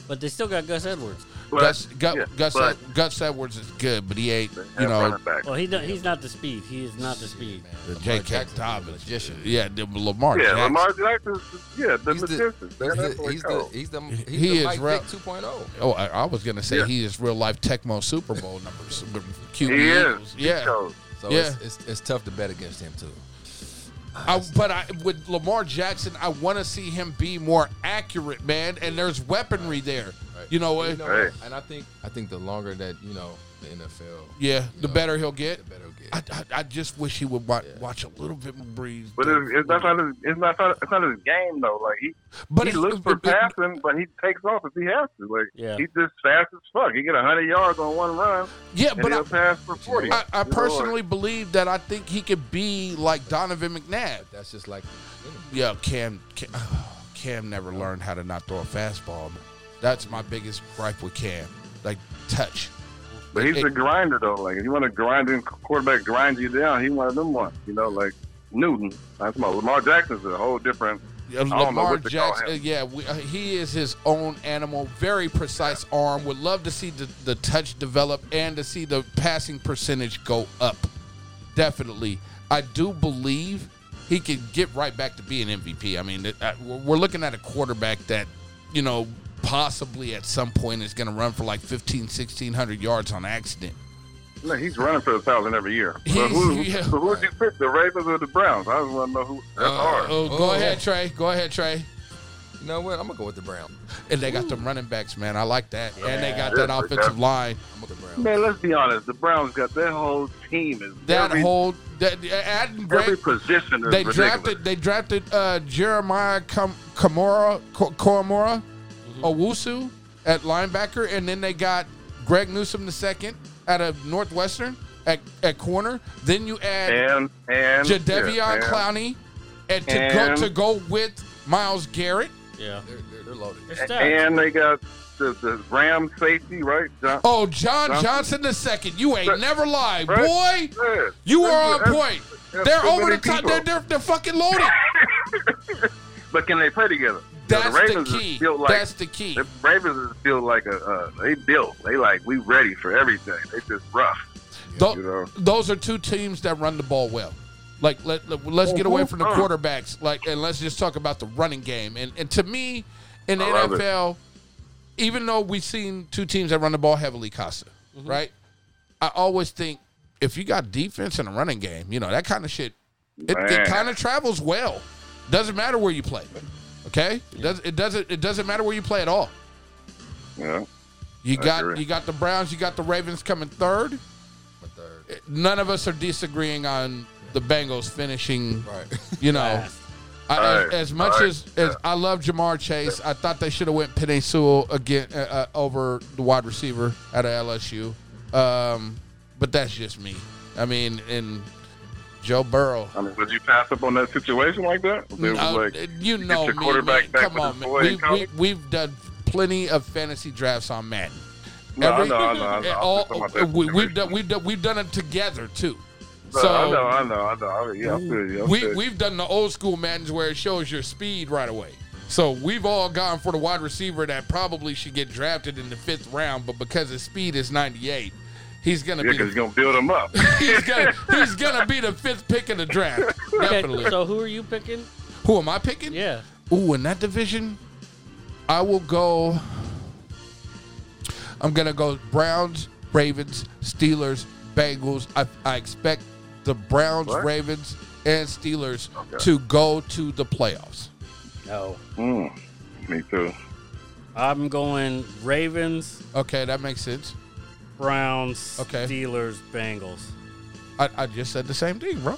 Speaker 3: But they still got Gus Edwards.
Speaker 4: But,
Speaker 1: Gus Gus,
Speaker 4: yeah,
Speaker 1: Gus,
Speaker 4: but
Speaker 1: Gus Edwards is good, but he ain't
Speaker 4: have
Speaker 1: you know
Speaker 4: running back.
Speaker 3: Well, he don't, he's not the speed. He is not the speed.
Speaker 1: J.K.
Speaker 2: Jackson's a
Speaker 1: Dobbins.
Speaker 2: magician.
Speaker 1: Yeah, the Lamar.
Speaker 4: yeah,
Speaker 1: Jackson.
Speaker 4: Lamar Jackson. Yeah, the
Speaker 2: He's the, he's
Speaker 4: magician. Man, that's
Speaker 2: the,
Speaker 4: what
Speaker 2: he's
Speaker 4: I
Speaker 2: the,
Speaker 4: call him.
Speaker 2: he's the, he's
Speaker 1: He
Speaker 2: the
Speaker 1: is
Speaker 2: Mike
Speaker 1: rap-
Speaker 2: Vick 2.0.
Speaker 1: Oh, I, I was gonna say
Speaker 4: Yeah.
Speaker 1: he is real life Tecmo Super Bowl numbers. QB
Speaker 4: He
Speaker 1: Eagles.
Speaker 4: is. He
Speaker 1: Yeah.
Speaker 4: chose.
Speaker 2: So
Speaker 1: Yeah.
Speaker 2: it's, it's, it's tough to bet against him, too.
Speaker 1: I, but I, with Lamar Jackson, I want to see him be more accurate, man. And there's weaponry there.
Speaker 2: Right.
Speaker 1: You know what?
Speaker 2: You know,
Speaker 4: Right.
Speaker 2: And I think I think the longer that, you know, the NFL,
Speaker 1: yeah,
Speaker 2: you
Speaker 1: the
Speaker 2: know,
Speaker 1: better he'll get.
Speaker 2: the better it'll get.
Speaker 1: I, I, I just wish he would watch, watch a little bit more breeze.
Speaker 4: But it's, it's, that's not his, it's not it's not his game though. Like he
Speaker 1: But
Speaker 4: he
Speaker 1: it's-
Speaker 4: looks for
Speaker 1: but- but-
Speaker 4: passing, but he takes off if he has to. Like
Speaker 3: Yeah.
Speaker 4: he's just fast as fuck. He get hundred yards on one run,
Speaker 1: yeah,
Speaker 4: and
Speaker 1: but
Speaker 4: he'll
Speaker 1: I,
Speaker 4: pass for forty.
Speaker 1: I, I
Speaker 4: Lord.
Speaker 1: personally believe that I think he could be like Donovan McNabb.
Speaker 2: That's just like,
Speaker 1: Yeah, Cam, Cam, Cam never learned how to not throw a fastball. That's my biggest gripe with Cam. Like touch.
Speaker 4: but he's
Speaker 1: it-
Speaker 4: a grinder though. Like if you want to grind in quarterback, grind you down. He one of them ones. You know, like Newton. That's my Lamar Jackson's a whole different.
Speaker 1: Yeah,
Speaker 4: know
Speaker 1: Lamar
Speaker 4: what to call
Speaker 1: Jackson,
Speaker 4: him.
Speaker 1: uh, yeah, we, uh, he is his own animal. Very precise arm. Would love to see the, the touch develop and to see the passing percentage go up. Definitely, I do believe he could get right back to being MVP. I mean, th- I- we're we're looking at a quarterback that you know possibly at some point is going to run for like 15, 1600 yards on accident.
Speaker 4: No, he's running for a thousand every year. So
Speaker 1: He's-
Speaker 4: who,
Speaker 1: uh, yeah.
Speaker 4: so who'd you pick, the Ravens or the Browns? I just want to know who. That's
Speaker 1: Uh,
Speaker 4: hard.
Speaker 1: oh, go ahead, Trey. Go ahead, Trey.
Speaker 2: you You know what? I'm gonna go with the Brown.
Speaker 1: And they got them running backs, man. I like that. and they got
Speaker 4: Yeah,
Speaker 1: that
Speaker 4: for
Speaker 1: offensive
Speaker 4: sure.
Speaker 1: line.
Speaker 2: I'm gonna go with the Brown.
Speaker 4: Man, let's be honest. The Browns got their whole team is
Speaker 1: That
Speaker 4: every,
Speaker 1: whole that adding
Speaker 4: every
Speaker 1: Brand-
Speaker 4: position is
Speaker 1: they
Speaker 4: ridiculous.
Speaker 1: drafted they drafted uh, Jeremiah Kam- Kamara Ko- Koromora
Speaker 4: Mm-hmm.
Speaker 1: Owusu at linebacker, and then they got Greg Newsom the second out of Northwestern at, at corner. Then you add
Speaker 4: and and
Speaker 1: Jadevion
Speaker 4: yeah, and-
Speaker 1: Clowney and to
Speaker 4: And-
Speaker 1: go to go with Miles Garrett.
Speaker 3: Yeah.
Speaker 2: They're, they're, they're loaded.
Speaker 3: They're stacked.
Speaker 4: And they got the, the Ram safety, right? John,
Speaker 1: Oh, John
Speaker 4: Johnson.
Speaker 1: Johnson the second. You ain't
Speaker 4: Right.
Speaker 1: never lied,
Speaker 4: Right.
Speaker 1: boy.
Speaker 4: Yeah.
Speaker 1: You
Speaker 4: That's-
Speaker 1: are on
Speaker 4: that's-
Speaker 1: point.
Speaker 4: that's
Speaker 1: They're
Speaker 4: too
Speaker 1: over the
Speaker 4: many
Speaker 1: top.
Speaker 4: people.
Speaker 1: They're, they're they're fucking loaded.
Speaker 4: But can they play together? You know,
Speaker 1: That's the
Speaker 4: Ravens is
Speaker 1: key.
Speaker 4: built like-
Speaker 1: That's the key.
Speaker 4: The Ravens is built like a. Uh, they built. They like we ready for everything. They just rough.
Speaker 1: Tho-
Speaker 4: you know.
Speaker 1: Those are two teams that run the ball well. Like let, let us get
Speaker 4: Uh-huh.
Speaker 1: away from the quarterbacks. Like and let's just talk about the running game. And and to me, in the
Speaker 4: I love it.
Speaker 1: NFL, even though we've seen two teams that run the ball heavily, Costa, right? I always think if you got defense and a running game, you know that kind of shit, it,
Speaker 4: Man.
Speaker 1: it kind of travels well. Doesn't matter where you play, okay? It does it doesn't it doesn't matter where you play at all.
Speaker 4: Yeah.
Speaker 1: You got
Speaker 4: agree.
Speaker 1: you got the Browns, you got the Ravens coming third.
Speaker 2: My third.
Speaker 1: none of us are disagreeing on the Bengals finishing.
Speaker 2: Right.
Speaker 1: You know, I, as,
Speaker 4: Right.
Speaker 1: as much
Speaker 4: Right.
Speaker 1: as, as I love Jamar Chase, I thought they should have went Penny Sewell again uh, uh, over the wide receiver out of LSU. Um, but that's just me. I mean, and Joe Burrow.
Speaker 4: I mean, would you pass up on that situation like that? If it was
Speaker 1: Uh,
Speaker 4: like,
Speaker 1: you
Speaker 4: get
Speaker 1: know
Speaker 4: your
Speaker 1: me,
Speaker 4: quarterback
Speaker 1: man.
Speaker 4: back
Speaker 1: Come
Speaker 4: with
Speaker 1: on,
Speaker 4: his
Speaker 1: man.
Speaker 4: boy in
Speaker 1: We've,
Speaker 4: college?
Speaker 1: we, we've done plenty of fantasy drafts on Madden.
Speaker 4: No,
Speaker 1: Every-
Speaker 4: I know, I know, I know. I'm
Speaker 1: all-
Speaker 4: just talking about that
Speaker 1: we, we've
Speaker 4: situation.
Speaker 1: done we've done we've done it together too.
Speaker 4: But
Speaker 1: so
Speaker 4: I know, I know, I know. I mean, yeah, I feel you. I feel
Speaker 1: we
Speaker 4: you.
Speaker 1: we've done the old school Maddens where it shows your speed right away. So we've all gone for the wide receiver that probably should get drafted in the fifth round, but because his speed is 98, he's gonna
Speaker 4: yeah,
Speaker 1: be the,
Speaker 4: 'cause he's gonna build him up.
Speaker 1: he's gonna he's gonna be the fifth pick in the draft. Definitely.
Speaker 3: Okay, so who are you picking?
Speaker 1: Who am I picking?
Speaker 3: Yeah.
Speaker 1: Ooh, in that division, I will go. I'm gonna go Browns, Ravens, Steelers, Bengals. I, I expect the Browns,
Speaker 4: What?
Speaker 1: Ravens, and Steelers
Speaker 4: Okay.
Speaker 1: to go to the playoffs.
Speaker 3: No.
Speaker 4: Mm, me too.
Speaker 3: I'm going Ravens,
Speaker 1: Okay, that makes sense.
Speaker 3: Browns,
Speaker 1: Okay.
Speaker 3: Steelers, Bengals.
Speaker 1: I, I just said the same thing, bro.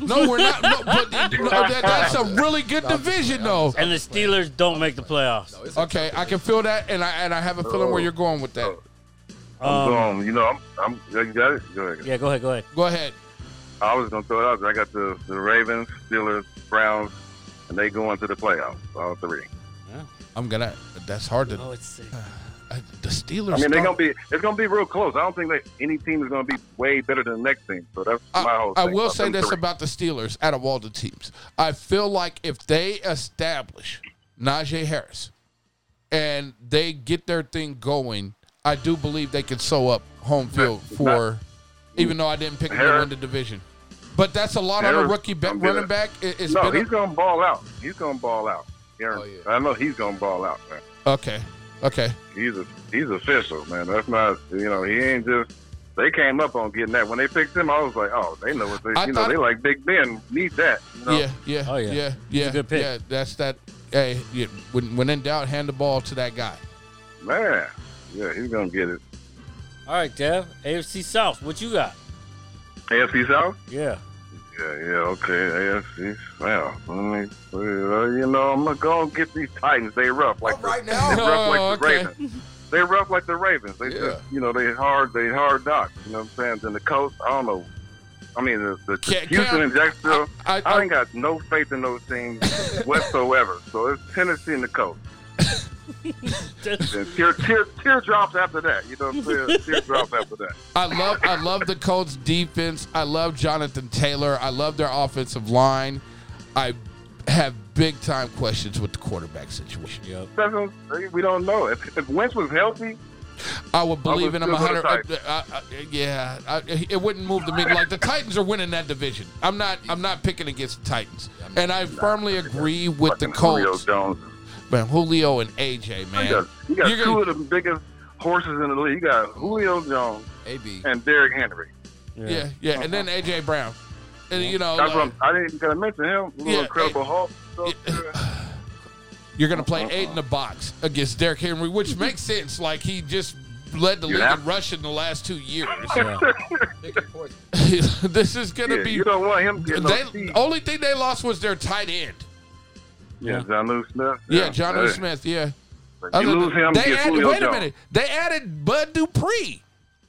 Speaker 1: No, we're not. No, but no, that, that's a really good division, though.
Speaker 3: And the Steelers don't make the playoffs.
Speaker 2: No, it's a-
Speaker 1: Okay, I can feel that, and I and I have a feeling
Speaker 4: Oh.
Speaker 1: where you're going with that.
Speaker 4: I'm
Speaker 3: Um,
Speaker 4: going. You know, I'm. I'm. You got it. Go ahead.
Speaker 3: yeah, go ahead, go ahead.
Speaker 1: Go ahead.
Speaker 4: I was gonna throw it out there. I got the, the Ravens, Steelers, Browns, and they going to the playoffs. All three.
Speaker 1: I'm gonna. That's hard to.
Speaker 3: Oh, it's
Speaker 1: Uh, the Steelers.
Speaker 4: I mean, they're
Speaker 1: don't-
Speaker 4: gonna be. It's gonna be real close. I don't think that any team is gonna be way better than the next team. So that's my
Speaker 1: I,
Speaker 4: whole.
Speaker 1: I
Speaker 4: thing
Speaker 1: will
Speaker 4: about
Speaker 1: say
Speaker 4: them
Speaker 1: this
Speaker 4: three.
Speaker 1: about the Steelers out of all the teams. I feel like if they establish Najee Harris and they get their thing going, I do believe they could sew up home field for, even though I didn't pick them to
Speaker 4: Harris-
Speaker 1: win the division. But that's a lot on a
Speaker 4: Harris-
Speaker 1: rookie back,
Speaker 4: I'm gonna-
Speaker 1: running back. It, has
Speaker 4: No,
Speaker 1: been
Speaker 4: he's gonna ball out. He's gonna ball out. Aaron,
Speaker 2: Oh, yeah.
Speaker 4: I know he's gonna ball out, man.
Speaker 1: a, okay, okay.
Speaker 4: He's a, he's official, man. That's not. You know, he ain't just. They came up on getting that when they picked him. I was like, oh, they know what they.
Speaker 1: I
Speaker 4: you know,
Speaker 1: thought-
Speaker 4: they like Big Ben. Need that. You know?
Speaker 1: Yeah, yeah,
Speaker 3: Oh, yeah.
Speaker 1: yeah,
Speaker 3: He's a
Speaker 1: yeah.
Speaker 3: good pick.
Speaker 1: Yeah, that's that. Hey, yeah, when when in doubt, hand the ball to that guy.
Speaker 4: Man. Yeah, he's gonna get it.
Speaker 3: All right, Dev. AFC South, what you got?
Speaker 4: AFC South.
Speaker 3: Yeah.
Speaker 4: Yeah, yeah, okay. AFC South. Let me, well, you know, I'm gonna go and get these Titans. They rough like
Speaker 2: All
Speaker 4: the,
Speaker 2: right now.
Speaker 4: they rough like
Speaker 1: Oh,
Speaker 4: the
Speaker 1: okay.
Speaker 4: Ravens. They rough like the Ravens. They
Speaker 2: Yeah.
Speaker 4: just, you know, they hard, they hard knocks. You know what I'm saying? Then the Colts, I don't know. I mean, the, the,
Speaker 1: Can-
Speaker 4: Houston
Speaker 1: can I-
Speaker 4: and Jacksonville.
Speaker 1: I-
Speaker 4: I,
Speaker 1: I-
Speaker 4: ain't got no faith in those teams whatsoever. So it's Tennessee and the Colts. And tear, tear, teardrops after that. You know what I'm saying? teardrops after that.
Speaker 1: I love I love the Colts defense. I love Jonathan Taylor. I love their offensive line. I have big time questions with the quarterback situation.
Speaker 3: Yep.
Speaker 4: That's what I'm saying. we don't know. If, if Wentz was healthy,
Speaker 1: I would believe
Speaker 4: I
Speaker 1: in
Speaker 4: would
Speaker 1: him a
Speaker 4: still go
Speaker 1: hundred.
Speaker 4: to
Speaker 1: I- I- yeah, I, it wouldn't move the meter. Like the Titans are winning that division. I'm not. I'm not picking against the Titans, and I firmly agree with the
Speaker 4: fucking Julio
Speaker 1: Colts.
Speaker 4: Jones.
Speaker 1: Man, Julio and AJ, man.
Speaker 4: You got, you got
Speaker 1: You're
Speaker 4: two
Speaker 1: gonna-
Speaker 4: of the biggest horses in the league. You got Julio Jones
Speaker 2: AB.
Speaker 4: and Derrick Henry.
Speaker 1: yeah, yeah, and then AJ Brown. And, you know,
Speaker 4: That's what
Speaker 1: like,
Speaker 4: I'm, I didn't even gotta mention him. Little
Speaker 1: Yeah,
Speaker 4: Incredible Hulk. So,
Speaker 1: yeah. You're going to play
Speaker 4: Uh-huh.
Speaker 1: eight in the box against Derrick Henry, which makes sense. Like he just led the
Speaker 4: You
Speaker 1: league
Speaker 4: have-
Speaker 1: in rushing the last two years.
Speaker 2: Pick your poison.
Speaker 1: this is going to
Speaker 4: Yeah,
Speaker 1: be.
Speaker 4: you don't want him getting no
Speaker 1: they, oh.
Speaker 4: seed.
Speaker 1: only thing they lost was their tight end.
Speaker 4: Yeah, John Lewis Smith.
Speaker 1: Yeah, John
Speaker 4: yeah.
Speaker 1: Smith. Yeah.
Speaker 4: You
Speaker 1: Other
Speaker 4: lose
Speaker 1: than-
Speaker 4: him,
Speaker 1: They
Speaker 4: you get
Speaker 1: added,
Speaker 4: Julio
Speaker 1: wait a
Speaker 4: Jones.
Speaker 1: minute. They added Bud Dupree.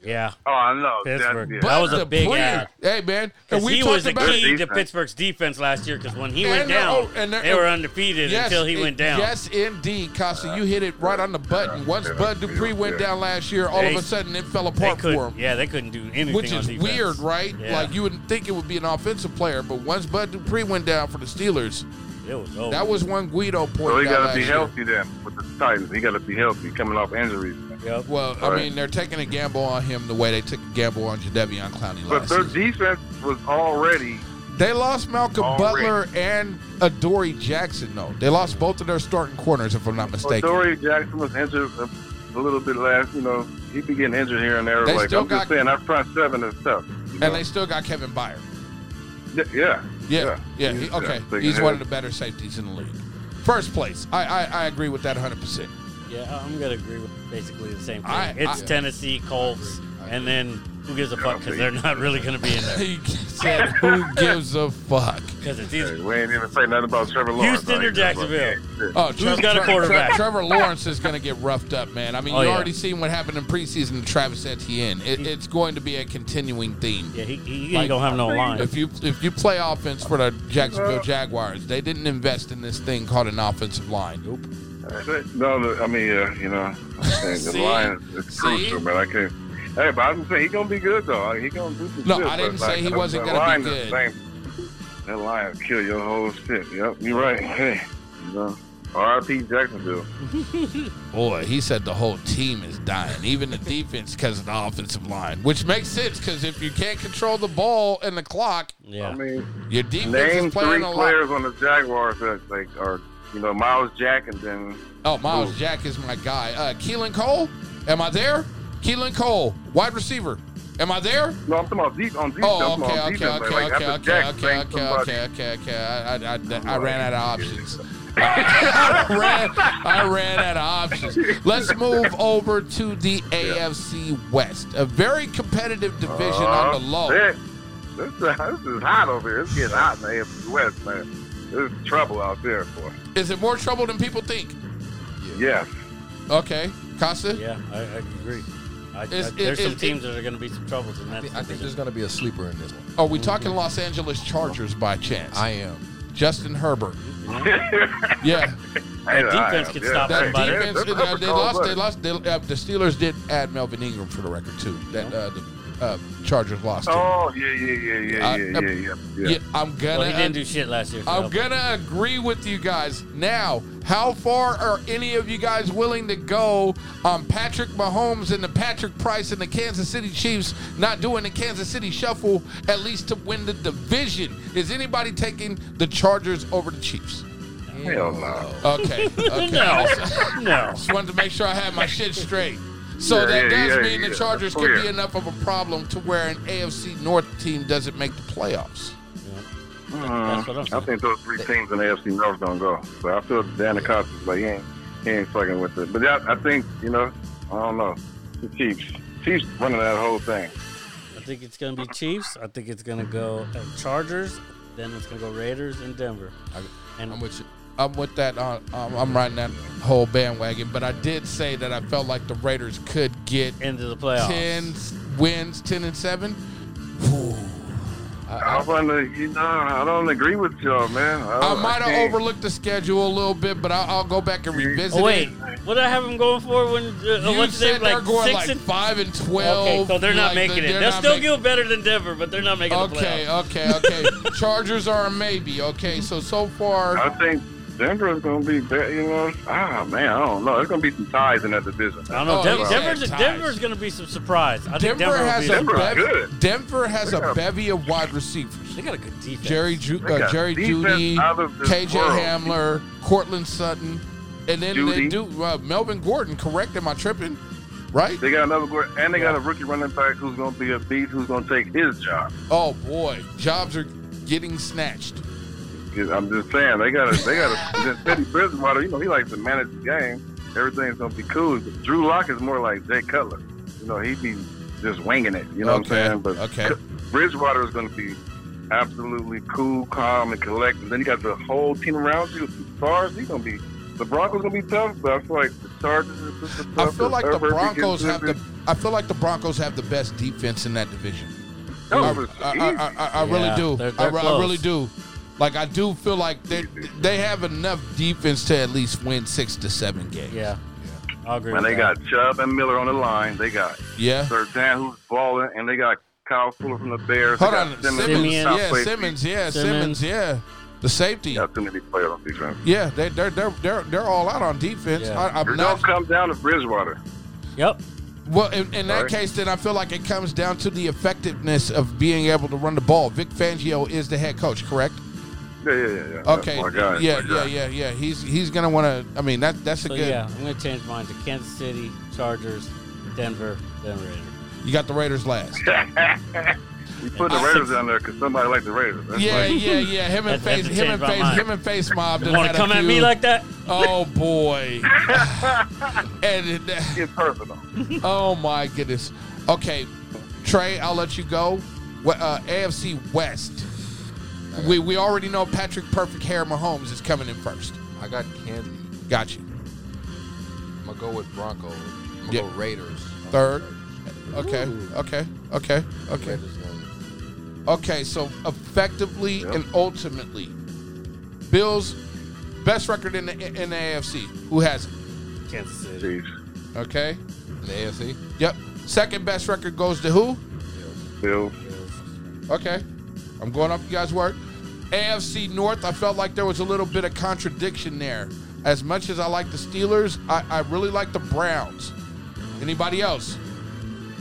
Speaker 3: Yeah.
Speaker 4: Oh, I know. That's-
Speaker 3: Pittsburgh.
Speaker 4: yeah.
Speaker 3: That was a big
Speaker 1: Dupree.
Speaker 3: add.
Speaker 1: Hey man, and
Speaker 3: Because
Speaker 1: we
Speaker 3: he
Speaker 1: talked
Speaker 3: was the
Speaker 1: about
Speaker 4: it.
Speaker 3: key to
Speaker 4: Defense.
Speaker 3: Pittsburgh's defense last year. Because when he
Speaker 1: And
Speaker 3: went
Speaker 1: they're-
Speaker 3: down,
Speaker 1: oh, and they're-
Speaker 3: they were undefeated until he
Speaker 1: it-
Speaker 3: went down.
Speaker 1: Yes, indeed, Costa. You hit it right on the button. Once Bud Dupree went down last year, all
Speaker 3: They-
Speaker 1: of a sudden it fell
Speaker 3: they
Speaker 1: apart for
Speaker 3: could.
Speaker 1: him.
Speaker 3: Yeah, they couldn't do anything.
Speaker 1: Which
Speaker 3: on
Speaker 1: is
Speaker 3: defense.
Speaker 1: weird, right?
Speaker 3: Yeah.
Speaker 1: Like you wouldn't think it would be an offensive player, but once Bud Dupree went down for the Steelers,
Speaker 3: It was over.
Speaker 1: that was one Guido point.
Speaker 4: So he got to be healthy then with the Titans. He got to be healthy coming off injuries.
Speaker 3: Yep.
Speaker 1: Well, I
Speaker 4: All right.
Speaker 1: mean, they're taking a gamble on him the way they took a gamble on Jadeveon Clowney
Speaker 4: But
Speaker 1: last
Speaker 4: their
Speaker 1: season.
Speaker 4: defense was already
Speaker 1: They lost Malcolm
Speaker 4: Already.
Speaker 1: Butler and Adoree Jackson, though. They lost both of their starting corners, if I'm not mistaken.
Speaker 4: Dory Jackson was injured a, a little bit last. You know, he be getting injured here and there.
Speaker 1: They
Speaker 4: like
Speaker 1: still
Speaker 4: I'm just
Speaker 1: got-
Speaker 4: saying, our front seven is tough. you know?
Speaker 1: and they still got Kevin Byer.
Speaker 4: Y- yeah,
Speaker 1: Yeah, yeah. he-
Speaker 4: He's-
Speaker 1: okay,
Speaker 4: yeah,
Speaker 1: he's
Speaker 4: big
Speaker 1: one of
Speaker 4: head.
Speaker 1: the better safeties in the league. First place. I I, I agree with that 100. percent
Speaker 3: Yeah, I'm gonna agree with basically the same thing.
Speaker 1: I-
Speaker 3: it's
Speaker 1: I-
Speaker 3: Tennessee Colts, and then who gives a fuck? Because they're not really gonna be in there.
Speaker 1: He said, "Who gives a fuck?"
Speaker 3: Because it's
Speaker 4: Hey,
Speaker 3: either
Speaker 4: we ain't even say nothing about Trevor Lawrence.
Speaker 3: Houston
Speaker 4: out
Speaker 3: or
Speaker 4: here, bro.
Speaker 3: Jacksonville?
Speaker 4: Yeah, shit.
Speaker 1: Oh,
Speaker 3: Who's got a quarterback?
Speaker 1: Trevor Lawrence is going to get roughed up, man. I mean,
Speaker 3: Oh,
Speaker 1: you
Speaker 3: yeah.
Speaker 1: already seen what happened in preseason to Travis Etienne. It, it's going to be a continuing theme.
Speaker 3: yeah, he, he, ain't
Speaker 1: Like-
Speaker 3: gonna have no line.
Speaker 1: If you if you play offense for the Jacksonville Jaguars, they didn't invest in this thing called an offensive line. Nope.
Speaker 4: No, the, I mean, yeah, you know, I'm saying the
Speaker 1: See?
Speaker 4: Lions is
Speaker 1: See?
Speaker 4: crucial, but I can't. Hey, but I'm saying he's gonna be good though. He gonna do some
Speaker 1: No,
Speaker 4: shit,
Speaker 1: I didn't
Speaker 4: but,
Speaker 1: say
Speaker 4: like,
Speaker 1: he
Speaker 4: that-
Speaker 1: wasn't
Speaker 4: that
Speaker 1: gonna be
Speaker 4: line is
Speaker 1: good.
Speaker 4: same- That line will kill your whole shit. Yep, you're right. Hey, you know, R.I.P. Jacksonville.
Speaker 1: Boy, he said the whole team is dying, even the defense because of the offensive line, which makes sense because if you can't control the ball and the clock,
Speaker 3: Yeah.
Speaker 4: I mean,
Speaker 1: your defense
Speaker 4: name
Speaker 1: is playing
Speaker 4: three
Speaker 1: a lot.
Speaker 4: players on the Jaguars that like are you know Miles Jack and then
Speaker 1: Oh, Miles Jack is my guy. Uh, Keelan Cole, am I there? Keelan Cole, wide receiver, am I there?
Speaker 4: no, I'm talking about deep on defense.
Speaker 1: Oh,
Speaker 4: I'm
Speaker 1: okay,
Speaker 4: talking
Speaker 1: okay,
Speaker 4: about
Speaker 1: okay,
Speaker 4: defense, like,
Speaker 1: okay,
Speaker 4: after
Speaker 1: okay,
Speaker 4: Jack
Speaker 1: okay,
Speaker 4: banged
Speaker 1: okay,
Speaker 4: somebody-
Speaker 1: okay, okay, okay. I, I, I, I ran out of options. I ran, I ran out of options. Let's move over to the AFC West, a very competitive division on the
Speaker 4: Uh,
Speaker 1: low.
Speaker 4: Uh-huh. Shit. This, uh, this is hot over here. It's getting hot in the AFC West, man. There's trouble out there, boy.
Speaker 1: Is it more trouble than people think?
Speaker 4: Yes.
Speaker 1: Okay, Costa.
Speaker 3: Yeah, I, I agree. I, I,
Speaker 1: It's- it-
Speaker 3: there's some
Speaker 1: it-
Speaker 3: teams that are going to be some troubles in
Speaker 2: I
Speaker 3: that.
Speaker 2: think
Speaker 3: division.
Speaker 2: there's gonna be a sleeper in this one.
Speaker 1: Are we
Speaker 4: Mm-hmm.
Speaker 1: talking Los Angeles Chargers by chance?
Speaker 2: I am.
Speaker 1: Justin Herbert. yeah,
Speaker 4: Hey,
Speaker 3: defense
Speaker 4: I-
Speaker 3: can stop
Speaker 4: yeah,
Speaker 1: that
Speaker 3: Somebody.
Speaker 1: defense.
Speaker 4: That's
Speaker 1: They,
Speaker 4: a
Speaker 1: they
Speaker 4: cold
Speaker 1: lost.
Speaker 4: blood.
Speaker 1: They lost. They, uh, the Steelers did add Melvin Ingram for the record too. That uh, the uh, Chargers lost. to.
Speaker 4: Oh yeah, yeah, yeah, yeah,
Speaker 1: I-
Speaker 4: yeah, yeah, yeah, yeah.
Speaker 1: Uh, Yeah, I'm gonna.
Speaker 3: Well, he didn't do shit last year. so-
Speaker 1: I'm gonna agree with you guys. Now, how far are any of you guys willing to go on Patrick Mahomes and the Patrick Price and the Kansas City Chiefs not doing the Kansas City shuffle at least to win the division? Is anybody taking the Chargers over the Chiefs?
Speaker 4: Hell no.
Speaker 1: Okay. okay.
Speaker 3: No, no.
Speaker 1: Just wanted to make sure I had my shit straight. So
Speaker 4: Yeah,
Speaker 1: that
Speaker 4: yeah,
Speaker 1: does
Speaker 4: yeah,
Speaker 1: mean
Speaker 4: yeah,
Speaker 1: the
Speaker 4: that's
Speaker 1: Chargers could
Speaker 4: clear.
Speaker 1: be enough of a problem to where an AFC North team doesn't make the playoffs.
Speaker 3: That's what I'm
Speaker 4: I
Speaker 3: saying.
Speaker 4: think those three teams in the AFC North don't go. So I feel Dan Acosta is like he ain't, he ain't fucking with it. But I, I think you know, I don't know. The Chiefs, Chiefs running that whole thing.
Speaker 3: I think it's going to be Chiefs. I think it's going to go uh, Chargers. Then it's going to go Raiders and Denver. And
Speaker 2: I'm with you.
Speaker 1: I'm with that. Uh, um, I'm riding that whole bandwagon. But I did say that I felt like the Raiders could get
Speaker 3: into the playoffs.
Speaker 1: ten wins, ten and seven.
Speaker 4: I want to, you know, I don't agree with y'all, man. Oh, I,
Speaker 1: I
Speaker 4: don't-
Speaker 1: might have
Speaker 4: can't-
Speaker 1: overlooked the schedule a little bit, but I'll, I'll go back
Speaker 4: Mm.
Speaker 1: and revisit.
Speaker 3: Oh wait,
Speaker 1: it.
Speaker 3: what did I have them going for when uh,
Speaker 1: you
Speaker 3: what's
Speaker 1: said
Speaker 3: their name?
Speaker 1: they're
Speaker 3: like
Speaker 1: going
Speaker 3: six
Speaker 1: like
Speaker 3: and
Speaker 1: five and twelve.
Speaker 3: Okay, so they're not
Speaker 1: like,
Speaker 3: making it.
Speaker 1: they're
Speaker 3: They'll
Speaker 1: not
Speaker 3: still
Speaker 1: making-
Speaker 3: do better than Denver, but they're not making
Speaker 1: Okay,
Speaker 3: the playoffs.
Speaker 1: okay, okay. Chargers are a maybe. Okay, so so
Speaker 4: I
Speaker 1: far,
Speaker 4: think Denver is going to be better. You know, ah man, I don't know. There's going to be some ties in that division.
Speaker 3: I don't know.
Speaker 1: Oh,
Speaker 3: Denver,
Speaker 1: yeah.
Speaker 3: Denver's,
Speaker 1: Ties.
Speaker 3: Denver's going to be some surprise. I think
Speaker 1: Denver,
Speaker 3: Denver,
Speaker 1: has
Speaker 3: will
Speaker 1: a
Speaker 3: be
Speaker 4: Denver's
Speaker 1: bev-
Speaker 4: good.
Speaker 1: Denver has a
Speaker 4: got-
Speaker 1: bevy of wide receivers.
Speaker 3: They got a good defense.
Speaker 1: Jerry Ju-
Speaker 4: They
Speaker 1: uh,
Speaker 4: got
Speaker 1: Jerry
Speaker 4: defense
Speaker 1: Judy,
Speaker 4: out of this
Speaker 1: KJ
Speaker 4: world.
Speaker 1: Hamler, Cortland Sutton, and then they
Speaker 4: Judy.
Speaker 1: do uh, Melvin Gordon. Correct? Am I tripping? Right?
Speaker 4: They got another, gr- and they got a rookie running back who's going to be a beast, who's going to take his job.
Speaker 1: Oh boy, jobs are getting snatched.
Speaker 4: I'm just saying they gotta they gotta. Teddy Bridgewater, you know, he likes to manage the game. Everything's gonna be cool. Drew Lock is more like Jay Cutler. You know, he be just winging it. You know what
Speaker 1: Okay,
Speaker 4: I'm saying? But
Speaker 1: okay.
Speaker 4: Bridgewater is gonna be absolutely cool, calm, and collected. Then you got the whole team around you, the stars. He's gonna be. The Broncos gonna be tough, but I feel like the Chargers is just the
Speaker 1: I
Speaker 4: toughest.
Speaker 1: feel like the
Speaker 4: Herbert against
Speaker 1: Broncos have the.
Speaker 4: Denver.
Speaker 1: I feel like the Broncos have the best defense in that division.
Speaker 4: That
Speaker 1: I,
Speaker 4: was
Speaker 1: I,
Speaker 4: easy.
Speaker 1: I, I, I really
Speaker 3: Yeah,
Speaker 1: do.
Speaker 3: they're-
Speaker 1: I,
Speaker 3: they're
Speaker 1: re- I
Speaker 3: close.
Speaker 1: really do. Like I do feel like they they have enough defense to at least win six to seven games.
Speaker 3: Yeah. I agree.
Speaker 4: And
Speaker 3: with
Speaker 4: they
Speaker 3: that.
Speaker 4: got Chubb and Miller on the line. They got
Speaker 1: Yeah.
Speaker 4: Sertan who's balling, and they got Kyle Fuller from the Bears.
Speaker 1: Hold
Speaker 4: they
Speaker 1: on,
Speaker 4: got
Speaker 1: Simmons.
Speaker 3: Simeon.
Speaker 4: South
Speaker 1: Yeah,
Speaker 4: Bay.
Speaker 1: Simmons. Yeah,
Speaker 3: Simmons.
Speaker 1: Simmons. Yeah, the safety.
Speaker 4: They got too many players on defense.
Speaker 1: Yeah, they, they're they're they're they're all out on defense.
Speaker 3: Yeah.
Speaker 1: I, I'm
Speaker 4: It
Speaker 1: not
Speaker 4: don't come down to Bridgewater.
Speaker 3: Yep.
Speaker 1: Well, in, in that
Speaker 4: Sorry?
Speaker 1: case, then I feel like it comes down to the effectiveness of being able to run the ball. Vic Fangio is the head coach, correct?
Speaker 4: Yeah, yeah, yeah. yeah.
Speaker 1: Okay.
Speaker 4: That's my guy.
Speaker 1: yeah,
Speaker 4: my
Speaker 1: yeah,
Speaker 4: guy.
Speaker 1: yeah, yeah. He's he's gonna want to. I mean, that that's a
Speaker 3: So
Speaker 1: good.
Speaker 3: yeah, I'm gonna change mine to Kansas City, Chargers, Denver, then Raiders.
Speaker 1: You got the Raiders last.
Speaker 4: You put the Raiders down there because somebody liked the Raiders. That's
Speaker 1: yeah,
Speaker 4: like,
Speaker 1: yeah, yeah. Him and
Speaker 3: That's-
Speaker 1: face,
Speaker 3: that's a
Speaker 1: him and
Speaker 3: change my
Speaker 1: face,
Speaker 3: mind.
Speaker 1: him and face mob. done
Speaker 3: Want
Speaker 1: had a
Speaker 3: to come at me
Speaker 1: few-
Speaker 3: like that?
Speaker 1: Oh boy. and it-
Speaker 4: it's personal.
Speaker 1: oh my goodness. Okay, Trey, I'll let you go. What, uh, AFC West. We we already know Patrick Perfect Hair Mahomes is coming in first.
Speaker 2: I got Kansas.
Speaker 1: Got you.
Speaker 2: I'm gonna go with Broncos. I'm gonna
Speaker 1: Yeah.
Speaker 2: go Raiders.
Speaker 1: Third. Okay. Okay. Okay. Okay.
Speaker 2: Raiders win.
Speaker 1: Okay. So effectively and ultimately, Bills best record in the in the AFC. Who has it?
Speaker 3: Kansas City.
Speaker 4: Chiefs,
Speaker 1: Okay.
Speaker 2: In the AFC.
Speaker 1: Yep. Second best record goes to who?
Speaker 4: Bills.
Speaker 1: Okay. I'm going off you guys' word. AFC North, I felt like there was a little bit of contradiction there. As much as I like the Steelers, I, I really like the Browns. Anybody else?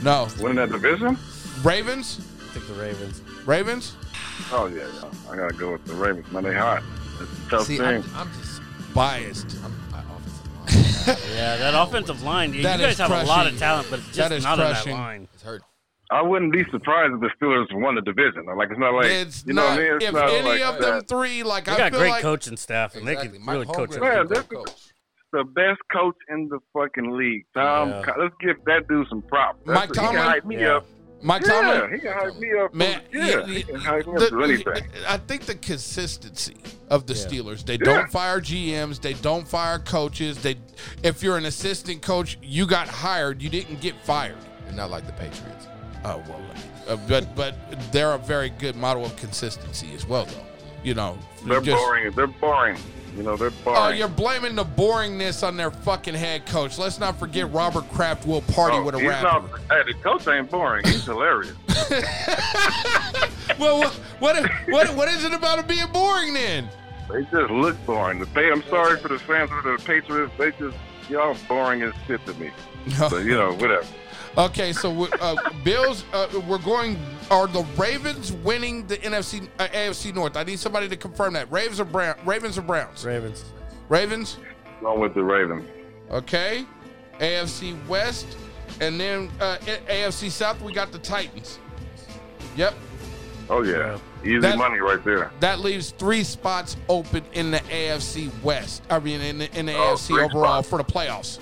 Speaker 1: No.
Speaker 4: Winning that division?
Speaker 1: Ravens?
Speaker 3: I think the Ravens.
Speaker 1: Ravens?
Speaker 4: Oh, yeah, yeah. I got to go with the Ravens. Man, they hot. It's a tough
Speaker 2: See,
Speaker 4: team.
Speaker 2: I'm, I'm just
Speaker 1: Biased.
Speaker 2: I'm I offensive line.
Speaker 3: Yeah, that offensive line. You
Speaker 1: That
Speaker 3: guys
Speaker 1: is
Speaker 3: have a lot
Speaker 1: crushing.
Speaker 3: of talent, but it's
Speaker 1: That is
Speaker 3: just not on that
Speaker 1: crushing.
Speaker 3: line.
Speaker 2: It's hurt.
Speaker 4: I wouldn't be surprised if the Steelers won the division. Like, it's not like,
Speaker 1: it's
Speaker 4: you know
Speaker 1: not,
Speaker 4: what I mean? It's
Speaker 1: if
Speaker 4: not
Speaker 1: any
Speaker 4: like
Speaker 1: of
Speaker 4: that.
Speaker 1: them three, like
Speaker 3: They
Speaker 1: I
Speaker 3: got
Speaker 1: feel
Speaker 3: great
Speaker 1: like
Speaker 3: coaching staff, and
Speaker 2: Exactly.
Speaker 3: they can
Speaker 2: Mike
Speaker 3: really coach
Speaker 2: Holmgren
Speaker 3: it.
Speaker 4: Man,
Speaker 2: is a good
Speaker 4: this-
Speaker 2: coach.
Speaker 4: the best coach in the fucking league. Tom,
Speaker 3: Yeah.
Speaker 4: Co- let's give that dude some props. That's
Speaker 1: Mike
Speaker 4: what- he
Speaker 1: Tomlin?
Speaker 4: can hype me
Speaker 3: Yeah.
Speaker 4: up.
Speaker 1: Mike
Speaker 4: yeah,
Speaker 1: Tomlin.
Speaker 4: he can hype me up.
Speaker 1: Man,
Speaker 4: yeah,
Speaker 1: you-
Speaker 4: he can hype me up
Speaker 1: the-
Speaker 4: to anything.
Speaker 1: I think the consistency of the Steelers. They
Speaker 4: Yeah.
Speaker 1: don't fire GMs. They don't fire coaches. They, if you're an assistant coach, you got hired. You didn't get fired.
Speaker 2: You're not like the Patriots.
Speaker 1: Oh well, uh, but but they're a very good model of consistency as well, though. You know,
Speaker 4: They're
Speaker 1: just-
Speaker 4: boring. They're boring. You know, they're
Speaker 1: Oh,
Speaker 4: boring.
Speaker 1: you're blaming the boringness on their fucking head coach. Let's not forget Robert Kraft will party
Speaker 4: Oh,
Speaker 1: with a
Speaker 4: he's
Speaker 1: rapper.
Speaker 4: not- hey, the coach ain't boring. He's hilarious.
Speaker 1: well, what, what what what is it about it being boring then?
Speaker 4: they just look boring. The pay, I'm sorry for the fans of the Patriots. They just y'all boring as shit to me. But you know, whatever.
Speaker 1: Okay, so we- uh, Bills, uh, we're going. Are the Ravens winning the NFC uh, AFC North? I need somebody to confirm that. Ravens or Brown? Ravens or Browns?
Speaker 3: Ravens.
Speaker 1: Ravens.
Speaker 4: Along with the Ravens.
Speaker 1: Okay, AFC West, and then uh, A- AFC South. We got the Titans. Yep,
Speaker 4: Oh yeah, easy
Speaker 1: That-
Speaker 4: money right there.
Speaker 1: that leaves three spots open in the AFC West. I mean, in the, in the
Speaker 4: Oh,
Speaker 1: AFC
Speaker 4: three
Speaker 1: overall
Speaker 4: spots.
Speaker 1: for the playoffs.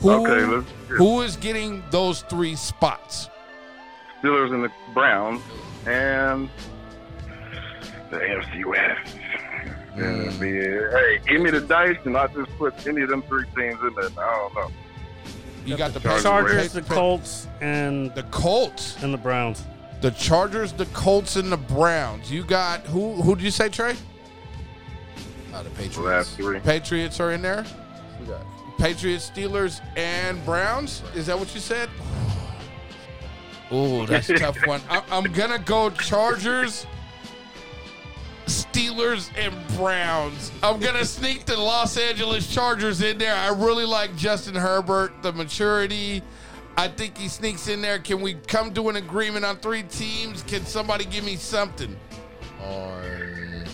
Speaker 1: Who,
Speaker 4: Okay, let's-
Speaker 1: who is getting those three spots?
Speaker 4: Steelers and the Browns, and the AFC West. Yeah, yeah. Hey, give me the dice, and I just put any of them three teams in there. I don't know.
Speaker 1: You got the
Speaker 4: Chargers,
Speaker 3: Chargers,
Speaker 4: Ravens.
Speaker 3: the Colts, and
Speaker 1: the Colts.
Speaker 3: and the Browns.
Speaker 1: The Chargers, the Colts, and the Browns. You got who? Who did you say, Trey?
Speaker 2: Not the
Speaker 4: The
Speaker 2: Patriots.
Speaker 4: last three.
Speaker 1: Uh, Patriots are in there.
Speaker 2: We got
Speaker 1: Patriots, Steelers, and Browns. Is that what you said? Oh, that's a tough one. I, I'm gonna go Chargers, Steelers, and Browns. I'm gonna sneak the Los Angeles Chargers in there. I really like Justin Herbert, the maturity. I think he sneaks in there. Can we come to an agreement on three teams? Can somebody give me something?
Speaker 2: on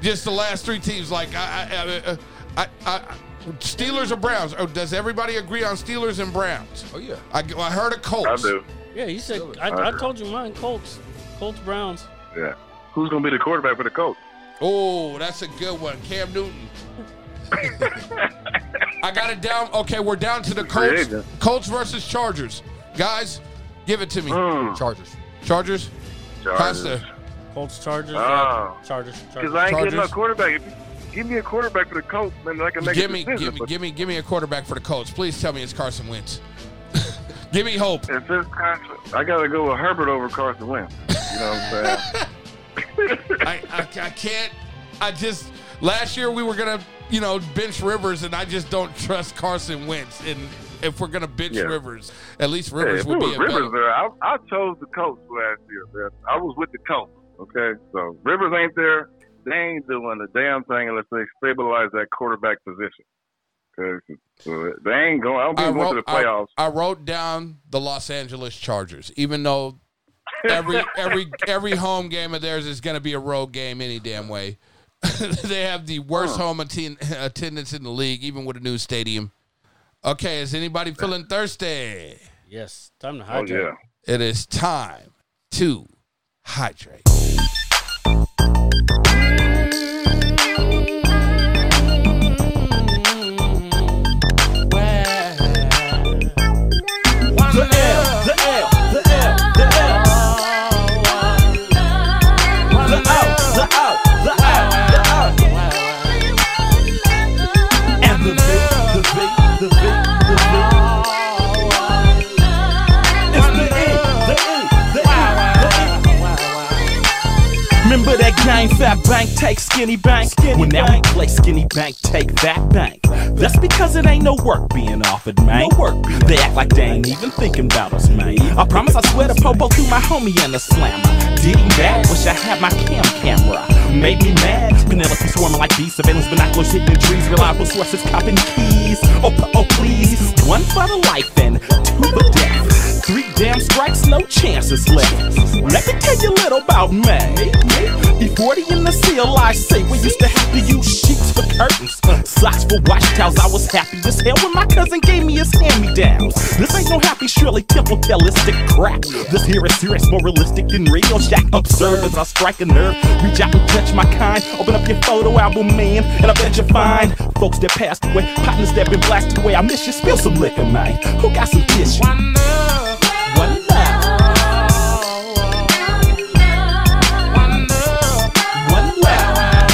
Speaker 1: just the last three teams. Like I, I, I, I, I Steelers or Browns? Oh, does everybody agree on Steelers and Browns?
Speaker 2: Oh yeah.
Speaker 1: I, I heard a
Speaker 4: I
Speaker 1: Colts.
Speaker 4: do.
Speaker 3: Yeah, you said
Speaker 2: Steelers.
Speaker 3: I, I told you mine. Colts, Colts, Browns.
Speaker 4: Yeah. Who's gonna be the quarterback for the coach?
Speaker 1: Oh, that's a good one. Cam Newton. I got it down. Okay, we're down to the Colts.
Speaker 4: Creative.
Speaker 1: Colts versus Chargers. Guys, give it to me.
Speaker 2: Chargers.
Speaker 1: Chargers.
Speaker 4: Hmm. Chargers.
Speaker 1: Costa.
Speaker 3: Colts, Chargers,
Speaker 4: Oh.
Speaker 3: Chargers,
Speaker 4: Because
Speaker 3: Chargers.
Speaker 4: I ain't getting no
Speaker 1: Chargers.
Speaker 4: quarterback. If you give me a quarterback for the Colts, man, I can make
Speaker 1: Give
Speaker 4: a
Speaker 1: me,
Speaker 4: decision.
Speaker 1: give me,
Speaker 4: but
Speaker 1: give me, give me a quarterback for the Colts. Please tell me it's Carson Wentz. give me hope.
Speaker 4: If it's Carson, I gotta go with Herbert over Carson Wentz. You know what I'm saying?
Speaker 1: I, I, I can't. I just last year we were gonna you know bench Rivers, and I just don't trust Carson Wentz. And if we're gonna bench
Speaker 4: Yeah.
Speaker 1: Rivers, at least
Speaker 4: Hey,
Speaker 1: Rivers
Speaker 4: if it
Speaker 1: would be
Speaker 4: was
Speaker 1: a
Speaker 4: Rivers
Speaker 1: better.
Speaker 4: there, I, I chose the Colts last year, man. I was with the Colts. Okay, so Rivers ain't there. They ain't doing a damn thing unless they stabilize that quarterback position. Okay, so they ain't going. I don't
Speaker 1: I
Speaker 4: think they went to
Speaker 1: wrote,
Speaker 4: the playoffs.
Speaker 1: I, I wrote down the Los Angeles Chargers, even though every every every home game of theirs is going to be a road game any damn way. they have the worst home atten- attendance in the league, even with a new stadium. Okay, is anybody feeling thirsty?
Speaker 3: Yes, time to
Speaker 4: oh
Speaker 3: hijack.
Speaker 4: yeah.
Speaker 1: It is time to hydrate.
Speaker 8: Remember that game, fat bank, take skinny bank. well, now we play skinny bank, take that bank. That's because it ain't no work being offered, man. work. They act like they ain't even thinking about us, man. I promise, I swear to Popo through my homie and the slammer. Didn't that? Wish I had my cam camera. Made me mad. Penelope swarming like bees, surveillance binoculars hitting the trees, reliable sources copping keys. Oh, p- oh please, one for the life and two for death. Three damn strikes, no chances left. Let me tell you a little about me. E40 in the seal, I say. We used to have to use sheets for curtains, socks for wash towels. I was happy as hell when my cousin gave me his hand me downs. This ain't no happy Shirley Temple tellistic crap. This here is serious, more realistic than real. Shack observe as I strike a nerve. Reach out and touch my kind. Open up your photo album, man, and I bet you find folks that passed away, partners that been blasted away. I miss you. Spill some liquor, man. Who got some tissue? One love. One love. One love.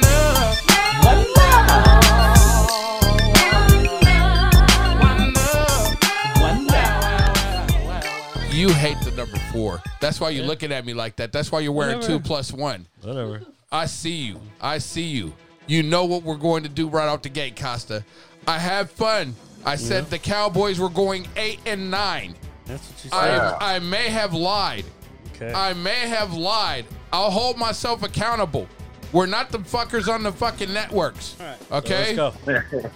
Speaker 8: One love. One love.
Speaker 1: You hate the number four. That's why you're looking at me like that. That's why you're wearing
Speaker 3: Whatever.
Speaker 1: two plus one.
Speaker 3: Whatever.
Speaker 1: I see you. I see you. You know what we're going to do right off the gate, Costa. I had fun. I said the Cowboys were going eight and nine.
Speaker 3: That's what you said.
Speaker 1: I, I may have lied.
Speaker 3: okay.
Speaker 1: I may have lied. I'll hold myself accountable. We're not the fuckers on the fucking networks.
Speaker 3: All right. So
Speaker 1: Okay.
Speaker 3: let's go.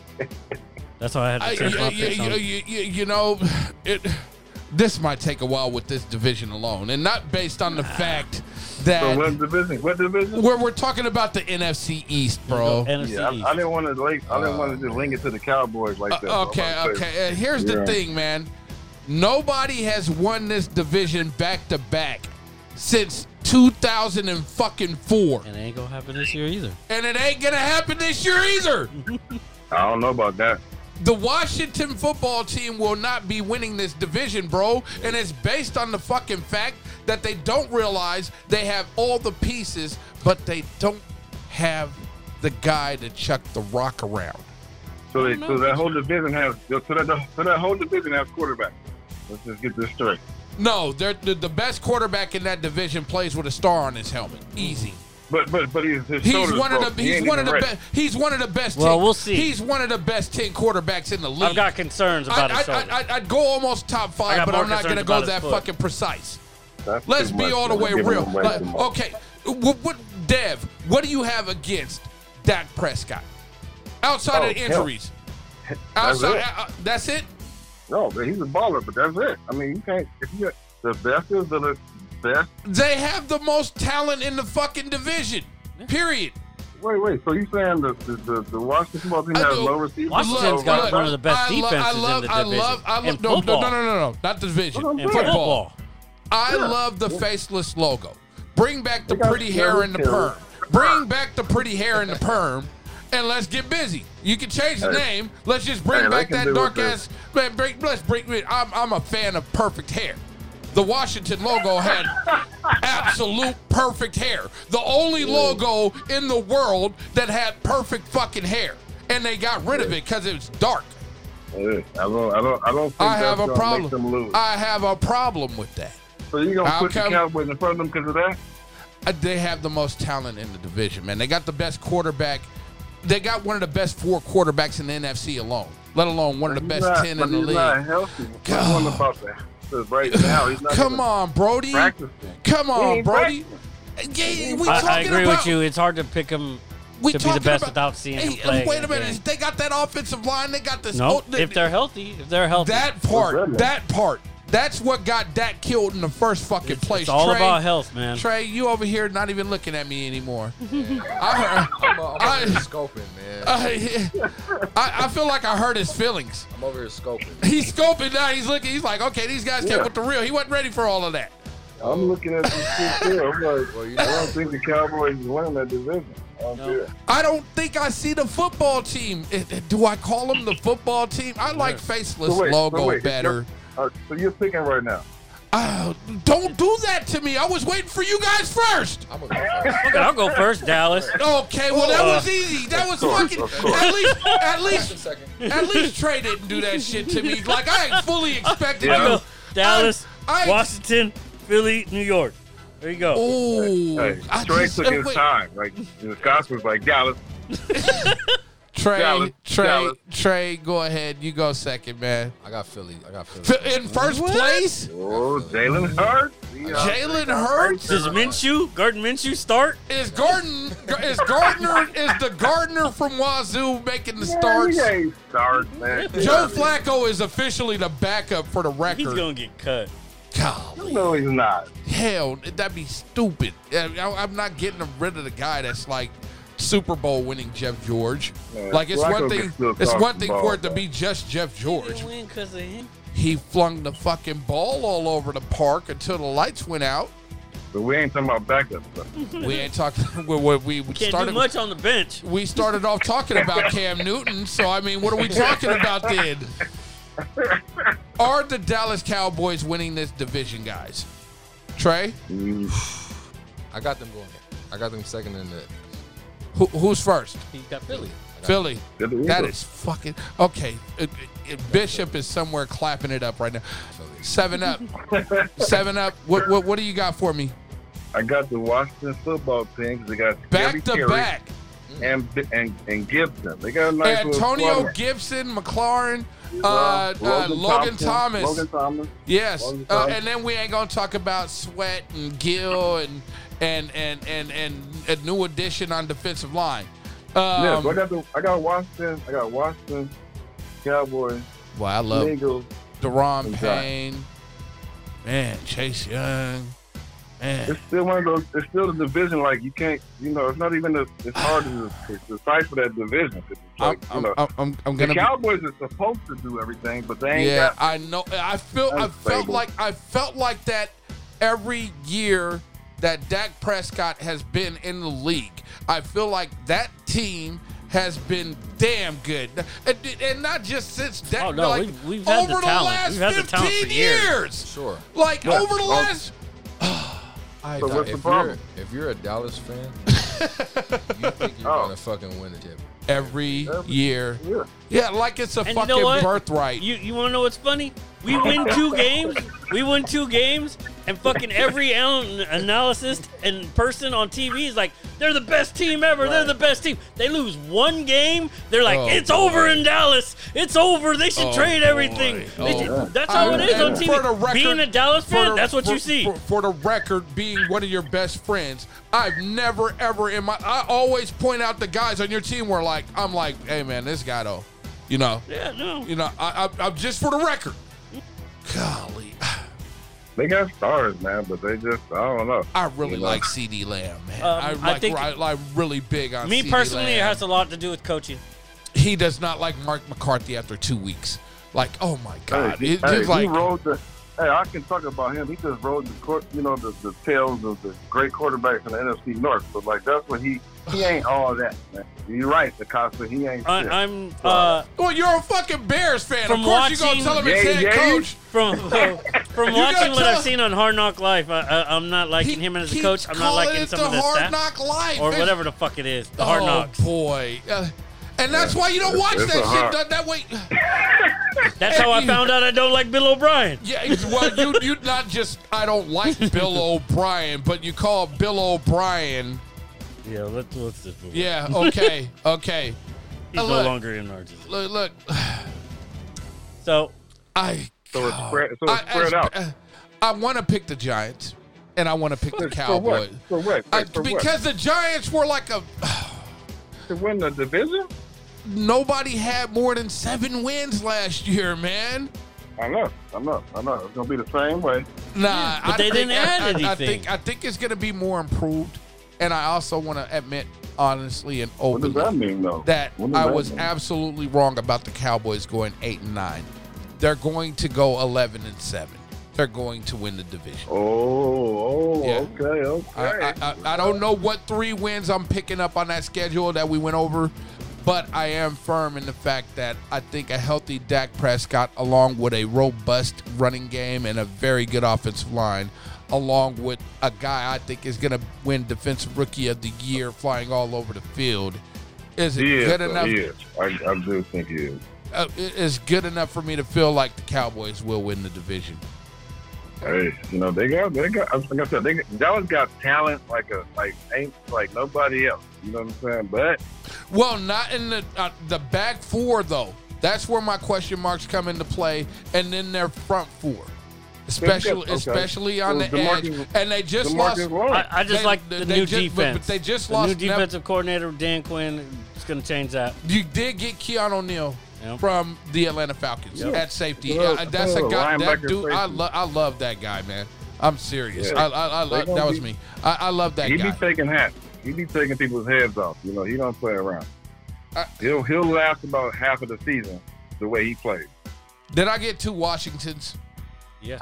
Speaker 3: That's why I had
Speaker 1: I,
Speaker 3: to change
Speaker 1: you,
Speaker 3: my picks
Speaker 1: you,
Speaker 3: on.
Speaker 1: you, you- you- you know, it. This might take a while with this division alone, and not based on the fact
Speaker 4: So
Speaker 1: that
Speaker 4: what division? What division?
Speaker 1: we're, we're talking about the NFC East, bro.
Speaker 3: NFC
Speaker 4: Yeah,
Speaker 3: East.
Speaker 4: I, I didn't want to link. I didn't want to just link it to the Cowboys like that.
Speaker 1: Uh, okay,
Speaker 4: so I'm gonna say-
Speaker 1: okay. And here's the
Speaker 4: Yeah.
Speaker 1: thing, man. Nobody has won this division back to back since 2004,
Speaker 3: and it ain't gonna happen this year either.
Speaker 1: and it ain't gonna happen this year either.
Speaker 4: I don't know about that.
Speaker 1: The Washington football team will not be winning this division, bro. And it's based on the fucking fact that they don't realize they have all the pieces, but they don't have the guy to chuck the rock around.
Speaker 4: So, they, so that whole division has. So that, so that whole division has quarterback. Let's just get this straight.
Speaker 1: No, they're, the, the best quarterback in that division plays with a star on his helmet. Easy.
Speaker 4: But but but he's his
Speaker 1: He's
Speaker 4: shoulders
Speaker 1: one
Speaker 4: broke.
Speaker 1: of the
Speaker 4: He
Speaker 1: he's
Speaker 4: ain't
Speaker 1: one of
Speaker 4: even
Speaker 1: the
Speaker 4: ready.
Speaker 1: best he's one of the best.
Speaker 3: Well,
Speaker 1: 10
Speaker 3: we'll see.
Speaker 1: He's one of the best ten quarterbacks in the league.
Speaker 3: I've got concerns about
Speaker 1: I,
Speaker 3: his shoulder.
Speaker 1: I, I, I'd go almost top
Speaker 3: I
Speaker 1: five,
Speaker 3: got
Speaker 1: but
Speaker 3: more
Speaker 1: I'm not going to
Speaker 3: concerns
Speaker 1: go
Speaker 3: about his
Speaker 1: that
Speaker 3: foot.
Speaker 1: fucking precise.
Speaker 4: That's
Speaker 1: Let's
Speaker 4: too
Speaker 1: be
Speaker 4: much,
Speaker 1: all the
Speaker 4: man.
Speaker 1: way
Speaker 4: Give him
Speaker 1: real.
Speaker 4: away
Speaker 1: Like,
Speaker 4: too much.
Speaker 1: okay, what, what, Dev? What do you have against Dak Prescott outside
Speaker 4: Oh,
Speaker 1: of the
Speaker 4: hell.
Speaker 1: injuries? Outside,
Speaker 4: it.
Speaker 1: uh, uh, that's it.
Speaker 4: No, but he's a baller, but that's it. I mean, you can't. If you the best is the best.
Speaker 1: They have the most talent in the fucking division. Period.
Speaker 4: Wait, wait. So you saying the the, the, the Washington football team
Speaker 1: I
Speaker 4: has
Speaker 1: do.
Speaker 4: low receivers?
Speaker 3: Washington's
Speaker 4: low
Speaker 3: got
Speaker 4: running
Speaker 3: one of the best
Speaker 4: backs?
Speaker 1: I lo-
Speaker 3: defenses
Speaker 1: I love,
Speaker 3: in the
Speaker 1: I
Speaker 3: division.
Speaker 1: love, I love,
Speaker 3: And
Speaker 1: no, no,
Speaker 3: football.
Speaker 1: no, no, no, no, not the division.
Speaker 4: That's what I'm
Speaker 3: And
Speaker 4: saying.
Speaker 3: football.
Speaker 1: I love the faceless logo. Bring back the
Speaker 9: got
Speaker 1: pretty hair and the perm.
Speaker 9: curly
Speaker 1: Bring back the pretty hair and the perm. And let's get busy. You can change the
Speaker 4: Hey.
Speaker 1: name. Let's just bring
Speaker 4: Hey, they
Speaker 1: back
Speaker 4: can
Speaker 1: that
Speaker 4: do
Speaker 1: dark
Speaker 4: it, too.
Speaker 1: ass. Man, bring, let's bring. I'm, I'm a fan of perfect hair. The Washington logo had absolute perfect hair. The only logo in the world that had perfect fucking hair, and they got rid of it because it was dark.
Speaker 4: Yeah, I don't, I don't, I don't think
Speaker 1: I
Speaker 4: that's
Speaker 1: have a
Speaker 4: gonna Make them
Speaker 1: problem.
Speaker 4: lose.
Speaker 1: I have a problem with that.
Speaker 4: so you gonna
Speaker 1: I'll
Speaker 4: put
Speaker 1: come-
Speaker 4: the Cowboys in front of them because of that?
Speaker 1: Uh, They have the most talent in the division, man. They got the best quarterback. They got one of the best four quarterbacks in the NFC alone, let alone one of the best
Speaker 4: He's not-
Speaker 1: ten
Speaker 4: but
Speaker 1: in the
Speaker 4: he's Not
Speaker 1: league.
Speaker 4: healthy. Come on about that. 'Cause Right now, he's not
Speaker 1: Come
Speaker 4: even-
Speaker 1: on, Brody.
Speaker 4: practicing.
Speaker 1: Come on,
Speaker 4: ain't
Speaker 1: Brody. Yeah, we
Speaker 3: I, I
Speaker 1: talking
Speaker 3: agree
Speaker 1: about,
Speaker 3: with you. It's hard to pick him
Speaker 1: We
Speaker 3: to be the
Speaker 1: talking
Speaker 3: best
Speaker 1: about-
Speaker 3: without seeing
Speaker 1: Hey,
Speaker 3: him play.
Speaker 1: Wait a minute.
Speaker 3: Yeah.
Speaker 1: They got that offensive line. They got this.
Speaker 3: No,
Speaker 1: oh, th-
Speaker 3: if they're healthy, if they're healthy,
Speaker 1: That part,
Speaker 4: Goodness.
Speaker 1: that part, that's what got Dak killed in the first fucking
Speaker 3: it's,
Speaker 1: place.
Speaker 3: it's all
Speaker 1: Trey,
Speaker 3: about health, man.
Speaker 1: Trey, you over here not even looking at me anymore. I, heard,
Speaker 2: I'm, uh, I'm over here
Speaker 1: I-
Speaker 2: scoping, man.
Speaker 1: I, I, I feel like I hurt his feelings.
Speaker 2: I'm over here scoping.
Speaker 1: He's scoping now. He's looking. He's like, okay, these guys
Speaker 4: Yeah.
Speaker 1: kept with the real. He wasn't ready for all of that.
Speaker 4: I'm looking at this shit here. I'm like,
Speaker 2: Well, you
Speaker 4: I
Speaker 2: know,
Speaker 4: don't think the Cowboys is winning that division. I don't care.
Speaker 1: I don't think I see the football team. It- it- Do I call them the football team? I like faceless
Speaker 4: So wait, so
Speaker 1: logo
Speaker 4: wait,
Speaker 1: better.
Speaker 4: you're- uh, so you're picking right now.
Speaker 1: Oh, don't do that to me. I was waiting for you guys first.
Speaker 2: I'm gonna go first.
Speaker 3: Okay, I'll go first, Dallas.
Speaker 1: Okay, well that
Speaker 3: Uh,
Speaker 1: was easy. That was
Speaker 4: course,
Speaker 1: fucking.
Speaker 4: Oh. of course.
Speaker 1: At least, at
Speaker 2: Second,
Speaker 1: least,
Speaker 2: second.
Speaker 1: at least Trey didn't do that shit to me. Like I fully expected.
Speaker 3: I'll
Speaker 1: you.
Speaker 3: go Dallas,
Speaker 1: I- I-
Speaker 3: Washington, Philly, New York. There you go.
Speaker 1: Oh,
Speaker 4: Hey,
Speaker 1: I
Speaker 4: Trey
Speaker 1: just-
Speaker 4: took his
Speaker 1: wait.
Speaker 4: time. Like the Scots was like Dallas.
Speaker 1: Trey,
Speaker 4: Dallas,
Speaker 1: Trey,
Speaker 4: Dallas.
Speaker 1: Trey, go ahead. You go second, man.
Speaker 2: I got Philly. I got Philly.
Speaker 1: F- In first place,
Speaker 4: Oh, Jalen Hurts.
Speaker 1: Jalen Hurts
Speaker 3: Does Minshew, Gordon Minshew start?
Speaker 1: is Gordon is Gardner is the Gardner from Wazoo making the starts.
Speaker 4: Yeah, he starts, man.
Speaker 1: Joe Flacco is officially the backup for the
Speaker 3: He's
Speaker 1: record.
Speaker 3: gonna get cut.
Speaker 1: Golly,
Speaker 4: No, he's not.
Speaker 1: hell, that'd be stupid. I- I- I'm not getting rid of the guy that's like Super Bowl winning Jeff George.
Speaker 4: Yeah,
Speaker 1: Like it's
Speaker 4: Flacco
Speaker 1: one
Speaker 4: can
Speaker 1: thing,
Speaker 4: still
Speaker 1: it's
Speaker 4: talk
Speaker 1: one
Speaker 4: the
Speaker 1: thing
Speaker 4: ball,
Speaker 1: for it to
Speaker 4: though.
Speaker 1: be just Jeff George.
Speaker 3: win because of him.
Speaker 1: He flung the fucking ball all over the park until the lights went out.
Speaker 4: But we ain't talking about backup stuff.
Speaker 1: We ain't talking. We, we, we
Speaker 3: Can't
Speaker 1: started.
Speaker 3: do much on the bench.
Speaker 1: We started off talking about Cam Newton. So I mean, what are we talking about then? Are the Dallas Cowboys winning this division, guys? Trey,
Speaker 2: I got them going. I got them second in the
Speaker 1: Who, who's first?
Speaker 3: He's got Philly.
Speaker 1: Philly.
Speaker 4: Good to
Speaker 1: That
Speaker 4: hear.
Speaker 1: is fucking okay. it- it- Bishop is somewhere clapping it up right now. Seven up, seven up. What what what do you got for me?
Speaker 4: I got the Washington football team. 'cause They got Jerry
Speaker 1: Back to
Speaker 4: Terry
Speaker 1: back.
Speaker 4: and and and Gibson. They got a nice little
Speaker 1: Antonio
Speaker 4: squad.
Speaker 1: Gibson, McLaurin, uh,
Speaker 4: Uh,
Speaker 1: uh, Logan,
Speaker 4: Thompson,
Speaker 1: Thomas.
Speaker 4: Logan Thomas.
Speaker 1: yes,
Speaker 4: Logan
Speaker 1: uh,
Speaker 4: Thompson.
Speaker 1: and then we ain't gonna talk about Sweat and Gill and and and and and a new addition on defensive line. Um,
Speaker 4: yeah, so I got the I got Washington. I got Washington, Cowboys,
Speaker 1: well, I love
Speaker 4: Eagles.
Speaker 1: Deron
Speaker 4: Exactly.
Speaker 1: Payne, man, Chase Young, man.
Speaker 4: It's still one of those. It's still the division. Like you can't. You know, it's not even. A, it's hard to, to decipher that division. 'cause It's
Speaker 1: I'm,
Speaker 4: like, you
Speaker 1: I'm,
Speaker 4: know,
Speaker 1: I'm, I'm, I'm
Speaker 4: the
Speaker 1: gonna be
Speaker 4: Cowboys are supposed to do everything, but they ain't
Speaker 1: Yeah,
Speaker 4: got.
Speaker 1: I know. I feel. I
Speaker 4: That's
Speaker 1: felt
Speaker 4: stable.
Speaker 1: like I felt like that every year that Dak Prescott has been in the league. I feel like that team has been damn good, and, and not just since Dak.
Speaker 3: Oh, no,
Speaker 1: like,
Speaker 3: we've- we've had the
Speaker 1: over the,
Speaker 3: talent.
Speaker 1: last
Speaker 3: We've had the
Speaker 1: fifteen
Speaker 3: talent for
Speaker 1: years.
Speaker 3: years.
Speaker 2: Sure.
Speaker 1: Like
Speaker 4: Yeah.
Speaker 1: over the
Speaker 4: Oh.
Speaker 1: last. I
Speaker 4: So
Speaker 2: Now,
Speaker 4: what's the
Speaker 2: if you're,
Speaker 4: problem?
Speaker 2: if you're a Dallas fan, you think you're
Speaker 4: Oh.
Speaker 2: gonna fucking win the championship.
Speaker 1: every year.
Speaker 4: Yeah.
Speaker 1: Yeah, like it's a
Speaker 3: And you
Speaker 1: fucking
Speaker 3: know what?
Speaker 1: birthright.
Speaker 3: You you want to know what's funny? We win two games. We win two games, and fucking every an- analysis and person on TV is like, they're the best team ever. They're the best team. They lose one game, they're like,
Speaker 1: Oh,
Speaker 3: it's over in Dallas. It's over. They should
Speaker 1: Oh,
Speaker 3: trade
Speaker 1: boy.
Speaker 3: everything. They
Speaker 1: Oh,
Speaker 3: should-
Speaker 1: yeah.
Speaker 3: that's how it
Speaker 1: And-
Speaker 3: is on
Speaker 1: and
Speaker 3: TV.
Speaker 1: for the record-
Speaker 3: Being a Dallas
Speaker 1: for
Speaker 3: fan,
Speaker 1: the-
Speaker 3: that's what
Speaker 1: for-
Speaker 3: you see.
Speaker 1: For, for the record, being one of your best friends, I've never ever in my. I always point out the guys on your team where like I'm like, hey man, this guy though, you know,
Speaker 3: yeah, no.
Speaker 1: you know, I, I, I'm just for the record. Golly,
Speaker 4: They got stars, man, but they just. I don't know.
Speaker 1: I really
Speaker 4: You know?
Speaker 1: like CD Lamb, man.
Speaker 3: Um,
Speaker 1: I
Speaker 3: I
Speaker 1: like
Speaker 3: think-
Speaker 1: I, like really big on
Speaker 3: Me
Speaker 1: CeeDee
Speaker 3: personally, it
Speaker 1: Lamb.
Speaker 3: has a lot to do with coaching.
Speaker 1: He does not like Mark McCarthy after two weeks. Like, oh my
Speaker 4: Hey,
Speaker 1: god, It-
Speaker 4: hey,
Speaker 1: it's like
Speaker 4: he rolled the Hey, I can talk about him. He just rode the court, you know, the, the tails of the great quarterbacks in the NFC North. But like that's what he he ain't all that. Man. You're right, DaCosta. He ain't. shit.
Speaker 3: I, I'm uh,
Speaker 1: Well, you're a fucking Bears fan.
Speaker 3: From
Speaker 1: of course, you
Speaker 3: watching-
Speaker 1: gonna tell him
Speaker 4: Yeah,
Speaker 1: his head
Speaker 4: yeah.
Speaker 1: coach.
Speaker 3: from from
Speaker 1: You gotta
Speaker 3: watching what
Speaker 1: tell
Speaker 3: I've
Speaker 1: us-
Speaker 3: seen on Hard Knock Life. I, I, I'm not liking
Speaker 1: He
Speaker 3: him as a
Speaker 1: keeps
Speaker 3: coach. I'm not
Speaker 1: calling
Speaker 3: liking
Speaker 1: it
Speaker 3: some
Speaker 1: the
Speaker 3: of the
Speaker 1: hard
Speaker 3: stat
Speaker 1: knock life
Speaker 3: or
Speaker 1: It's-
Speaker 3: whatever the fuck it is. The Hard
Speaker 1: oh
Speaker 3: Knocks.
Speaker 1: boy, Uh, and that's why you don't watch
Speaker 4: it's
Speaker 1: that shit.
Speaker 4: a hard-
Speaker 1: That, that way,
Speaker 3: That's how I
Speaker 1: Hey.
Speaker 3: found out I don't like Bill O'Brien.
Speaker 1: yeah. it's- Well, you you not just I don't like Bill O'Brien, but you call Bill O'Brien.
Speaker 3: Yeah, let's let's just move. Yeah,
Speaker 1: Yeah. Okay. Okay.
Speaker 3: he's
Speaker 1: uh,
Speaker 3: no
Speaker 1: look.
Speaker 3: longer in Argentina.
Speaker 1: Look, look.
Speaker 3: So
Speaker 1: I
Speaker 4: so it's spread, so it's
Speaker 1: I-
Speaker 4: spread
Speaker 1: I,
Speaker 4: out.
Speaker 1: I want to pick the Giants, and I want to pick the
Speaker 4: For what?
Speaker 1: Cowboys.
Speaker 4: For what?
Speaker 1: I-
Speaker 4: Like, for
Speaker 1: because the Giants were like a
Speaker 4: what? to win the division.
Speaker 1: nobody had more than seven wins last year, man.
Speaker 4: I know, I know, I know. It's gonna be the same way.
Speaker 1: Nah,
Speaker 3: but
Speaker 1: I
Speaker 3: they
Speaker 1: think-
Speaker 3: didn't add
Speaker 1: I- I, I
Speaker 3: anything.
Speaker 1: think I think it's gonna be more improved, and I also want to admit honestly and
Speaker 4: What
Speaker 1: openly
Speaker 4: does that mean, though?
Speaker 1: that
Speaker 4: What does
Speaker 1: I
Speaker 4: that
Speaker 1: was
Speaker 4: mean?
Speaker 1: absolutely wrong about the Cowboys going eight and nine. They're going to go eleven and seven. They're going to win the division.
Speaker 4: Oh, oh,
Speaker 1: Yeah.
Speaker 4: okay, okay.
Speaker 1: I, I, I, I don't know what three wins I'm picking up on that schedule that we went over, but I am firm in the fact that I think a healthy Dak Prescott, along with a robust running game and a very good offensive line, along with a guy I think is going to win Defensive Rookie of the Year flying all over the field, is it
Speaker 4: he is,
Speaker 1: good
Speaker 4: though,
Speaker 1: enough?
Speaker 4: He is. I, I do think he is.
Speaker 1: Uh, i- is good enough for me to feel like the Cowboys will win the division.
Speaker 4: Hey, you know they got they got like I said they got- Dallas got talent like a like ain't like nobody else. You know what I'm saying? But
Speaker 1: Well, not in the uh, the back four though. That's where my question marks come into play, and then their front four, especially
Speaker 4: Okay.
Speaker 1: especially on
Speaker 4: So
Speaker 1: the
Speaker 4: DeMarcus-
Speaker 1: edge. And they just
Speaker 4: DeMarcus
Speaker 1: lost.
Speaker 4: Lawrence.
Speaker 3: I, I just
Speaker 1: They-
Speaker 3: like the
Speaker 1: they
Speaker 3: new
Speaker 1: just- but- but
Speaker 3: defense.
Speaker 1: they just
Speaker 3: The
Speaker 1: lost
Speaker 3: New
Speaker 1: Nev-
Speaker 3: defensive coordinator Dan Quinn is going to change that.
Speaker 1: You did get Keon O'Neal
Speaker 3: Yep.
Speaker 1: from the Atlanta Falcons at safety.
Speaker 4: Yeah.
Speaker 1: Uh, that's a
Speaker 4: Yeah,
Speaker 1: guy. That
Speaker 4: linebacker
Speaker 1: dude, I,
Speaker 4: safety.
Speaker 1: lo- I love that guy, man. I'm serious.
Speaker 4: Yeah.
Speaker 1: I, I, I
Speaker 4: They
Speaker 1: love,
Speaker 4: gonna
Speaker 1: that was
Speaker 4: be-
Speaker 1: me. I, I love that
Speaker 4: he
Speaker 1: guy.
Speaker 4: be taking hats. He be taking people's heads off. You know he don't play around.
Speaker 1: I-
Speaker 4: he'll he'll last about half of the season the way he plays.
Speaker 1: did I get two Washingtons?
Speaker 3: Yeah.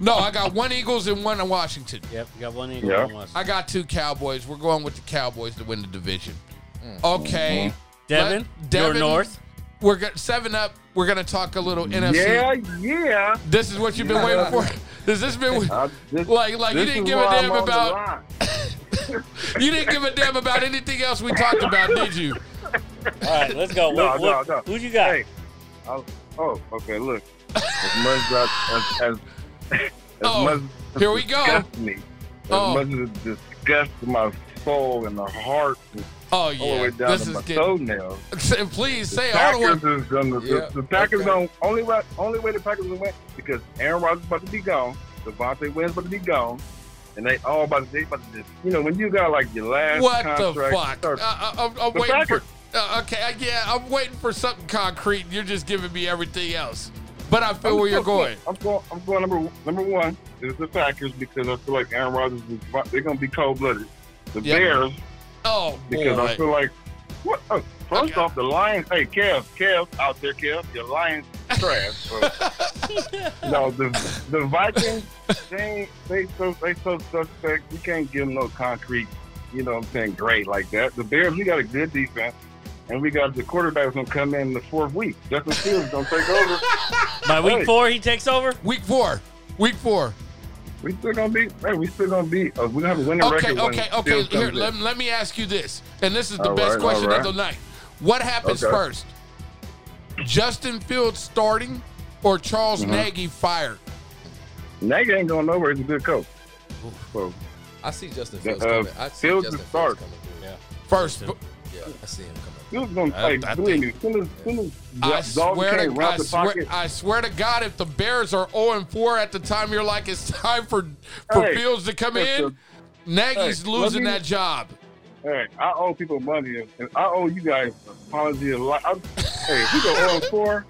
Speaker 1: No, I got one Eagles and one Washington.
Speaker 3: Yep. You got one Eagle.
Speaker 4: Yeah.
Speaker 3: One West.
Speaker 1: I got two Cowboys. We're going with the Cowboys to win the division.
Speaker 4: Mm-hmm.
Speaker 1: Okay.
Speaker 3: Devin,
Speaker 1: But
Speaker 3: Devin.
Speaker 1: Devin-
Speaker 3: North.
Speaker 1: We're go- seven up. We're gonna talk a little NFC.
Speaker 4: Yeah, yeah.
Speaker 1: This is what you've been waiting for. This has been
Speaker 4: I- this-
Speaker 1: like like you
Speaker 4: this
Speaker 1: didn't
Speaker 4: is
Speaker 1: give
Speaker 4: why
Speaker 1: a
Speaker 4: I'm
Speaker 1: damn
Speaker 4: on the
Speaker 1: about
Speaker 4: line.
Speaker 1: you didn't give a damn about anything else we talked about, did you?
Speaker 3: All right, let's go.
Speaker 4: No,
Speaker 3: What-
Speaker 4: no,
Speaker 3: what-
Speaker 4: no.
Speaker 3: Who you got?
Speaker 4: Hey, I, oh, okay. Look, as much as as, as, as
Speaker 1: Oh,
Speaker 4: much as
Speaker 1: here we go.
Speaker 4: disgusts Me, as
Speaker 1: Oh.
Speaker 4: much as it disgusts my soul and the heart, and
Speaker 1: Oh
Speaker 4: all the
Speaker 1: yeah,
Speaker 4: way down
Speaker 1: this
Speaker 4: to
Speaker 1: is
Speaker 4: my
Speaker 1: getting.
Speaker 4: toenails.
Speaker 1: Please say all the way.
Speaker 4: Packers is gonna.
Speaker 2: Yeah,
Speaker 4: the, the Packers
Speaker 2: okay.
Speaker 4: don't. Only way. Only way the Packers will win because Aaron Rodgers about to be gone. Devontae Wins about to be gone. And they all about to, they about to just, you know, when you got like your last
Speaker 1: What the
Speaker 4: contract,
Speaker 1: fuck? Uh,
Speaker 4: start-
Speaker 1: uh, I'm, I'm
Speaker 4: The
Speaker 1: waiting for.
Speaker 4: Packers.
Speaker 1: Uh, okay, uh, yeah, I'm waiting for something concrete. You're just giving me everything else, but I feel
Speaker 4: I'm
Speaker 1: where Oh, you're
Speaker 4: still
Speaker 1: going.
Speaker 4: I'm going. I'm going number number one is the Packers because I feel like Aaron Rodgers is they're going to be cold blooded. The
Speaker 1: Yeah.
Speaker 4: Bears
Speaker 1: Oh boy.
Speaker 4: because I feel like what. Oh, first
Speaker 1: Okay.
Speaker 4: off, the Lions. Hey, Kev, Kev, out there, Kev, your Lions trash. So, no, the the Vikings. They ain't- they so they so suspect. You can't give them no concrete. You know what I'm saying? Great like that. The Bears. We got a good defense. And we got the quarterback's gonna come in the fourth week. Justin Fields gonna take over.
Speaker 3: By week
Speaker 4: hey.
Speaker 3: four, he takes over.
Speaker 1: Week four. Week four.
Speaker 4: We still gonna be. Hey, we still gonna be. Uh, we gonna have a winning
Speaker 1: Okay,
Speaker 4: record. when
Speaker 1: okay,
Speaker 4: Fields
Speaker 1: okay. Here,
Speaker 4: comes in.
Speaker 1: let, let me ask you this, and this is the
Speaker 4: All
Speaker 1: best
Speaker 4: right,
Speaker 1: question
Speaker 4: all
Speaker 1: of
Speaker 4: right.
Speaker 1: the night. What happens
Speaker 4: Okay.
Speaker 1: first? Justin Fields starting or Charles
Speaker 4: Mm-hmm.
Speaker 1: Nagy fired?
Speaker 4: Nagy ain't going nowhere. He's a good coach. So
Speaker 2: I see Justin
Speaker 4: The,
Speaker 2: Fields
Speaker 4: uh,
Speaker 2: coming. I see
Speaker 4: Fields
Speaker 2: Justin
Speaker 4: is
Speaker 2: Fields
Speaker 4: start.
Speaker 2: coming through. Yeah,
Speaker 1: First, bu-
Speaker 2: yeah, I see him coming.
Speaker 4: Fields gonna
Speaker 1: I-
Speaker 4: like
Speaker 1: I
Speaker 4: believe me. Soon as soon as
Speaker 1: I
Speaker 4: Dalton
Speaker 1: swear
Speaker 4: can't
Speaker 1: to
Speaker 4: route
Speaker 1: I
Speaker 4: the
Speaker 1: swear,
Speaker 4: pocket,
Speaker 1: I swear to God, if the Bears are 0 and 4 at the time, you're like it's time for for
Speaker 4: Hey,
Speaker 1: Fields to come
Speaker 4: that's
Speaker 1: in. Nagy's
Speaker 4: hey, let
Speaker 1: losing
Speaker 4: me-
Speaker 1: that job.
Speaker 4: hey, I owe people money, and- and I owe you guys an apology a lot. I, hey, if we go on four.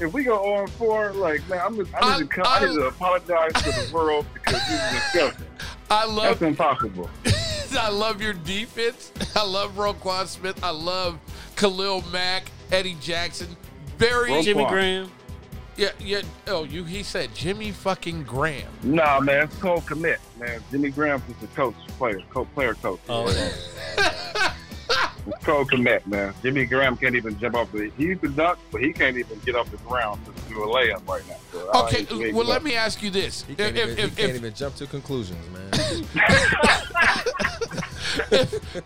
Speaker 4: If we go on four, like man, I'm just, I need,
Speaker 1: I-
Speaker 4: to, come, I,
Speaker 1: I-
Speaker 4: need to apologize to the world because this is disgusting.
Speaker 1: I love
Speaker 4: That's impossible.
Speaker 1: I love your defense. I love Roquan Smith. I love Khalil Mack, Eddie Jackson. Very
Speaker 4: Roquan.
Speaker 3: Jimmy Graham.
Speaker 1: Yeah, yeah. Oh, you. He said Jimmy fucking Graham.
Speaker 4: Nah, man, it's cold commit, man. Jimmy Graham's just a coach, player, coach, player coach.
Speaker 3: Oh, okay.
Speaker 4: It's cold commit, man. Jimmy Graham can't even jump off the. He used to dunk, but he can't even get off the ground to do a layup right now. So, uh,
Speaker 1: Okay,
Speaker 4: he can't
Speaker 1: well,
Speaker 4: get
Speaker 1: let
Speaker 4: up.
Speaker 1: me ask you this:
Speaker 2: He
Speaker 1: if,
Speaker 2: can't, even,
Speaker 1: if,
Speaker 2: he
Speaker 1: if,
Speaker 2: can't
Speaker 1: if,
Speaker 2: even jump to conclusions, man.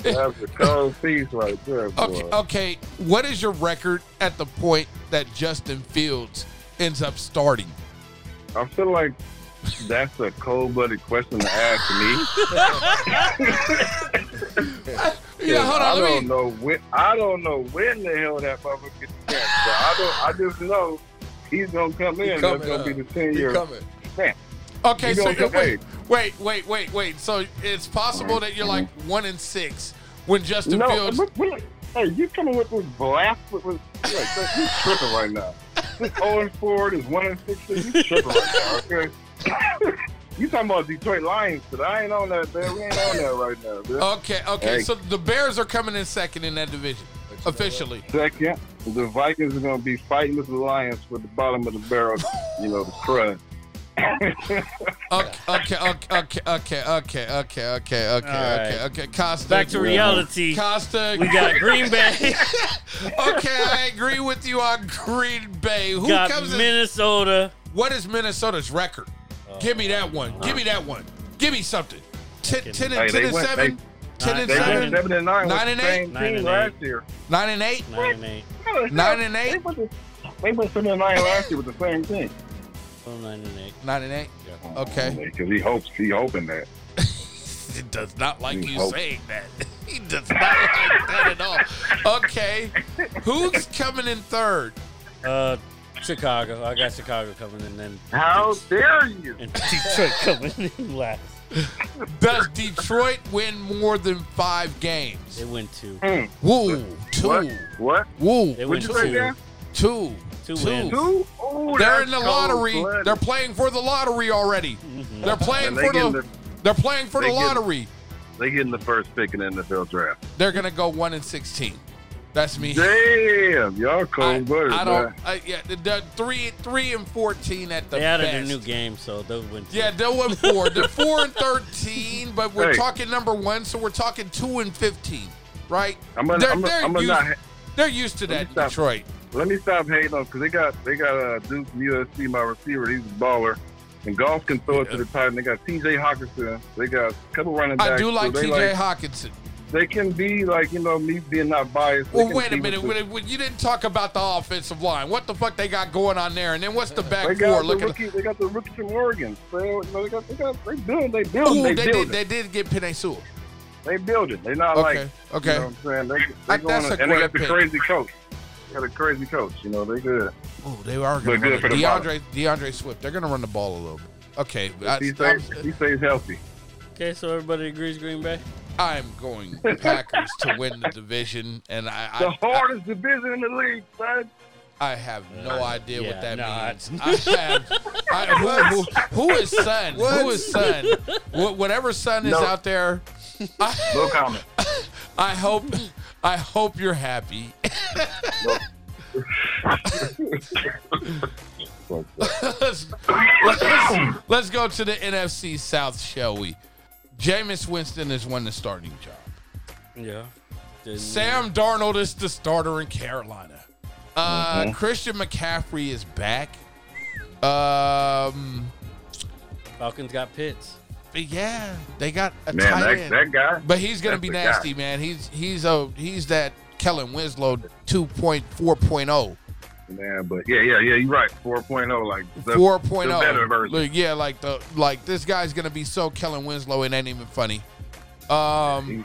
Speaker 4: That's a cold piece right there, boy.
Speaker 1: okay, okay, what is your record at the point that Justin Fields ends up starting?
Speaker 4: I feel like that's a cold-blooded question to ask me.
Speaker 1: Yeah, hold on.
Speaker 4: I
Speaker 1: Let
Speaker 4: don't
Speaker 1: me,
Speaker 4: know when. I don't know when the hell that motherfucker gets the chance. But I don't. I just know he's gonna come in.
Speaker 2: He
Speaker 4: and
Speaker 2: coming,
Speaker 4: That's gonna
Speaker 2: huh?
Speaker 4: be the ten
Speaker 2: He
Speaker 4: year
Speaker 2: coming.
Speaker 4: stamp.
Speaker 1: okay,
Speaker 4: you
Speaker 1: so
Speaker 4: gonna
Speaker 1: you're-
Speaker 4: get
Speaker 1: wait, wait, wait, wait, wait. So it's possible that you're like one in six when Justin
Speaker 4: No,
Speaker 1: Fields.
Speaker 4: but- but- hey, you coming with this blast? With, with, like, that- you tripping right now. This zero and four, this one and six, you tripping right now? Okay. you talking about Detroit Lions? But I ain't on that, man. We ain't on that right now, man.
Speaker 1: Okay, okay.
Speaker 4: Hey.
Speaker 1: So the Bears are coming in second in that division officially.
Speaker 4: Second, the Vikings are going to be fighting with the Lions for the bottom of the barrel, you know, the crud.
Speaker 1: Okay, okay, okay, okay, okay, okay, okay, okay,
Speaker 3: All
Speaker 1: okay,
Speaker 3: right.
Speaker 1: okay, okay. Costa,
Speaker 3: Back to reality.
Speaker 1: Costa,
Speaker 3: We got Green Bay,
Speaker 1: okay, I agree with you on Green Bay. Who
Speaker 3: got
Speaker 1: comes in?
Speaker 3: Minnesota.
Speaker 1: What is Minnesota's record?
Speaker 3: Oh,
Speaker 1: Give me that one. Give me that one. Give me something. Ten, ten
Speaker 4: Hey,
Speaker 1: and,
Speaker 4: they
Speaker 1: ten and
Speaker 4: went-
Speaker 1: seven. ten and
Speaker 4: They
Speaker 1: seven.
Speaker 4: went seven and nine,
Speaker 1: Nine
Speaker 4: with
Speaker 1: and
Speaker 4: the
Speaker 1: eight?
Speaker 4: same team
Speaker 3: Nine and
Speaker 4: last
Speaker 3: eight.
Speaker 4: year.
Speaker 1: Nine and eight.
Speaker 3: Nine and eight.
Speaker 1: Nine and eight?
Speaker 4: They went, to, they went seven and nine last year with the same team.
Speaker 3: Oh, nine and eight.
Speaker 1: Nine and eight. Okay.
Speaker 4: Because he hopes he hoping that.
Speaker 1: It does not like you
Speaker 4: hope.
Speaker 1: saying that. He does not like that at all. Okay. Who's coming in third?
Speaker 3: Uh, Chicago. I got Chicago coming in then.
Speaker 4: How dare you?
Speaker 3: And Detroit coming in last.
Speaker 1: Does Detroit win more than five games?
Speaker 3: They win two.
Speaker 1: Woo.
Speaker 4: Hmm. What?
Speaker 1: Two.
Speaker 4: What?
Speaker 1: Woo.
Speaker 3: They
Speaker 1: Two.
Speaker 3: win
Speaker 4: What'd you say,
Speaker 3: two.
Speaker 4: Dan?
Speaker 1: Two.
Speaker 3: Two wins.
Speaker 4: Who? Oh,
Speaker 1: They're
Speaker 4: that's
Speaker 1: in the
Speaker 4: cold
Speaker 1: lottery.
Speaker 4: blooded.
Speaker 1: They're playing for the lottery already.
Speaker 3: Mm-hmm.
Speaker 1: They're playing
Speaker 4: And they
Speaker 1: for the,
Speaker 4: getting the-
Speaker 1: They're playing for
Speaker 4: they
Speaker 1: the
Speaker 4: getting-
Speaker 1: lottery.
Speaker 4: They getting the first pick in the NFL draft.
Speaker 1: They're gonna go one and sixteen. That's me.
Speaker 4: Damn, y'all
Speaker 1: I,
Speaker 4: cold blooded.
Speaker 1: I don't. I, yeah, the, the three, three and fourteen at the
Speaker 3: They added
Speaker 1: best.
Speaker 3: a new game, so they'll win two.
Speaker 1: Yeah, they went four. They're four and thirteen, but we're
Speaker 4: Hey.
Speaker 1: talking number one, so we're talking two and fifteen, right?
Speaker 4: I'm gonna-
Speaker 1: they're,
Speaker 4: I'm gonna-
Speaker 1: they're
Speaker 4: I'm gonna
Speaker 1: used,
Speaker 4: not ha-
Speaker 1: they're used to
Speaker 4: me
Speaker 1: that in
Speaker 4: stop.
Speaker 1: Detroit.
Speaker 4: Let me stop hating on because they got they got uh, Duke from USC, my receiver. He's a baller. And golf can throw it to the tight end. They got T.J. Hawkinson. They got a couple running backs.
Speaker 1: I do
Speaker 4: so
Speaker 1: like
Speaker 4: they
Speaker 1: T.J.
Speaker 4: like-
Speaker 1: Hawkinson.
Speaker 4: They can be like you know me being not biased. They
Speaker 1: Well,
Speaker 4: can
Speaker 1: wait a
Speaker 4: see
Speaker 1: minute.
Speaker 4: what the-
Speaker 1: When, when you didn't talk about the offensive line, what the fuck they got going on there? And then what's the back
Speaker 4: They
Speaker 1: four
Speaker 4: got, the
Speaker 1: looking?
Speaker 4: rookie, they got the rookie from Oregon. So, you know, they got they got they build they build
Speaker 1: Ooh,
Speaker 4: they,
Speaker 1: they,
Speaker 4: build
Speaker 1: did. They did get Pinay Sewell.
Speaker 4: They build it. They're not
Speaker 1: Okay,
Speaker 4: like
Speaker 1: okay.
Speaker 4: You know what I'm saying? They, they
Speaker 1: I-
Speaker 4: going
Speaker 1: that's a
Speaker 4: and they
Speaker 1: great
Speaker 4: got the
Speaker 1: pick.
Speaker 4: crazy coach. They got a crazy coach. You know they good.
Speaker 1: Ooh, they are going
Speaker 4: They're
Speaker 1: to
Speaker 4: good for the
Speaker 1: DeAndre DeAndre Swift. They're going to run the ball a little bit. Okay, I,
Speaker 4: He
Speaker 1: I'm,
Speaker 4: stays, he stays healthy.
Speaker 3: Okay, so everybody agrees Green Bay?
Speaker 1: I'm going Packers to win the division, and I I,
Speaker 4: The hardest division in the league, son.
Speaker 1: I have no idea
Speaker 3: yeah,
Speaker 1: what that
Speaker 3: nah,
Speaker 1: means. I have, I, who, who, who is son? Who is son? Wh- whatever son is
Speaker 4: No.
Speaker 1: out there,
Speaker 4: No comment.
Speaker 1: I hope I hope you're happy. let's, let's, let's go to the NFC South, shall we? Jameis Winston has won the starting job.
Speaker 3: Yeah. Then-
Speaker 1: Sam Darnold is the starter in Carolina. Uh,
Speaker 4: Mm-hmm.
Speaker 1: Christian McCaffrey is back. Um,
Speaker 3: Falcons got Pitts.
Speaker 1: but yeah, they got a
Speaker 4: Man,
Speaker 1: tight
Speaker 4: that,
Speaker 1: end.
Speaker 4: that guy.
Speaker 1: But he's gonna
Speaker 4: that's
Speaker 1: be
Speaker 4: the guy.
Speaker 1: nasty, man. He's he's a he's that Kellen Winslow 2.4.0.
Speaker 4: Man, but yeah, yeah, yeah. You're right. 4.0, like the, the better
Speaker 1: 4.0.
Speaker 4: version.
Speaker 1: oh. Look, yeah, like the like this guy's gonna be so Kellen Winslow it ain't even funny. Um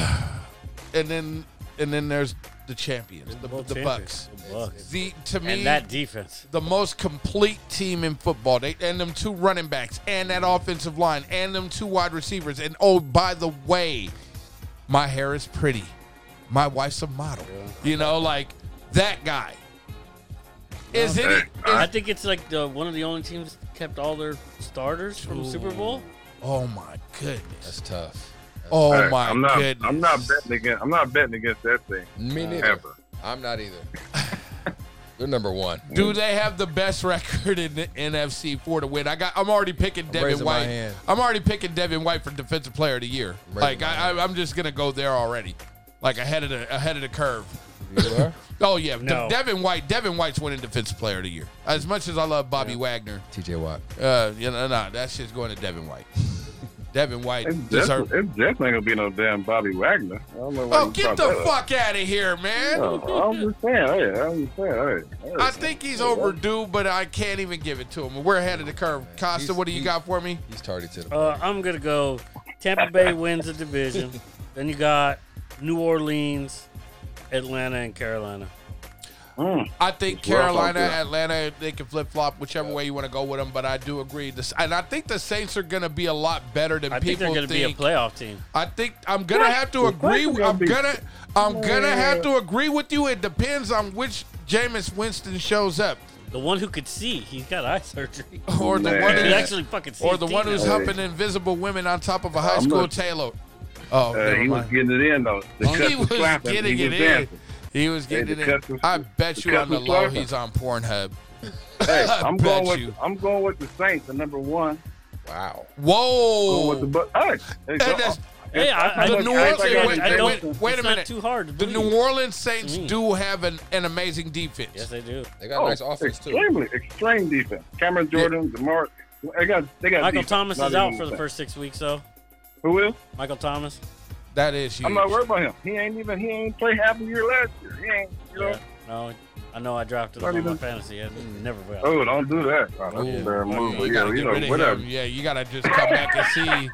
Speaker 1: and then and then there's the champions, the,
Speaker 3: Both
Speaker 1: the
Speaker 3: champions.
Speaker 1: Bucks.
Speaker 3: The Bucks.
Speaker 1: The to me
Speaker 3: And that defense.
Speaker 1: the most complete team in football. They and them two running backs and that offensive line and them two wide receivers. And oh, by the way, my hair is pretty. My wife's a model. You know, like that guy. Is it?
Speaker 3: I think it's like the, one of the only teams that kept all their starters from the Super Bowl.
Speaker 1: oh my goodness.
Speaker 2: That's tough.
Speaker 1: Oh
Speaker 4: Hey,
Speaker 1: my
Speaker 4: I'm not,
Speaker 1: goodness.
Speaker 4: uh, I'm not betting against. I'm not betting against that thing
Speaker 2: Me neither.
Speaker 4: ever.
Speaker 2: I'm not either. They're number one.
Speaker 1: Do they have the best record in the NFC for to win? I got. I'm already picking Devin
Speaker 2: raising my
Speaker 1: White.
Speaker 2: hand.
Speaker 1: I'm already picking Devin White for Defensive Player of the Year.
Speaker 2: raising
Speaker 1: like
Speaker 2: my
Speaker 1: I, I, I'm just gonna go there already, like ahead of the ahead of the curve.
Speaker 2: You are?
Speaker 1: Oh yeah, De-
Speaker 3: No.
Speaker 1: Devin White. Devin White's winning Defensive Player of the Year. As much as I love Bobby Wagner,
Speaker 2: TJ Watt.
Speaker 1: uh, you know, nah, that shit's going to Devin White. Devin White
Speaker 4: It's
Speaker 1: deserves.
Speaker 4: definitely, it's definitely gonna be no damn Bobby Wagner. I don't know why
Speaker 1: Oh,
Speaker 4: you
Speaker 1: get
Speaker 4: brought
Speaker 1: the
Speaker 4: that up.
Speaker 1: fuck out of here, man!
Speaker 4: No, I'm just saying. Hey, I'm just saying. Hey, hey.
Speaker 1: I think he's overdue, but I can't even give it to him. We're ahead of the curve. Costa,
Speaker 2: He's-
Speaker 1: what do you
Speaker 2: he-
Speaker 1: got for me?
Speaker 2: He's tardy to the.
Speaker 3: Uh, I'm gonna go. Tampa Bay wins the division. then you got New Orleans, Atlanta, and Carolina.
Speaker 1: I think
Speaker 4: rough out
Speaker 1: Carolina,
Speaker 4: there.
Speaker 1: Atlanta, they can flip flop whichever way you want to go with them. But I do agree, this, and I think the Saints are going to be a lot better than
Speaker 3: I think
Speaker 1: people
Speaker 3: they're gonna be a playoff team.
Speaker 1: I think I'm gonna have to agree.
Speaker 4: Saints are
Speaker 1: I'm
Speaker 4: gonna be-
Speaker 1: gonna I'm gonna have to agree with you. It depends on which Jameis Winston shows up,
Speaker 3: The one who could see, he's got eye surgery.
Speaker 1: or the
Speaker 4: Man.
Speaker 1: one who,
Speaker 3: He
Speaker 4: Oh, Yeah.
Speaker 3: actually fucking sees.
Speaker 1: or the one who's
Speaker 4: Hey.
Speaker 1: humping invisible women on top of a high
Speaker 4: I'm
Speaker 1: school
Speaker 4: not-
Speaker 1: tailor. Oh,
Speaker 4: Uh,
Speaker 1: never
Speaker 4: he was
Speaker 1: mind.
Speaker 4: getting it in though. The cuts
Speaker 1: he
Speaker 4: and
Speaker 1: was
Speaker 4: slapping,
Speaker 1: getting
Speaker 4: he was
Speaker 1: it in.
Speaker 4: dancing.
Speaker 1: He was
Speaker 4: Hey,
Speaker 1: getting
Speaker 4: the
Speaker 1: it in.
Speaker 4: cuss was-
Speaker 1: I bet
Speaker 4: the
Speaker 1: you
Speaker 4: cuss
Speaker 1: on the
Speaker 4: was
Speaker 1: low
Speaker 4: slapping.
Speaker 1: he's on Pornhub.
Speaker 4: Hey,
Speaker 1: I
Speaker 4: I'm
Speaker 1: bet
Speaker 4: going with
Speaker 1: you.
Speaker 4: I'm going with the Saints at number one.
Speaker 2: Wow.
Speaker 4: Going
Speaker 1: Whoa.
Speaker 4: with the but hey, hey, go-
Speaker 1: that's-
Speaker 3: Hey, I, I,
Speaker 4: The
Speaker 3: look,
Speaker 4: New
Speaker 3: I-
Speaker 4: Orleans-
Speaker 3: I-
Speaker 4: wait,
Speaker 3: I
Speaker 4: wait,
Speaker 3: don't-
Speaker 1: wait a
Speaker 3: it's
Speaker 1: minute.
Speaker 3: Not too hard. To
Speaker 1: The
Speaker 3: believe.
Speaker 1: New Orleans Saints
Speaker 3: Mm.
Speaker 1: do have an, an amazing defense.
Speaker 3: Yes, they do.
Speaker 2: They
Speaker 1: Oh,
Speaker 2: got a nice offense too.
Speaker 4: oh, Extremely, extreme defense. Cameron Jordan, Demar, they got they got.
Speaker 3: Michael
Speaker 4: defense.
Speaker 3: Thomas
Speaker 4: Not
Speaker 3: is
Speaker 4: even
Speaker 3: out for the
Speaker 4: defense.
Speaker 3: first six weeks, though.
Speaker 4: Who is?
Speaker 3: Michael Thomas.
Speaker 1: That is huge.
Speaker 4: I'm not worried about him. He ain't even he ain't played half a year last year. He ain't. You know.
Speaker 3: Yeah. No, I know I drafted
Speaker 4: Not
Speaker 3: him on my
Speaker 4: even-
Speaker 3: fantasy. I never will.
Speaker 4: Oh, don't do that. Oh, that's a bad move.
Speaker 1: You
Speaker 4: But
Speaker 1: gotta
Speaker 4: yeah,
Speaker 1: get
Speaker 4: you know,
Speaker 1: rid of
Speaker 4: whatever.
Speaker 1: him. Yeah, you gotta just come back and see.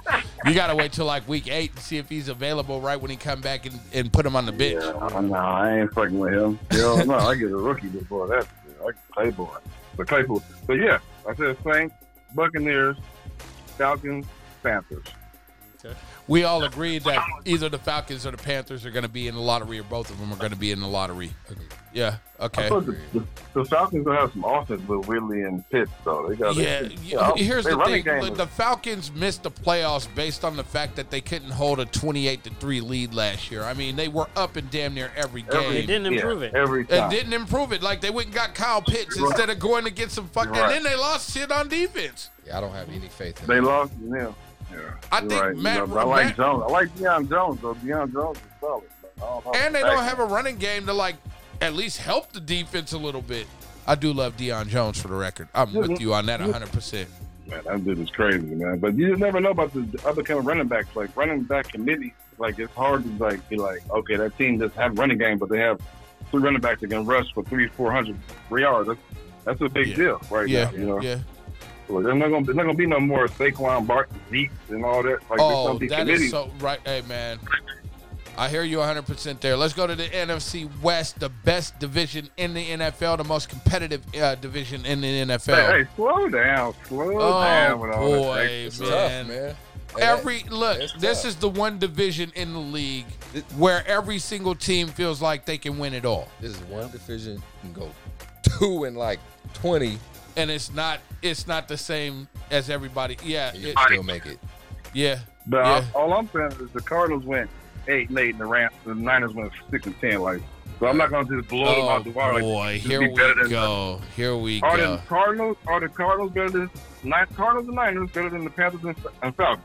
Speaker 1: You gotta wait till like week eight and see if he's available right when he come back and, and put him on the bench.
Speaker 4: Yeah, no, I ain't fucking with him. Hell no, I get a rookie before that. I get Clayborn. But Claypool. But yeah, I said Saints, Buccaneers, Falcons, Panthers.
Speaker 1: We all agreed that either the Falcons or the Panthers are gonna be in the lottery, or both of them are gonna be in the lottery. Yeah.
Speaker 4: I
Speaker 1: Okay.
Speaker 4: thought the, the, the Falcons will have some offense with Ridley and Pitt, though. They got
Speaker 1: Yeah,
Speaker 4: They,
Speaker 1: yeah, here's
Speaker 4: their
Speaker 1: the
Speaker 4: running
Speaker 1: thing:
Speaker 4: game.
Speaker 1: the Falcons missed the playoffs based on the fact that they couldn't hold a twenty-eight to three lead last year. I mean, they were up and damn near every game.
Speaker 4: Every-
Speaker 3: They didn't
Speaker 4: yeah,
Speaker 3: improve it.
Speaker 4: every
Speaker 1: It
Speaker 4: time.
Speaker 1: didn't improve it. Like they went and got Kyle Pitts
Speaker 4: You're right.
Speaker 1: instead of going to get some fuck.
Speaker 4: You're
Speaker 1: And
Speaker 4: right.
Speaker 1: then they lost shit on defense.
Speaker 2: Yeah, I don't have any faith in
Speaker 4: They
Speaker 2: them.
Speaker 4: lost to them. Yeah,
Speaker 1: I
Speaker 4: you're
Speaker 1: think
Speaker 4: right. You
Speaker 1: Matt-
Speaker 4: know, but I like
Speaker 1: Matt-
Speaker 4: Jones. I like Deion Jones though. Deion Jones is solid. but I don't know.
Speaker 1: And they
Speaker 4: Back-
Speaker 1: don't have a running game to like at least help the defense a little bit. I do love Deion Jones for the record. I'm with you on that 100. percent
Speaker 4: Man, that dude is crazy, man. But you just never know about the other kind of running backs. Like running back committee, like it's hard to like be like, okay, that team doesn't have running game, but they have three running backs that can rush for three, four hundred yards. That's that's a big
Speaker 1: Yeah.
Speaker 4: deal right
Speaker 1: Yeah,
Speaker 4: now. You know,
Speaker 1: yeah.
Speaker 4: Like, there's not gonna there's not gonna be no more Saquon Barkley, Zeke, and all that. Like there's
Speaker 1: Oh,
Speaker 4: gonna be
Speaker 1: that
Speaker 4: committees.
Speaker 1: is so right. Hey, man. I hear you 100% there. Let's go to the NFC West, the best division in the NFL, the most competitive uh, division in the NFL.
Speaker 4: Hey, hey, slow down, slow
Speaker 1: Oh,
Speaker 4: down with all
Speaker 1: boy.
Speaker 4: this. extra
Speaker 2: It's
Speaker 4: stuff.
Speaker 1: Man.
Speaker 2: tough, man. Hey,
Speaker 1: Every look,
Speaker 2: It's
Speaker 1: this
Speaker 2: tough.
Speaker 1: is the one division in the league
Speaker 2: It-
Speaker 1: where every single team feels like they can win it all,
Speaker 2: This is one division you can go two and like twenty
Speaker 1: and it's not it's not the same as everybody. Yeah,
Speaker 2: and you
Speaker 1: it-
Speaker 2: can still make it.
Speaker 1: yeah,
Speaker 4: But
Speaker 1: yeah.
Speaker 4: I, all I'm saying is the Cardinals went eight and eight, and the Rams, the Niners went six and ten. Like, so I'm not gonna just blow them
Speaker 1: Oh
Speaker 4: out the water. Like,
Speaker 1: boy,
Speaker 4: just
Speaker 1: here
Speaker 4: be
Speaker 1: we
Speaker 4: better than-
Speaker 1: go. Here we
Speaker 4: Are
Speaker 1: go.
Speaker 4: the Cardinals? Are the Cardinals better than Niners? Cardinals and Niners better than the Panthers and, and Falcons?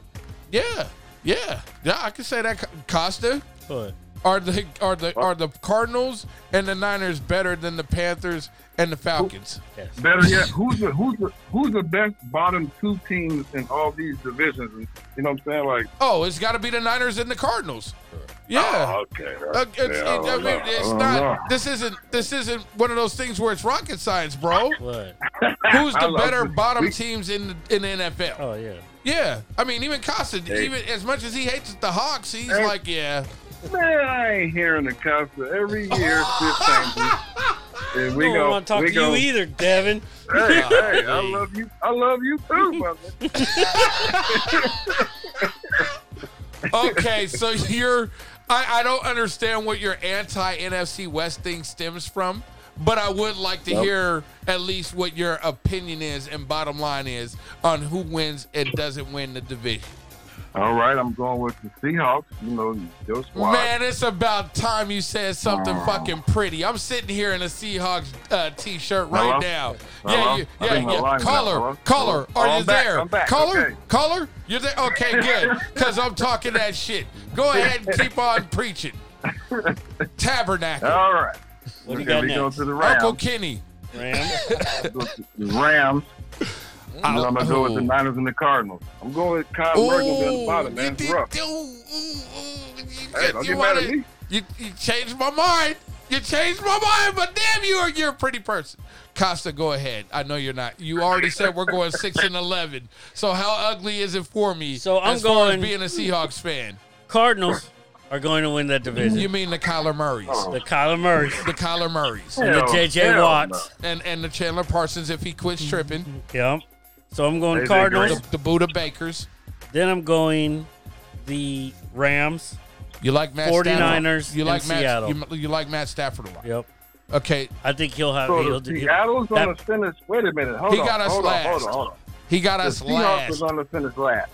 Speaker 1: Yeah, yeah, yeah. I can say that Co- Costa.
Speaker 3: But
Speaker 1: Are the are the are the Cardinals and the Niners better than the Panthers and the Falcons?
Speaker 4: Better yet, who's the who's the who's the best bottom two teams in all these divisions? And, you know what I'm saying? Like,
Speaker 1: Oh, it's got to be the Niners and the Cardinals. Yeah.
Speaker 4: oh, okay.
Speaker 1: Uh, it's,
Speaker 4: Yeah,
Speaker 1: it-
Speaker 4: I don't
Speaker 1: I mean,
Speaker 4: know.
Speaker 1: it's
Speaker 4: I don't know.
Speaker 1: not. This isn't. This isn't one of those things where it's rocket science, bro.
Speaker 3: what?
Speaker 1: Who's
Speaker 4: I
Speaker 1: the
Speaker 4: love
Speaker 1: better
Speaker 4: this.
Speaker 1: bottom
Speaker 4: We-
Speaker 1: teams in the, in the NFL?
Speaker 3: Oh yeah.
Speaker 1: Yeah, I mean, even Costa, even as much as he hates the Hawks, he's
Speaker 4: Hey.
Speaker 1: like, yeah,
Speaker 4: Man, I ain't hearing the cuffs every year. Shit changes. And we
Speaker 3: I don't
Speaker 4: go,
Speaker 3: want to talk
Speaker 4: we
Speaker 3: to
Speaker 4: go,
Speaker 3: you either, Devin.
Speaker 4: Hey, hey, I love you. I love you too, brother.
Speaker 1: okay. So you're, I, I don't understand what your anti NFC West thing stems from, but I would like to hear at least what your opinion is and bottom line is on who wins and doesn't win the division.
Speaker 4: All right, I'm going with the Seahawks. You know, your squad.
Speaker 1: Man, it's about time you said something
Speaker 4: Wow.
Speaker 1: fucking pretty. I'm sitting here in a Seahawks uh, t-shirt right
Speaker 4: Hello?
Speaker 1: now.
Speaker 4: Hello?
Speaker 1: Yeah, you,
Speaker 4: I
Speaker 1: yeah,
Speaker 4: think my
Speaker 1: yeah.
Speaker 4: line's out.
Speaker 1: Caller,
Speaker 4: Hello?
Speaker 1: caller,
Speaker 4: Hello?
Speaker 1: are
Speaker 4: Oh,
Speaker 1: you
Speaker 4: I'm back.
Speaker 1: there?
Speaker 4: I'm back.
Speaker 1: Caller,
Speaker 4: Okay.
Speaker 1: caller, you're there. Okay, good. Because I'm talking that shit. Go ahead and keep on preaching. Tabernacle,
Speaker 4: All right.
Speaker 3: What do you
Speaker 4: Okay,
Speaker 3: got
Speaker 4: we go
Speaker 3: next?
Speaker 4: to the
Speaker 1: Uncle
Speaker 4: Rams.
Speaker 1: Kenny.
Speaker 3: Ram.
Speaker 4: The Rams. And then I'm gonna go
Speaker 1: Oh.
Speaker 4: with the Niners and the Cardinals. I'm going with Kyle Murray down the bottom, man. It's rough. Hey, don't
Speaker 1: you
Speaker 4: get mad at
Speaker 1: wanna-
Speaker 4: me.
Speaker 1: You, you changed my mind. You changed my mind, but damn, you are you're a pretty person. Costa, go ahead. I know you're not. You already said we're going six and eleven. So how ugly is it for me?
Speaker 3: So I'm
Speaker 1: as far
Speaker 3: going-
Speaker 1: as being a Seahawks fan.
Speaker 3: Cardinals are going to win that division.
Speaker 1: You mean the Kyler Murrays,
Speaker 4: Oh.
Speaker 3: The Kyler Murray,
Speaker 1: the Kyler Murrays,
Speaker 3: the
Speaker 4: Hell,
Speaker 3: J.J.
Speaker 4: hell
Speaker 3: Watts.
Speaker 1: and and the Chandler Parsons if he quits tripping,
Speaker 3: Yep. So I'm
Speaker 4: They
Speaker 3: going
Speaker 4: did
Speaker 3: Cardinals.
Speaker 1: the, the Buddha Bakers.
Speaker 3: Then I'm going the Rams.
Speaker 1: You like Matt
Speaker 3: 49ers
Speaker 1: Stafford. You like
Speaker 3: in
Speaker 1: Matt.
Speaker 3: Seattle.
Speaker 1: You, you like Matt Stafford a lot.
Speaker 3: Yep.
Speaker 1: Okay,
Speaker 3: I think he'll have.
Speaker 4: So
Speaker 3: he'll,
Speaker 4: the
Speaker 3: he'll-
Speaker 4: Seattle's
Speaker 3: that-
Speaker 4: on the finish. Wait a minute. Hold
Speaker 1: He
Speaker 4: on.
Speaker 1: got us
Speaker 4: hold on. Hold
Speaker 1: last.
Speaker 4: on. Hold on.
Speaker 1: he got
Speaker 4: The
Speaker 1: us
Speaker 4: Seahawks
Speaker 1: last.
Speaker 4: was on the finish last.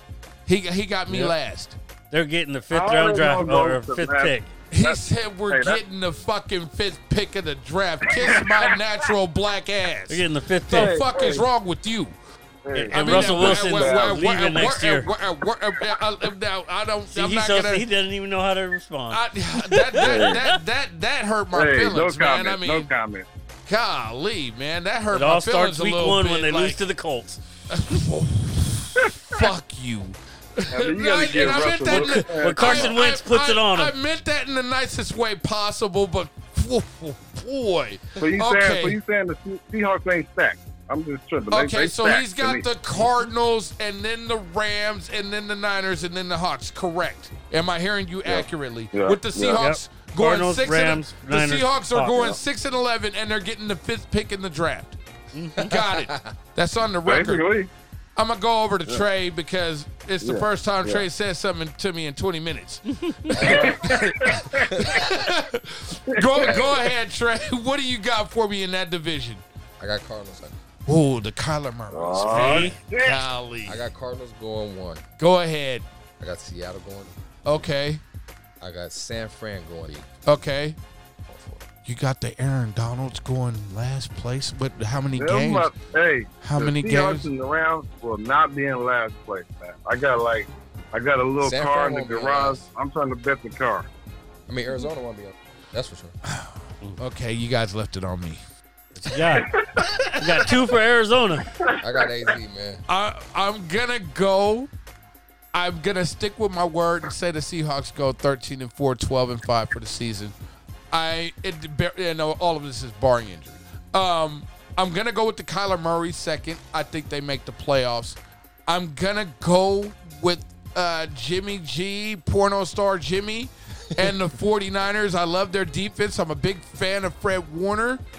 Speaker 1: He he got me
Speaker 3: Yep.
Speaker 1: last.
Speaker 3: They're getting the fifth
Speaker 4: I
Speaker 3: round
Speaker 4: already
Speaker 3: draft
Speaker 4: know
Speaker 3: or
Speaker 4: those are
Speaker 3: fifth
Speaker 4: bad.
Speaker 3: pick.
Speaker 1: He
Speaker 4: That's-
Speaker 1: said we're
Speaker 4: hey, that's-
Speaker 1: getting the fucking fifth pick of the draft. Kiss my natural black ass.
Speaker 3: They're getting the fifth
Speaker 1: the
Speaker 3: pick.
Speaker 1: fuck
Speaker 4: Hey,
Speaker 1: is
Speaker 4: hey.
Speaker 1: wrong with you?
Speaker 4: Hey,
Speaker 3: And Russell Wilson
Speaker 1: uh,
Speaker 3: leaving
Speaker 1: uh,
Speaker 3: next
Speaker 1: uh,
Speaker 3: year.
Speaker 1: uh, uh, uh, uh, uh, uh, Now I don't.
Speaker 3: See,
Speaker 1: I'm
Speaker 3: he's
Speaker 1: not
Speaker 3: so,
Speaker 1: gonna.
Speaker 3: he doesn't even know how to respond.
Speaker 1: I, that, that, that, that, that hurt my
Speaker 4: hey, no
Speaker 1: feelings, man.
Speaker 4: comment.
Speaker 1: I mean,
Speaker 4: no comment.
Speaker 1: golly, man, that hurt
Speaker 3: it
Speaker 1: my
Speaker 3: all
Speaker 1: feelings
Speaker 3: starts
Speaker 1: a
Speaker 3: week
Speaker 1: little
Speaker 3: one
Speaker 1: bit.
Speaker 3: when they
Speaker 1: like,
Speaker 3: lose to the Colts.
Speaker 1: fuck you.
Speaker 4: I mean, you
Speaker 1: No,
Speaker 4: gotta
Speaker 1: I-
Speaker 4: give
Speaker 1: and I meant
Speaker 4: Russell
Speaker 1: that
Speaker 4: Wilson.
Speaker 1: in the-
Speaker 3: When Carson
Speaker 1: I-
Speaker 3: Wentz
Speaker 1: I-
Speaker 3: puts
Speaker 1: I-
Speaker 3: it on
Speaker 1: I
Speaker 3: him.
Speaker 1: meant that in the nicest way possible, but boy.
Speaker 4: So you
Speaker 1: okay.
Speaker 4: saying so you saying the Se- Seahawks ain't stacked? I'm just tripping. They-
Speaker 1: Okay,
Speaker 4: they
Speaker 1: so
Speaker 4: stacked
Speaker 1: he's
Speaker 4: to me.
Speaker 1: got the Cardinals and then the Rams and then the Niners and then the Hawks. Correct. Am I hearing you accurately?
Speaker 4: Yeah.
Speaker 1: With the
Speaker 4: Yeah.
Speaker 1: Seahawks
Speaker 3: Yep.
Speaker 1: going
Speaker 3: Cardinals,
Speaker 1: six
Speaker 3: Rams,
Speaker 1: and the
Speaker 3: Niners,
Speaker 1: Seahawks are
Speaker 3: Hawks.
Speaker 1: going
Speaker 3: Yeah.
Speaker 1: six and eleven and they're getting the fifth pick in the draft.
Speaker 3: Mm-hmm.
Speaker 1: got it. That's on the record.
Speaker 4: basically.
Speaker 1: I'm gonna go over to Trey because it's the
Speaker 4: Yeah.
Speaker 1: first time
Speaker 4: Yeah.
Speaker 1: Trey says something to me in 20 minutes. go, go ahead, Trey. What do you got for me in that division?
Speaker 2: I got Cardinals. I-
Speaker 1: Ooh, the Kyler Murrays.
Speaker 4: Oh,
Speaker 3: See?
Speaker 4: shit.
Speaker 1: Golly.
Speaker 2: I got Cardinals going one.
Speaker 1: Go ahead.
Speaker 2: I got Seattle going.
Speaker 1: Okay.
Speaker 2: I got San Fran going.
Speaker 1: Okay. You got the Aaron Donalds going last place, but how many
Speaker 4: Them uh,
Speaker 1: games?
Speaker 4: up- hey,
Speaker 1: How
Speaker 4: the
Speaker 1: many
Speaker 4: Seahawks
Speaker 1: games?
Speaker 4: in the rounds will not be in last place, man. I got like, I got a little
Speaker 2: San Fran
Speaker 4: car in the
Speaker 2: won't be in
Speaker 4: garage.
Speaker 2: last.
Speaker 4: I'm trying to bet the car.
Speaker 2: I mean, Arizona won't be up. That's for sure.
Speaker 1: Okay, you guys left it on me.
Speaker 3: You got, you got two for Arizona.
Speaker 2: I got AZ, man.
Speaker 1: I, I'm gonna go. I'm gonna stick with my word and say the Seahawks go 13 and 4, 12 and 5 for the season. I it bar- you know all of this is barring injury. Um, I'm gonna go with the Kyler Murray second. I think they make the playoffs. I'm gonna go with uh, Jimmy G, porno star Jimmy, and the 49ers. I love their defense. I'm a big fan of Fred Warner.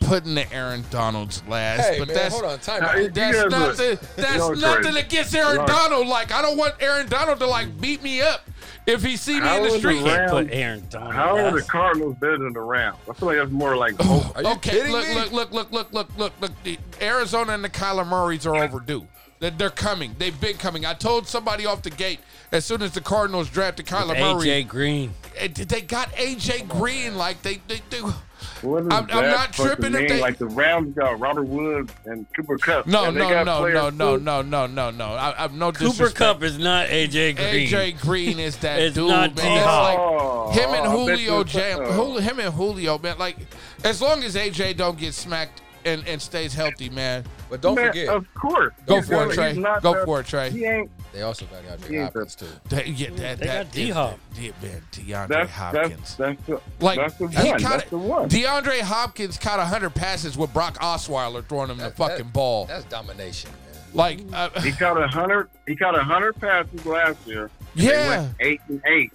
Speaker 1: Putting the Aaron Donalds last,
Speaker 2: Hey,
Speaker 1: but
Speaker 2: man,
Speaker 1: that's
Speaker 2: hold on. Time
Speaker 4: Now,
Speaker 2: out.
Speaker 4: it-
Speaker 1: that's
Speaker 4: You guys look-
Speaker 1: nothing. That's
Speaker 4: y'all
Speaker 1: nothing
Speaker 4: crazy.
Speaker 1: against Aaron
Speaker 4: Y'all-
Speaker 1: Donald. Like I don't want Aaron Donald to like beat me up if he see me
Speaker 4: How
Speaker 1: in the
Speaker 4: is it
Speaker 1: street.
Speaker 4: Rams-
Speaker 3: Put Aaron Donald.
Speaker 4: How are the
Speaker 3: last.
Speaker 4: Cardinals better than the Rams? I feel like that's more like.
Speaker 1: Oh,
Speaker 2: Are you
Speaker 1: okay,
Speaker 2: kidding
Speaker 1: look,
Speaker 2: me?
Speaker 1: look, look, look, look, look, look, look. The Arizona and the Kyler Murrays are overdue. They're, they're coming. They've been coming. I told somebody off the gate as soon as the Cardinals drafted Kyler
Speaker 3: AJ
Speaker 1: Murray,
Speaker 3: Green.
Speaker 1: it- they got AJ Green. Like they, they do.
Speaker 4: What is
Speaker 1: I'm- I'm
Speaker 4: that
Speaker 1: not
Speaker 4: fucking
Speaker 1: tripping if
Speaker 4: mean?
Speaker 1: they-
Speaker 4: Like the Rams got Robert Woods and Cooper Cup.
Speaker 1: No,
Speaker 4: and they
Speaker 1: no,
Speaker 4: got
Speaker 1: no,
Speaker 4: players
Speaker 1: no, no,
Speaker 4: too.
Speaker 1: no, no, no, no. I, I'm no
Speaker 3: Cooper
Speaker 1: disrespect.
Speaker 3: Cup is not AJ Green.
Speaker 1: AJ Green is that
Speaker 3: It's
Speaker 1: dude,
Speaker 3: not
Speaker 1: man. That's like-
Speaker 4: Oh,
Speaker 1: him and
Speaker 4: I bet
Speaker 1: Julio
Speaker 4: you- uh, Uh-huh.
Speaker 1: Jam, Jul- him and Julio, man. Like, as long as AJ don't get smacked and, and stays healthy, man.
Speaker 2: But don't
Speaker 4: Man, uh,
Speaker 2: forget,
Speaker 4: Of course.
Speaker 1: Go
Speaker 4: He's
Speaker 1: for it,
Speaker 4: not-
Speaker 1: Trey.
Speaker 4: he's not
Speaker 1: Go
Speaker 4: the-
Speaker 1: for it, Trey.
Speaker 4: He ain't.
Speaker 2: they also got Andre
Speaker 4: Yeah,
Speaker 2: Hopkins too.
Speaker 1: That, yeah, that,
Speaker 3: They
Speaker 1: that,
Speaker 3: got D-Hop.
Speaker 1: Yeah, man, DeAndre
Speaker 4: That's that's
Speaker 1: Hopkins.
Speaker 4: that's the,
Speaker 1: like
Speaker 4: that's the one.
Speaker 1: he caught
Speaker 4: That's the one.
Speaker 1: DeAndre Hopkins caught hundred passes with Brock Osweiler throwing him the
Speaker 2: That-
Speaker 1: fucking
Speaker 2: that-
Speaker 1: ball.
Speaker 2: That's domination, man.
Speaker 1: Like, uh,
Speaker 4: He caught a hundred. He caught a hundred passes last year. They
Speaker 1: yeah,
Speaker 4: went eight and eight.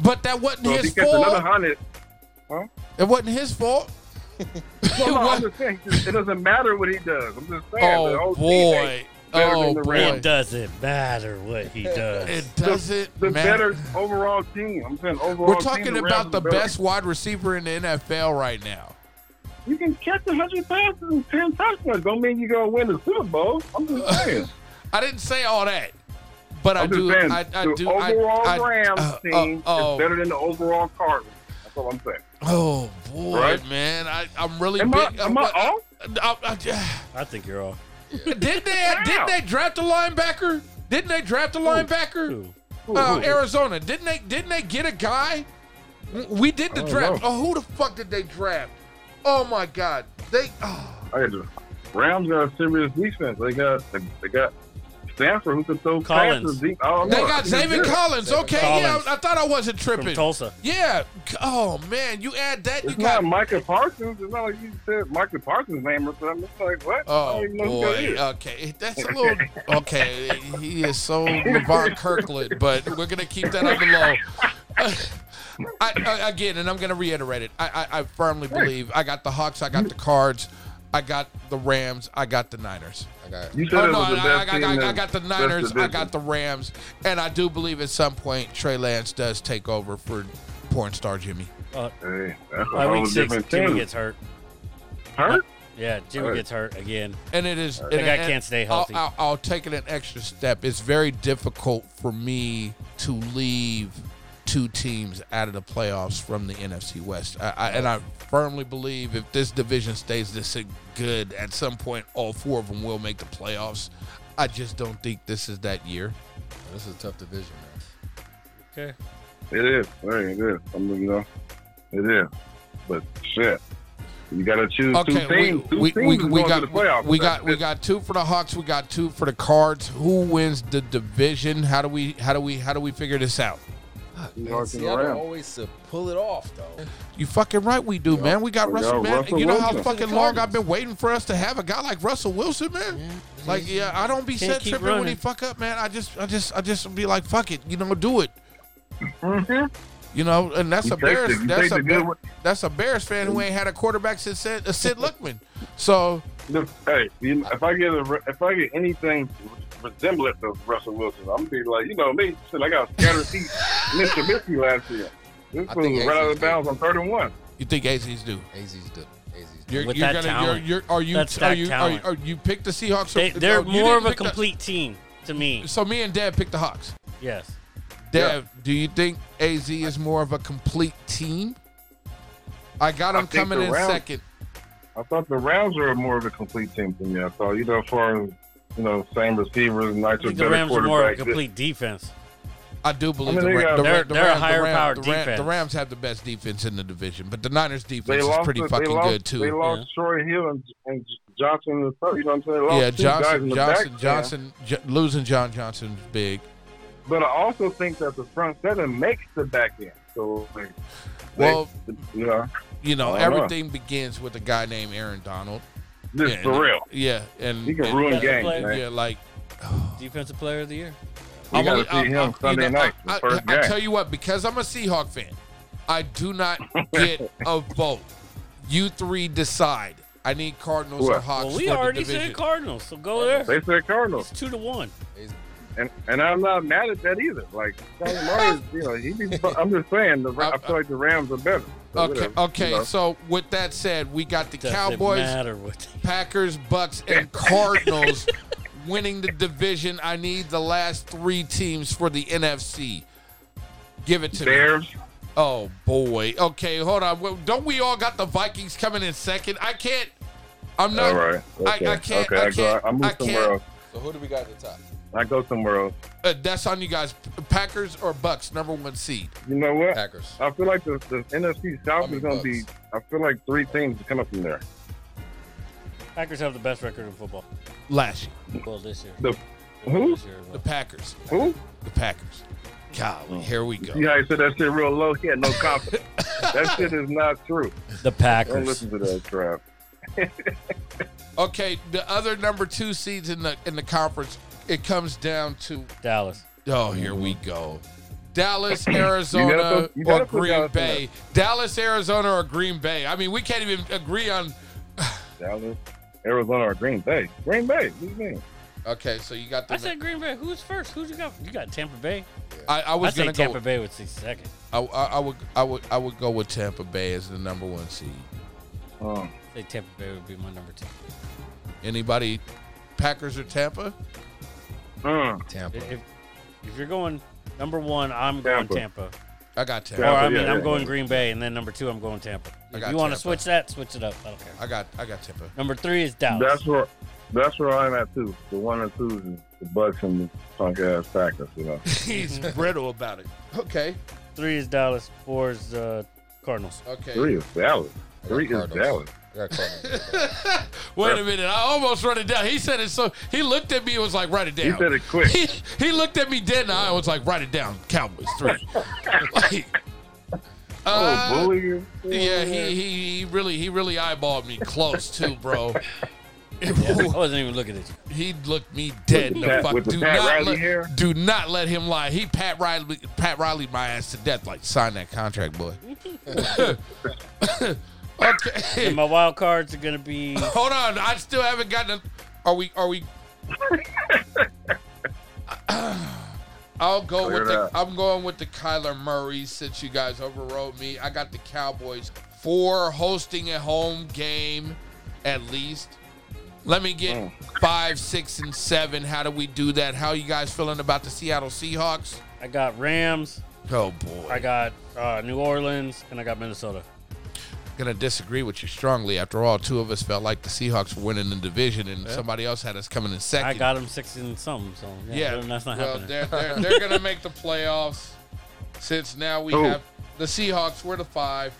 Speaker 1: but that wasn't
Speaker 4: So if he
Speaker 1: his
Speaker 4: gets another
Speaker 1: fault.
Speaker 4: hundred,
Speaker 1: It wasn't his fault.
Speaker 4: no, no,
Speaker 1: What?
Speaker 4: I'm just saying, it doesn't matter what he does. I'm just saying. the
Speaker 1: Oh
Speaker 4: whole team ain't-
Speaker 1: boy!
Speaker 4: better than
Speaker 1: Oh
Speaker 4: the
Speaker 1: boy!
Speaker 4: Rams.
Speaker 3: It doesn't matter what he does.
Speaker 1: It doesn't
Speaker 4: the
Speaker 1: matter.
Speaker 4: better overall team. I'm saying overall.
Speaker 1: We're
Speaker 4: team,
Speaker 1: talking
Speaker 4: the
Speaker 1: about
Speaker 4: Rams
Speaker 1: the
Speaker 4: are better.
Speaker 1: best wide receiver in the NFL right now.
Speaker 4: You can catch a hundred passes and ten touchdowns. Don't mean you're gonna win the Super Bowl. I'm just saying.
Speaker 1: I didn't say all that. But i
Speaker 4: I'm
Speaker 1: do.
Speaker 4: just saying,
Speaker 1: I, I
Speaker 4: the
Speaker 1: do. I-
Speaker 4: overall
Speaker 1: I,
Speaker 4: Rams
Speaker 1: uh,
Speaker 4: team
Speaker 1: uh,
Speaker 4: is
Speaker 1: oh,
Speaker 4: better than the overall Cardinals. That's all I'm saying.
Speaker 1: oh boy,
Speaker 4: Right?
Speaker 1: man. I, I'm really.
Speaker 4: Am I,
Speaker 1: big,
Speaker 4: am I
Speaker 1: uh,
Speaker 4: off?
Speaker 1: uh, uh, uh,
Speaker 3: I think you're off.
Speaker 1: did they? Did they draft a linebacker? Didn't they draft a linebacker?
Speaker 3: Ooh.
Speaker 1: Uh, Arizona. Didn't they? Didn't they get a guy? We did the draft. Oh, who the fuck did they draft? Oh my god, they. Oh.
Speaker 4: I got the Rams got a serious defense. They got they got Stanford who can throw
Speaker 3: Collins.
Speaker 4: passes deep. I don't
Speaker 1: They
Speaker 4: know.
Speaker 1: got
Speaker 4: He's
Speaker 1: Zayvon
Speaker 4: good.
Speaker 1: Collins. okay,
Speaker 3: Collins.
Speaker 1: yeah, I, I thought I wasn't tripping.
Speaker 3: Tulsa.
Speaker 1: Yeah. C- Oh man, you add that,
Speaker 4: It's
Speaker 1: you got.
Speaker 4: not Micah Parsons. It's not like you said Micah Parsons' name or something. It's like what? I
Speaker 1: Oh
Speaker 4: don't even know who that
Speaker 1: boy.
Speaker 4: is.
Speaker 1: Okay, that's a little. Okay, he is so LeVon Kirkland, but we're gonna keep that on the low. I, I, again, and I'm gonna reiterate it. I, I, I firmly believe I got the Hawks. I got the Cards. I got the Rams. I got the Niners.
Speaker 2: I got
Speaker 4: You said
Speaker 1: Oh,
Speaker 4: it
Speaker 1: no,
Speaker 4: was the
Speaker 1: I,
Speaker 4: best
Speaker 1: I- I-
Speaker 4: team
Speaker 1: I- I
Speaker 4: in
Speaker 1: got the
Speaker 4: best
Speaker 1: Niners, I
Speaker 4: division.
Speaker 1: got the Rams, and I do believe at some point Trey Lance does take over for porn star Jimmy.
Speaker 4: Hey, that's a
Speaker 3: By
Speaker 4: whole
Speaker 3: week six,
Speaker 4: different
Speaker 3: Jimmy
Speaker 4: team.
Speaker 3: gets hurt.
Speaker 4: hurt.
Speaker 3: Yeah, Jimmy
Speaker 4: Hurt.
Speaker 3: gets hurt again.
Speaker 1: And it is. and-
Speaker 3: That guy
Speaker 1: and
Speaker 3: can't stay
Speaker 1: I'll,
Speaker 3: healthy.
Speaker 1: I'll, I'll take it an extra step. It's very difficult for me to leave two teams out of the playoffs from the NFC West. I, I, and I firmly believe if this division stays this good, at some point all four of them will make the playoffs. I just don't think this is that year.
Speaker 2: this is a tough division, man.
Speaker 3: Okay.
Speaker 4: It is. Hey, it is. I'm you know, it is. But shit, you got to choose two teams. two teams is going to the playoffs.
Speaker 1: we got we got two for the Hawks. We got two for the Cards. Who wins the division? How do we how do we how do we figure this out?
Speaker 4: New
Speaker 2: Man,
Speaker 4: York and
Speaker 2: Seattle
Speaker 4: Rams.
Speaker 2: always to pull it off though.
Speaker 1: You fucking right, we do, man. We got
Speaker 4: We
Speaker 1: Russell,
Speaker 4: got
Speaker 1: man.
Speaker 4: Russell
Speaker 1: you know how
Speaker 4: Wilson.
Speaker 1: fucking long I've been waiting for us to have a guy like Russell Wilson, man. Like, yeah, I don't be
Speaker 3: Can't
Speaker 1: set
Speaker 3: keep
Speaker 1: tripping when he
Speaker 3: running.
Speaker 1: fuck up, man. I just, I just, I just be like, fuck it, you know, do it. You know, and that's
Speaker 4: You
Speaker 1: a
Speaker 4: take
Speaker 1: Bears,
Speaker 4: the- you
Speaker 1: that's
Speaker 4: take
Speaker 1: a
Speaker 4: the good
Speaker 1: Bear-
Speaker 4: one.
Speaker 1: that's a Bears fan who ain't had a quarterback since Sid, uh, Sid Luckman. So
Speaker 4: Look, Hey, you know, if I get a, re- if I get anything resemblant of Russell Wilson, I'm gonna be like, you know me, shit, I got scattered feet, Mitch Trubisky last year. This
Speaker 2: I
Speaker 4: fool
Speaker 2: think
Speaker 4: was right out
Speaker 2: AC's
Speaker 4: of bounds on third and one.
Speaker 1: you think AC's do?
Speaker 2: AZ's the AZ's the
Speaker 1: You're,
Speaker 3: With
Speaker 1: you're
Speaker 3: that
Speaker 1: gonna,
Speaker 3: talent.
Speaker 1: You're, you're, are you?
Speaker 3: That's
Speaker 1: are
Speaker 3: that
Speaker 1: you? Are you,
Speaker 3: talent.
Speaker 1: are you pick the Seahawks?
Speaker 3: They,
Speaker 1: or,
Speaker 3: they're
Speaker 1: uh, no, you
Speaker 3: more of
Speaker 1: didn't
Speaker 3: a
Speaker 1: pick the-
Speaker 3: complete team to me.
Speaker 1: so me and Dad picked the Hawks.
Speaker 3: Yes.
Speaker 1: Dev, do you think AZ is more of a complete team? I got
Speaker 4: I
Speaker 1: him
Speaker 4: think
Speaker 1: coming
Speaker 4: the
Speaker 1: in
Speaker 4: Rams-
Speaker 1: second.
Speaker 4: I thought the Rams were more of a complete team than me. I thought, you know, as far as you know, same receivers,
Speaker 3: I
Speaker 4: nicer,
Speaker 3: think the
Speaker 4: better
Speaker 3: Rams are
Speaker 4: quarterback.
Speaker 3: more of a complete defense.
Speaker 1: I do believe
Speaker 4: I mean,
Speaker 1: the,
Speaker 4: they
Speaker 1: Ra-
Speaker 4: got-
Speaker 1: the, Ra-
Speaker 3: They're-
Speaker 1: the
Speaker 3: they're a
Speaker 1: Rams, the
Speaker 3: higher
Speaker 1: Rams-
Speaker 3: powered
Speaker 1: the, Ra-
Speaker 3: defense.
Speaker 1: the Rams have the best defense in the division, but the Niners
Speaker 4: They
Speaker 1: defense is
Speaker 4: lost.
Speaker 1: pretty
Speaker 4: they
Speaker 1: fucking
Speaker 4: lost.
Speaker 1: good too.
Speaker 4: They lost Troy Hill and, and Johnson. and stuff, You know what I'm saying? They lost
Speaker 1: yeah,
Speaker 4: two guys
Speaker 1: Johnson,
Speaker 4: in the
Speaker 1: Johnson,
Speaker 4: back,
Speaker 1: Johnson, J- losing John Johnson's big.
Speaker 4: yeah. But I also think that the front seven makes the back end. So, like, they-
Speaker 1: Well,
Speaker 4: you know,
Speaker 1: you know,
Speaker 4: I don't know.
Speaker 1: everything begins with a guy named Aaron Donald.
Speaker 4: this
Speaker 1: yeah,
Speaker 4: for real.
Speaker 1: Yeah, and
Speaker 4: He can
Speaker 1: and-
Speaker 4: ruin
Speaker 3: gotta
Speaker 4: games,
Speaker 3: play-
Speaker 4: man.
Speaker 1: Yeah, like
Speaker 3: Defensive player of the year.
Speaker 4: We
Speaker 1: I'm
Speaker 4: gotta
Speaker 1: only-
Speaker 4: see
Speaker 1: I'm-
Speaker 4: him
Speaker 1: I'm- you
Speaker 4: Sunday
Speaker 1: know,
Speaker 4: night,
Speaker 1: I,
Speaker 4: the first
Speaker 1: I- I
Speaker 4: game.
Speaker 1: tell you what, because I'm a Seahawk fan, I do not get a vote. You three decide. I need Cardinals or
Speaker 4: What?
Speaker 1: Hawks
Speaker 3: Well, we
Speaker 1: for the
Speaker 3: already
Speaker 1: division.
Speaker 3: said Cardinals, so go there.
Speaker 4: They said Cardinals,
Speaker 3: It's two to one.
Speaker 4: and and I'm not mad at that either. Like, Kyler Murray, you know, he be, I'm just saying, the, Ra- I feel like the Rams are better. So
Speaker 1: okay,
Speaker 4: whatever,
Speaker 1: okay.
Speaker 4: you know.
Speaker 1: So with that said, we got the
Speaker 3: Doesn't
Speaker 1: Cowboys,
Speaker 3: matter what they-
Speaker 1: Packers, Bucks, and Cardinals winning the division. I need the last three teams for the NFC. Give it to me.
Speaker 4: Bears.
Speaker 1: Oh boy. Okay, hold on. Well, don't we all got the Vikings coming in second? I can't. I'm not.
Speaker 4: All right. Okay.
Speaker 1: I, I can't.
Speaker 4: okay.
Speaker 1: I can't.
Speaker 4: go. I move
Speaker 1: I
Speaker 4: somewhere
Speaker 1: can't.
Speaker 4: else.
Speaker 2: So who do we got at the top?
Speaker 4: I go somewhere else.
Speaker 1: Uh, that's on you guys. Packers or Bucks, number one seed.
Speaker 4: You know what?
Speaker 2: Packers.
Speaker 4: I feel like the, the NFC South
Speaker 2: I mean,
Speaker 4: is going to be.
Speaker 2: Bucks.
Speaker 4: I feel like three teams are coming from there.
Speaker 3: Packers have the best record in football.
Speaker 1: Last year,
Speaker 3: Well, this year.
Speaker 4: The
Speaker 3: Well,
Speaker 4: who?
Speaker 3: This year
Speaker 1: the
Speaker 3: well.
Speaker 1: Packers.
Speaker 4: Who?
Speaker 1: The Packers. Golly, here we go.
Speaker 4: You how he said that shit real low? He had no confidence. that shit is not true.
Speaker 3: the
Speaker 4: Don't
Speaker 3: Packers.
Speaker 4: listen to that crap.
Speaker 1: Okay, the other number two seeds in the in the conference. It comes down to
Speaker 3: Dallas.
Speaker 1: Oh, here we go. Dallas,
Speaker 4: You
Speaker 1: Arizona,
Speaker 4: gotta put- you
Speaker 1: or
Speaker 4: gotta put
Speaker 1: Green
Speaker 4: Dallas in
Speaker 1: Bay. Dallas, Arizona, or Green Bay. I mean, we can't even agree on.
Speaker 4: Dallas, Arizona, or Green Bay? Green Bay. What do you mean?
Speaker 1: Okay, so you got the.
Speaker 3: I said Green Bay. Who's first? Who's you got? You got Tampa Bay.
Speaker 1: I, I
Speaker 3: I
Speaker 1: was
Speaker 3: say
Speaker 1: gonna
Speaker 3: Tampa
Speaker 1: go.
Speaker 3: Bay would see second.
Speaker 1: I, I, I would. I would. I would go with Tampa Bay as the number one seed.
Speaker 4: Um,
Speaker 3: I say Tampa Bay would be my number two.
Speaker 1: Anybody, Packers or Tampa?
Speaker 4: mm,
Speaker 2: Tampa.
Speaker 3: If, If you're going number one, I'm
Speaker 4: Tampa.
Speaker 3: going Tampa.
Speaker 1: I got
Speaker 3: Or
Speaker 1: Tampa.
Speaker 4: Tampa,
Speaker 3: I mean,
Speaker 4: yeah,
Speaker 3: I'm
Speaker 4: yeah.
Speaker 3: going Green Bay, and then number two, I'm going Tampa.
Speaker 1: I
Speaker 3: If
Speaker 1: got
Speaker 3: you want to
Speaker 1: Tampa.
Speaker 3: switch that, switch it up. I don't care.
Speaker 1: I got I got Tampa.
Speaker 3: Number three is Dallas.
Speaker 4: That's where that's where I'm at too. The one and two is the Bucks and the punk ass Packers. You know,
Speaker 1: He's brittle about it. Okay.
Speaker 3: Three is Dallas. Four is uh, Cardinals.
Speaker 1: Okay.
Speaker 4: three is Dallas. Three is
Speaker 2: Cardinals.
Speaker 4: Dallas.
Speaker 2: I got Cardinals.
Speaker 1: Wait a minute. I almost wrote it down. He said it so he looked at me and was like, write it down.
Speaker 4: He said it quick.
Speaker 1: He, he looked at me dead in the eye and was like, write it down. Cowboys three. Like, uh,
Speaker 4: oh, bully you.
Speaker 1: Yeah, he, he he really he really eyeballed me close too, bro.
Speaker 3: I wasn't even looking at you.
Speaker 1: he looked me dead in the
Speaker 4: Pat-
Speaker 1: fuck.
Speaker 4: with the
Speaker 1: do
Speaker 4: Pat
Speaker 1: not
Speaker 4: Riley
Speaker 1: let,
Speaker 4: hair?
Speaker 1: do not let him lie. He Pat Riley Pat Riley my ass to death. Like sign that contract, boy. okay,
Speaker 3: And my wild cards are gonna be.
Speaker 1: hold on. I still haven't gotten. A, are we? Are we? I'll go
Speaker 4: Clear
Speaker 1: with
Speaker 4: it
Speaker 1: the.
Speaker 4: up.
Speaker 1: I'm going with the Kyler Murray since you guys overrode me. I got the Cowboys for hosting a home game, at least. Let me get
Speaker 4: Mm.
Speaker 1: five, six, and seven. How do we do that? How you guys feeling about the Seattle Seahawks?
Speaker 3: I got Rams.
Speaker 1: Oh boy,
Speaker 3: I got uh, New Orleans, and I got Minnesota.
Speaker 1: gonna disagree with you strongly. After all, two of us felt like the Seahawks were winning the division, and somebody else had us coming in second.
Speaker 3: I got them six and something. So yeah,
Speaker 1: Yeah,
Speaker 3: that's not
Speaker 1: well,
Speaker 3: happening.
Speaker 1: they're, they're, they're going to make the playoffs since now we
Speaker 4: Who?
Speaker 1: have the Seahawks. We're the five.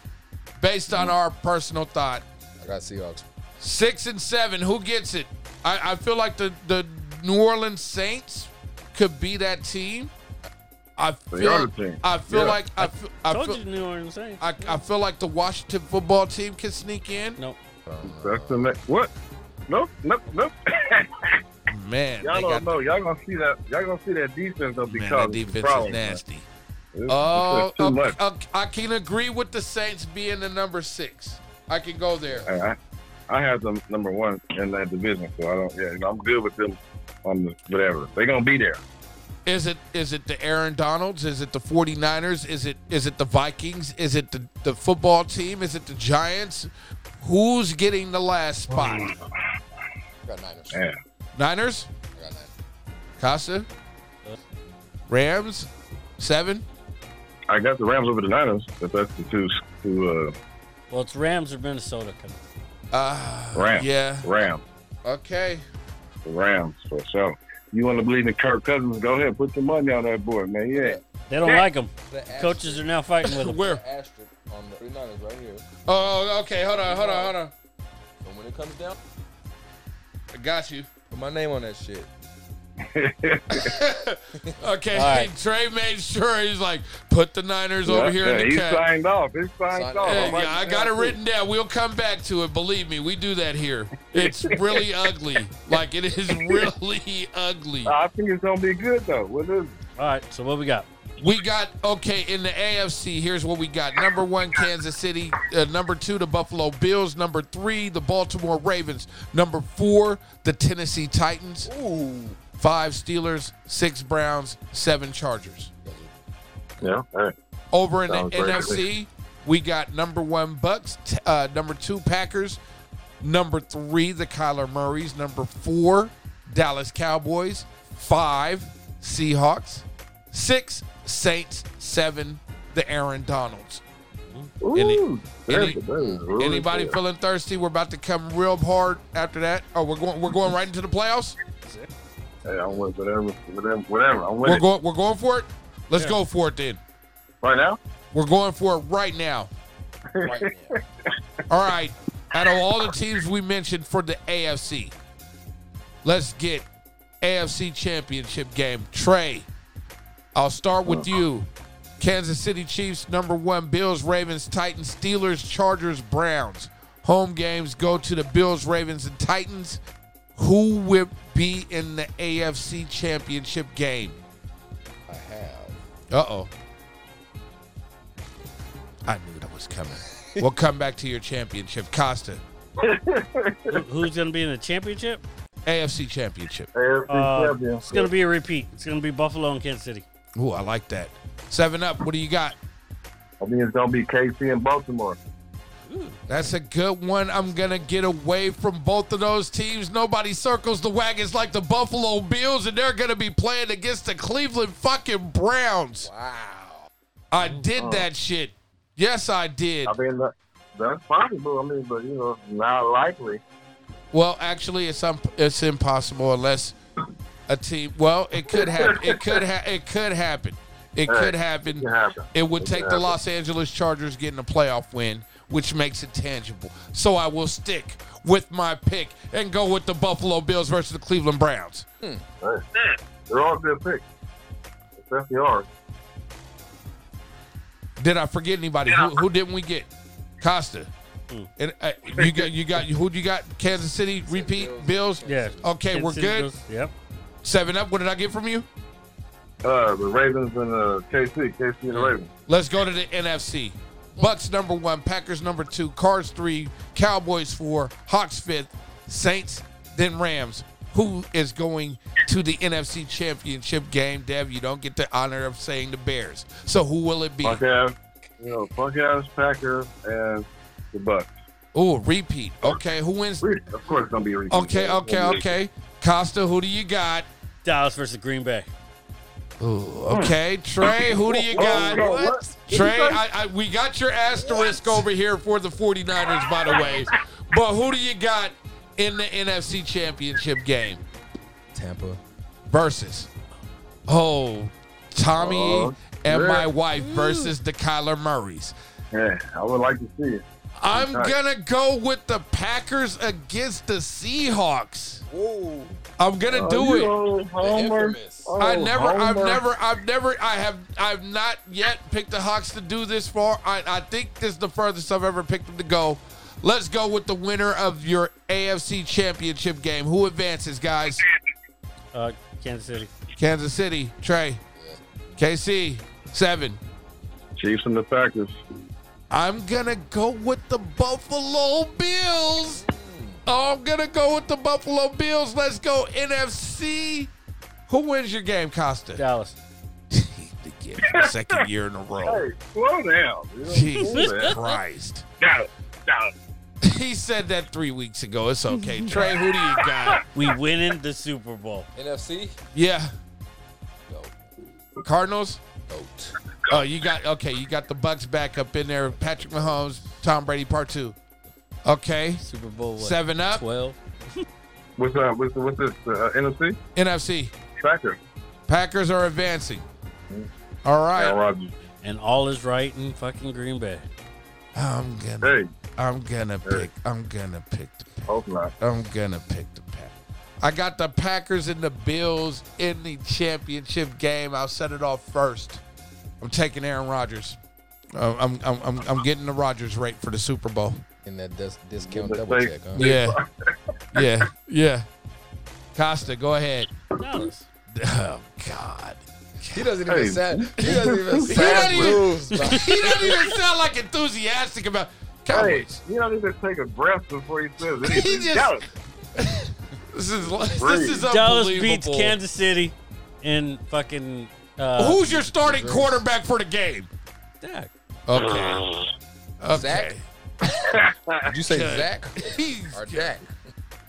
Speaker 1: Based on our personal thought,
Speaker 2: I got Seahawks.
Speaker 1: six and seven, who gets it? I, I feel like the, the New Orleans Saints could be that team. I
Speaker 4: They
Speaker 1: feel,
Speaker 4: are the team.
Speaker 1: I feel
Speaker 4: Yeah.
Speaker 1: like I feel, I,
Speaker 3: Told
Speaker 1: feel,
Speaker 3: you New Orleans. Saints.
Speaker 1: I, I feel like the Washington football team can sneak in.
Speaker 3: Nope.
Speaker 4: That's the next. What? Nope, nope, nope.
Speaker 1: Man,
Speaker 4: y'all
Speaker 1: they
Speaker 4: don't
Speaker 1: got,
Speaker 4: know. Y'all gonna see that. Y'all gonna see that defense though
Speaker 1: man,
Speaker 4: because
Speaker 1: that
Speaker 4: it's a
Speaker 1: defense is
Speaker 4: problem, man.
Speaker 1: nasty.
Speaker 4: It's- it's
Speaker 1: Oh,
Speaker 4: just too
Speaker 1: uh,
Speaker 4: much.
Speaker 1: uh, I can agree with the Saints being the number six. I can go there.
Speaker 4: I, I have them number one in that division, so I don't. Yeah, I'm good with them on the whatever. They're gonna be there.
Speaker 1: Is it is it the Aaron Donalds? Is it the 49ers? Is it is it the Vikings? Is it the, the football team? Is it the Giants? Who's getting the last spot?
Speaker 2: I got Niners. I
Speaker 4: Man,
Speaker 1: Niners?
Speaker 2: got Niners.
Speaker 1: Casa? Rams? Seven?
Speaker 4: I got the Rams over the Niners. If that's the two, two
Speaker 3: Well, it's Rams or Minnesota. Come on.
Speaker 1: Uh,
Speaker 4: uh, Rams.
Speaker 1: Yeah.
Speaker 4: Rams.
Speaker 1: Okay.
Speaker 4: The Rams for sure. You want to believe in Kirk Cousins? Go ahead, put your money on that boy, man. Yeah,
Speaker 3: They don't like them.
Speaker 2: The asterisk,
Speaker 3: Coaches are now fighting with them.
Speaker 1: Where?
Speaker 2: the asterisk on the 49ers right here.
Speaker 1: Oh, okay. Hold on. Hold on. Hold on.
Speaker 2: And when it comes down,
Speaker 1: I got you.
Speaker 2: put my name on that shit.
Speaker 1: Okay,
Speaker 3: All right.
Speaker 1: Trey made sure he's like, put the Niners over here
Speaker 4: yeah,
Speaker 1: in the
Speaker 4: he
Speaker 1: cat.
Speaker 4: signed off. It's signed,
Speaker 2: Signed
Speaker 4: off.
Speaker 2: off.
Speaker 1: Hey,
Speaker 4: I'm like,
Speaker 1: yeah, I got it
Speaker 4: yeah,
Speaker 1: written down. We'll come back to it. Believe me, we do that here. It's really ugly. Like it is really ugly.
Speaker 4: I think it's gonna be good though. What is?
Speaker 3: All right. So what we got?
Speaker 1: We got okay in the AFC. Here's what we got: number one, Kansas City; uh, number two, the Buffalo Bills; number three, the Baltimore Ravens; number four, the Tennessee Titans; five, Steelers; six, Browns; seven, Chargers.
Speaker 4: Yeah. All right.
Speaker 1: Over in
Speaker 4: Sounds
Speaker 1: the
Speaker 4: great.
Speaker 1: NFC, we got number one Bucks, t- uh, number two Packers, number three the Kyler Murrays, number four Dallas Cowboys, five Seahawks, six Saints, seven the Aaron Donalds. Any-
Speaker 4: Ooh, there's
Speaker 1: any-
Speaker 4: a- there's a really
Speaker 1: Anybody
Speaker 4: good-
Speaker 1: feeling thirsty? We're about to come real hard after that. Oh, we're going. We're going right into the playoffs.
Speaker 4: Hey, I'm with whatever, whatever, whatever. I'm with
Speaker 1: We're
Speaker 4: it.
Speaker 1: going. We're going for it. Let's go for it then.
Speaker 4: right now.
Speaker 1: We're going for it right now.
Speaker 2: Right now.
Speaker 1: All right. Out of all the teams we mentioned for the AFC, let's get AFC championship game. Trey, I'll start with you. Kansas City Chiefs, number one, Bills, Ravens, Titans, Steelers, Chargers, Browns. Home games go to the Bills, Ravens, and Titans. Who will be in the AFC championship game?
Speaker 2: I have.
Speaker 1: Uh oh. I knew that was coming. we'll come back to your championship. Costa.
Speaker 3: Who- Who's gonna be in the championship?
Speaker 1: AFC Championship.
Speaker 4: AFC
Speaker 3: Uh,
Speaker 4: champion.
Speaker 3: it's gonna be a repeat. It's gonna be Buffalo and Kansas City.
Speaker 1: Ooh, I like that. Seven up. What do you got?
Speaker 4: I think it's gonna be KC and Baltimore.
Speaker 1: That's a good one. I'm gonna get away from both of those teams. Nobody circles the wagons like the Buffalo Bills, and they're gonna be playing against the Cleveland fucking Browns. Wow. I did that shit. Yes, I did.
Speaker 4: I mean, that, that's possible. I mean, but you know, not likely.
Speaker 1: Well, actually, it's um, it's impossible unless a team. Well, it could happen. It could ha- It could happen. It could happen.
Speaker 4: can happen.
Speaker 1: It would
Speaker 4: It
Speaker 1: take
Speaker 4: can
Speaker 1: the
Speaker 4: happen.
Speaker 1: Los Angeles Chargers getting a playoff win, which makes it tangible. So I will stick with my pick and go with the Buffalo Bills versus the Cleveland Browns.
Speaker 4: Hey, they're all good picks. Except yours.
Speaker 1: Did I forget anybody? Who, who didn't we get? Costa.
Speaker 3: Hmm.
Speaker 1: And uh, you got you got who you got? Kansas City repeat Bills.
Speaker 3: Yeah.
Speaker 1: Okay,
Speaker 3: Kansas
Speaker 1: we're
Speaker 3: City
Speaker 1: good.
Speaker 3: goes- Yep.
Speaker 1: Seven up. What did I get from you?
Speaker 4: Uh, the Ravens and the KC, KC and the Ravens.
Speaker 1: Let's go to the NFC. Bucks number one, Packers number two, Cards three, Cowboys four, Hawks fifth, Saints, then Rams. Who is going to the NFC Championship game, Dev? You don't get the honor of saying the Bears. So who will it be?
Speaker 4: Punk ass, you know, punk ass Packers and the Bucks.
Speaker 1: Oh, repeat. Okay, who wins?
Speaker 4: Re- Of course, it's gonna be a repeat.
Speaker 1: Okay,
Speaker 4: Yeah,
Speaker 1: okay,
Speaker 4: it's
Speaker 1: okay. Costa, who do you got?
Speaker 3: Dallas versus Green Bay.
Speaker 1: Okay, Trey, who do you got?
Speaker 4: Oh, what? What?
Speaker 1: Trey, I, I, we got your asterisk over here for the 49ers, by the way. But who do you got in the NFC Championship game
Speaker 2: Tampa.
Speaker 1: versus? Oh, Tommy
Speaker 4: Oh,
Speaker 1: and
Speaker 4: yeah.
Speaker 1: my wife versus the Kyler Murrays.
Speaker 4: gonna be- Yeah, I would like to see it.
Speaker 1: I'm
Speaker 4: Okay.
Speaker 1: gonna go with the Packers against the Seahawks. I'm gonna
Speaker 4: Oh,
Speaker 1: do it.
Speaker 4: Homer.
Speaker 2: infamous.
Speaker 1: I
Speaker 4: Oh,
Speaker 1: never, I've never, I've never, I have, I've not yet picked the Hawks to do this far. I, I think this is the furthest I've ever picked them to go. Let's go with the winner of your AFC Championship game. Who advances, guys?
Speaker 3: Uh, Kansas City.
Speaker 1: Kansas City, Trey, KC, seven.
Speaker 4: Chiefs and the Packers.
Speaker 1: I'm gonna go with the Buffalo Bills. Oh, I'm gonna go with the Buffalo Bills. Let's go NFC. Who wins your game, Costa?
Speaker 3: Dallas.
Speaker 1: Again, for the second year in a row.
Speaker 4: Hey, slow down. You know, slow
Speaker 1: Jesus
Speaker 4: down.
Speaker 1: Christ.
Speaker 4: Dallas, Dallas.
Speaker 1: He said that three weeks ago. It's okay. Trey, who do you got?
Speaker 3: We winning the Super Bowl.
Speaker 2: NFC.
Speaker 1: Yeah.
Speaker 2: Goat.
Speaker 1: Cardinals?
Speaker 2: Goat.
Speaker 1: Oh, you got okay, you got the Bucks back up in there. Patrick Mahomes, Tom Brady part two. Okay.
Speaker 3: Super Bowl what?
Speaker 1: Seven up.
Speaker 3: Twelve.
Speaker 4: What's uh, what's what's this? Uh, NFC
Speaker 1: NFC.
Speaker 4: Packers.
Speaker 1: Packers are advancing. All
Speaker 4: Aaron
Speaker 1: right.
Speaker 4: Rodgers.
Speaker 3: And all is right in fucking Green Bay.
Speaker 1: I'm gonna
Speaker 4: Hey,
Speaker 1: I'm gonna pick I'm gonna pick the Packers.
Speaker 4: hope not.
Speaker 1: I'm gonna pick the Pack. I got the Packers and the Bills in the championship game. I'll set it off first. I'm taking Aaron Rodgers. Uh, I'm, I'm, I'm, I'm getting the Rodgers rate for the Super Bowl.
Speaker 2: In that dis- discount
Speaker 4: Mistake.
Speaker 2: double check, huh?
Speaker 1: Yeah, yeah, yeah. Costa, go ahead.
Speaker 3: Dallas.
Speaker 1: Oh God,
Speaker 2: He doesn't even
Speaker 4: Hey.
Speaker 2: sound. He doesn't even
Speaker 1: not
Speaker 2: sound
Speaker 1: even-
Speaker 2: moves. bro.
Speaker 1: he doesn't even sound like enthusiastic about
Speaker 4: Hey,
Speaker 1: Cowboys.
Speaker 4: you don't even take a breath before he says anything.
Speaker 1: He just-
Speaker 4: Dallas.
Speaker 1: This is this
Speaker 4: Breathe.
Speaker 1: is
Speaker 3: Dallas
Speaker 1: unbelievable.
Speaker 3: beats Kansas City in fucking uh,
Speaker 1: Who's your starting quarterback for the game?
Speaker 3: Dak.
Speaker 1: Okay. okay.
Speaker 2: Zach? Did you say Zach
Speaker 1: He's-
Speaker 2: or Dak?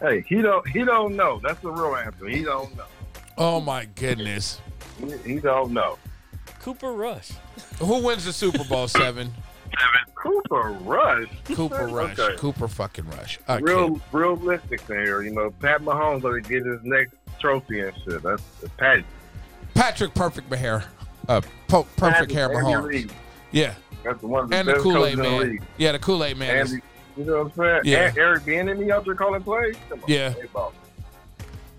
Speaker 4: Hey, he don't he don't know. That's the real answer. He don't know.
Speaker 1: oh my goodness.
Speaker 4: He, he don't know.
Speaker 3: Cooper Rush.
Speaker 1: Who wins the Super Bowl seven?
Speaker 4: Cooper Rush.
Speaker 1: Cooper Rush.
Speaker 4: Okay.
Speaker 1: Cooper fucking Rush. I
Speaker 4: Real
Speaker 1: can't-
Speaker 4: realistic here. You know, Pat Mahomes gonna get his next trophy and shit. That's Pat.
Speaker 1: Patrick Perfect Hair. Uh, po- perfect hair Mahomes. Yeah,
Speaker 4: That's the one of the
Speaker 1: and the
Speaker 4: best
Speaker 1: Kool Aid
Speaker 4: coaches in the
Speaker 1: Man.
Speaker 4: league.
Speaker 1: Yeah, the Kool Aid Man. is-
Speaker 4: Andy, you know what I'm saying?
Speaker 1: Yeah.
Speaker 4: And Eric being in the out there calling plays. Come on,
Speaker 1: Yeah.
Speaker 4: they ball.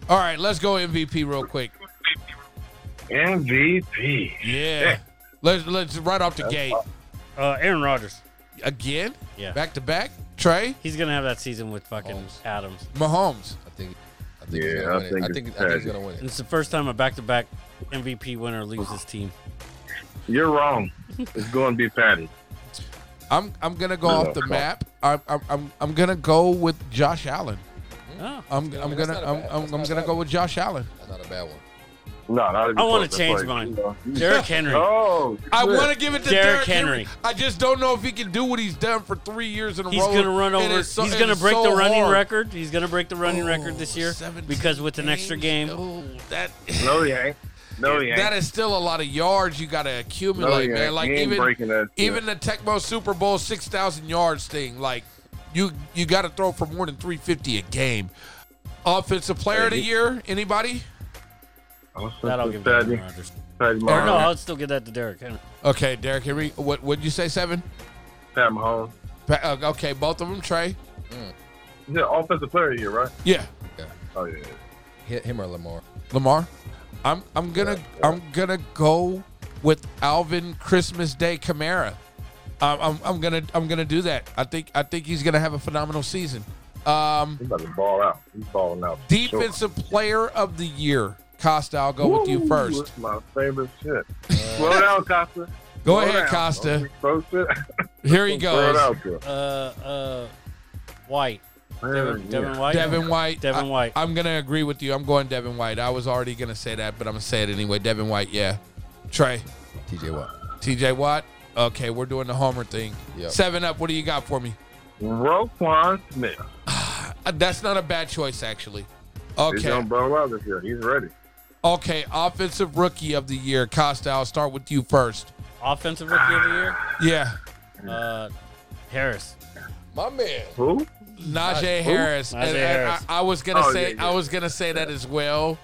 Speaker 1: All right, let's go MVP real quick.
Speaker 4: MVP.
Speaker 1: Yeah, let's let's right off the gate
Speaker 3: Uh, Aaron Rodgers.
Speaker 1: again.
Speaker 3: Yeah.
Speaker 1: back to back. Trey
Speaker 3: He's gonna have that season with fucking
Speaker 2: Holmes.
Speaker 3: Adams.
Speaker 1: Mahomes.
Speaker 2: I think. I think he's
Speaker 4: Yeah,
Speaker 2: gonna
Speaker 4: I
Speaker 2: win
Speaker 4: think
Speaker 2: it. I think,
Speaker 4: it's
Speaker 2: I think he's
Speaker 4: Zach.
Speaker 2: gonna win it.
Speaker 3: It's the first time a back-to-back MVP winner leaves his team.
Speaker 4: You're wrong. It's going to be Patty.
Speaker 1: I'm I'm gonna go
Speaker 4: No,
Speaker 1: off
Speaker 4: no,
Speaker 1: the
Speaker 4: come on.
Speaker 1: map. I'm I'm I'm, I'm gonna go with Josh Allen. I'm
Speaker 3: Oh,
Speaker 2: Yeah, I
Speaker 1: I'm
Speaker 2: mean,
Speaker 1: gonna
Speaker 2: that's
Speaker 1: I'm
Speaker 2: not bad.
Speaker 1: I'm,
Speaker 2: That's
Speaker 1: I'm
Speaker 2: not
Speaker 1: gonna
Speaker 2: bad.
Speaker 1: go with Josh Allen.
Speaker 2: That's not a bad one.
Speaker 4: No, not even
Speaker 3: I wanna
Speaker 4: close. That's
Speaker 3: change
Speaker 4: like,
Speaker 3: mine.
Speaker 4: you know, you-
Speaker 3: Derrick Henry.
Speaker 4: Oh,
Speaker 1: I
Speaker 4: shit.
Speaker 1: want to give it to
Speaker 3: Derrick
Speaker 1: Derrick Henry.
Speaker 3: Henry.
Speaker 1: I just don't know if he can do what he's done for three years in a
Speaker 3: He's
Speaker 1: row.
Speaker 3: gonna run
Speaker 1: It
Speaker 3: over.
Speaker 1: is so-
Speaker 3: he's
Speaker 1: it
Speaker 3: gonna
Speaker 1: is
Speaker 3: break
Speaker 1: so
Speaker 3: the running
Speaker 1: hard.
Speaker 3: record. He's gonna break the running record this year
Speaker 1: 17
Speaker 3: because with an extra
Speaker 1: games.
Speaker 3: game.
Speaker 1: Oh, that
Speaker 4: No, he ain't. No, he ain't.
Speaker 1: that is still a lot of yards you got to
Speaker 4: No,
Speaker 1: accumulate,
Speaker 4: he
Speaker 1: man.
Speaker 4: ain't.
Speaker 1: Like
Speaker 4: Oh, He ain't breaking
Speaker 1: even
Speaker 4: that shit.
Speaker 1: even the Tecmo Super Bowl six thousand yards thing, like you you got to throw for more than three fifty a game. Offensive Player of the Year, anybody?
Speaker 3: That I'll give to Aaron Rodgers.
Speaker 4: Pat
Speaker 3: Or no,
Speaker 4: Mahomes.
Speaker 3: I'll still give that to Derrick Henry.
Speaker 1: Okay, Derrick Henry. What would you say? Seven.
Speaker 4: Pat Mahomes.
Speaker 1: Pa- uh, Okay, both of them. Trey.
Speaker 4: He's an offensive player here, right?
Speaker 1: Yeah,
Speaker 4: Oh yeah.
Speaker 2: Hit him or Lamar.
Speaker 1: Lamar. I'm I'm gonna I'm gonna go with Alvin Christmas Day Camara. I'm, I'm I'm gonna I'm gonna do that. I think I think he's gonna have a phenomenal season. Um,
Speaker 4: He's about to ball out. He's balling out. for sure.
Speaker 1: defensive player of the year, Costa. I'll go with you
Speaker 4: Ooh,
Speaker 1: first.
Speaker 4: that's my favorite shit.
Speaker 3: Uh,
Speaker 4: Slow down, Costa.
Speaker 1: Go
Speaker 4: Slow
Speaker 1: ahead,
Speaker 4: down. Don't
Speaker 1: Costa.
Speaker 4: be so shit.
Speaker 1: Here he
Speaker 4: Slow
Speaker 1: goes.
Speaker 4: down, bro.
Speaker 3: Uh, uh, White. Devin,
Speaker 4: Man,
Speaker 3: Devin
Speaker 4: yeah.
Speaker 3: White.
Speaker 1: Devin White.
Speaker 3: Devin
Speaker 1: I-
Speaker 3: White.
Speaker 1: I'm gonna agree with you. I'm going Devin White. I was already gonna say that, but I'm gonna say it anyway. Devin White. Yeah. Trey.
Speaker 2: TJ Watt.
Speaker 1: TJ Watt. Okay, we're doing the Homer thing.
Speaker 2: Yep.
Speaker 1: Seven up. What do you got for me?
Speaker 4: Roquan Smith.
Speaker 1: Uh, That's not a bad choice, actually.
Speaker 4: He's
Speaker 1: Okay.
Speaker 4: gonna ball out this year. He's ready.
Speaker 1: Okay. Offensive rookie of the year, Costa. I'll start with you first.
Speaker 3: Offensive rookie of the year.
Speaker 1: Yeah.
Speaker 3: Uh, Harris.
Speaker 2: My man.
Speaker 4: Who?
Speaker 1: Najee Harris.
Speaker 3: Najee
Speaker 1: And- and
Speaker 3: Harris.
Speaker 1: I, I was gonna
Speaker 4: Oh,
Speaker 1: say
Speaker 4: yeah, yeah.
Speaker 1: I was gonna say that as well.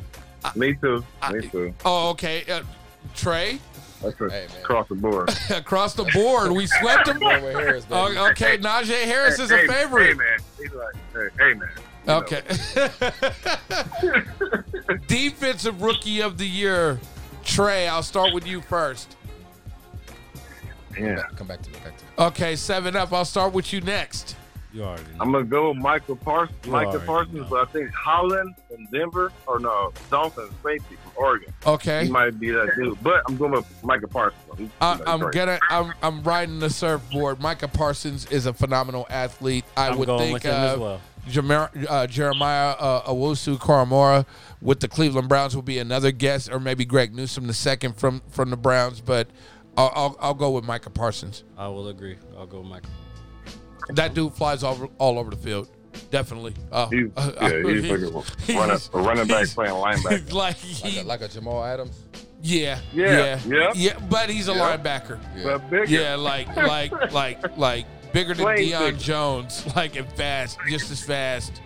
Speaker 4: Me too. Me too.
Speaker 1: Oh, okay. Uh, Trey,
Speaker 4: That's a
Speaker 2: Hey, man.
Speaker 4: across the board.
Speaker 1: across the board, we swept him.
Speaker 2: Going with Harris, baby.
Speaker 1: Oh, okay, Najee Harris is
Speaker 4: Hey,
Speaker 1: a
Speaker 4: hey, Hey
Speaker 1: favorite.
Speaker 4: man. He's like, hey, hey man. You
Speaker 1: Okay. Defensive rookie of the year, Trey. I'll start with you first.
Speaker 4: know. Yeah.
Speaker 1: oh.
Speaker 2: Come back to me. Back to me.
Speaker 1: Okay, seven up. I'll start with you next.
Speaker 3: You already know.
Speaker 4: I'm gonna go with Michael Parsons. Michael
Speaker 3: already
Speaker 4: Parsons,
Speaker 3: know.
Speaker 4: but I think Holland and Denver, or no, Dolphins safety from Oregon.
Speaker 1: Okay.
Speaker 4: He might be that dude, but I'm going with Michael Parsons. He's-
Speaker 1: I,
Speaker 4: he's
Speaker 1: Uh, I'm
Speaker 4: great.
Speaker 1: gonna. I'm. I'm riding the surfboard. Micah Parsons is a phenomenal athlete. I
Speaker 3: I'm
Speaker 1: would
Speaker 3: going
Speaker 1: think
Speaker 3: with him as
Speaker 1: uh,
Speaker 3: well.
Speaker 1: Jemer- uh, Jeremiah uh, Owusu Koromora with the Cleveland Browns will be another guest, or maybe Greg Newsom the second from from the Browns. But I'll, I'll, I'll go with Micah Parsons.
Speaker 3: I will agree. I'll go Mike.
Speaker 1: That dude flies all all over the field. Definitely. Uh,
Speaker 4: He's,
Speaker 1: uh,
Speaker 4: yeah, he's, like a running, a running back
Speaker 1: he's-
Speaker 4: playing linebacker.
Speaker 1: like, he,
Speaker 2: Like a, like a Jamal Adams.
Speaker 1: yeah,
Speaker 4: Yeah,
Speaker 1: yeah, yeah,
Speaker 4: yeah.
Speaker 1: But he's a
Speaker 4: Yeah.
Speaker 1: linebacker.
Speaker 2: Yeah.
Speaker 4: But bigger.
Speaker 1: Yeah, like like like like bigger than
Speaker 4: Way
Speaker 1: Deion
Speaker 4: bigger.
Speaker 1: Jones, like and fast, just as fast.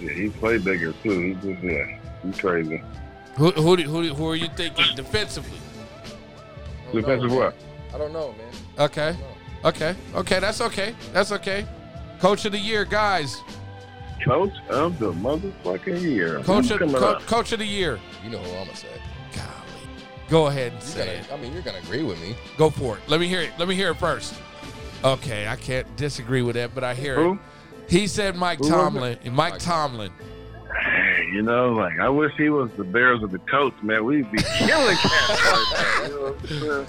Speaker 4: Yeah, he played bigger too. He just yeah, he's crazy.
Speaker 1: Who who do- who, do- who are you thinking defensively?
Speaker 2: I don't
Speaker 4: Defensive
Speaker 2: know,
Speaker 4: what?
Speaker 2: man. I don't know, man.
Speaker 1: Okay, okay, okay. That's okay. That's okay. Coach of the year, guys.
Speaker 4: Coach of the motherfucking year.
Speaker 1: Coach
Speaker 4: Who's
Speaker 1: of
Speaker 4: coming
Speaker 1: co-
Speaker 4: up?
Speaker 1: coach of the year.
Speaker 2: You know who I'm gonna say. You
Speaker 1: Golly, go ahead and say
Speaker 2: gotta,
Speaker 1: it.
Speaker 2: I mean, you're gonna agree with me.
Speaker 1: Go for it. Let me hear it. Let me hear it first. Okay, I can't disagree with that, but I hear
Speaker 4: Who?
Speaker 1: it. He said Mike
Speaker 4: Who was it?
Speaker 1: Tomlin. Mike Tomlin.
Speaker 4: Hey, you know, like I wish he was the Bears of the coach, man. We'd be killing cats right now. You know what I'm saying? Coach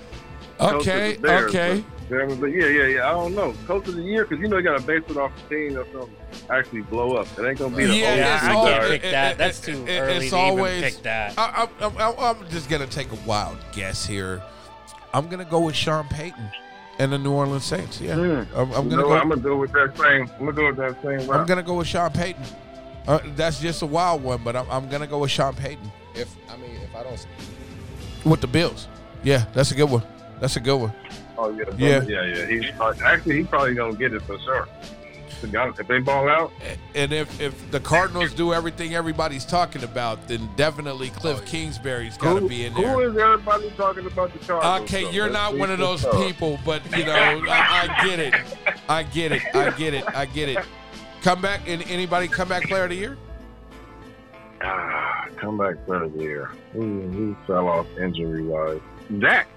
Speaker 4: of
Speaker 1: Okay,
Speaker 4: the Bears,
Speaker 1: okay.
Speaker 4: But, Bears, but yeah, yeah, yeah. I don't know. Coach of the year because you know you got to base it off the team or something actually blow up. It ain't gonna be the
Speaker 1: Yeah,
Speaker 4: old
Speaker 3: Yeah,
Speaker 1: it's
Speaker 3: I
Speaker 1: all-
Speaker 3: can't
Speaker 1: it-
Speaker 3: pick
Speaker 1: it-
Speaker 3: that.
Speaker 1: it-
Speaker 3: That's
Speaker 1: it-
Speaker 3: too
Speaker 1: it-
Speaker 3: early
Speaker 1: it's
Speaker 3: to
Speaker 1: always-
Speaker 3: even pick that.
Speaker 1: I, I, I, I'm just gonna take a wild guess here. I'm gonna go with Sean Payton and the New Orleans Saints. Yeah,
Speaker 4: Hmm.
Speaker 1: I'm, I'm
Speaker 4: You
Speaker 1: gonna
Speaker 4: know
Speaker 1: go.
Speaker 4: what?
Speaker 1: I'm,
Speaker 4: I'm gonna go with that same. I'm gonna go with that same. route.
Speaker 1: gonna go with Sean Payton. Uh, that's just a wild one, but I'm, I'm gonna go with Sean Payton
Speaker 2: If I mean, if I don't,
Speaker 1: with the Bills. Yeah, that's a good one. That's a good one.
Speaker 4: Oh yeah,
Speaker 1: Yeah.
Speaker 4: yeah, yeah, yeah. He's uh, actually he's probably gonna get it for sure. To be honest, if they ball out,
Speaker 1: And if, if the Cardinals do everything everybody's talking about, then definitely Cliff Kingsbury's got to
Speaker 4: Oh, who-
Speaker 1: be in there.
Speaker 4: who is everybody talking about the Cardinals?
Speaker 1: Okay,
Speaker 4: though?
Speaker 1: you're
Speaker 4: Let's
Speaker 1: not
Speaker 4: be
Speaker 1: one of those
Speaker 4: sincere.
Speaker 1: people, but you know, I, I get it. I get it. I get it. I get it. Come back and anybody come back player of the year?
Speaker 4: Ah, come back player of the year. Ooh, he fell off injury wise. Dak.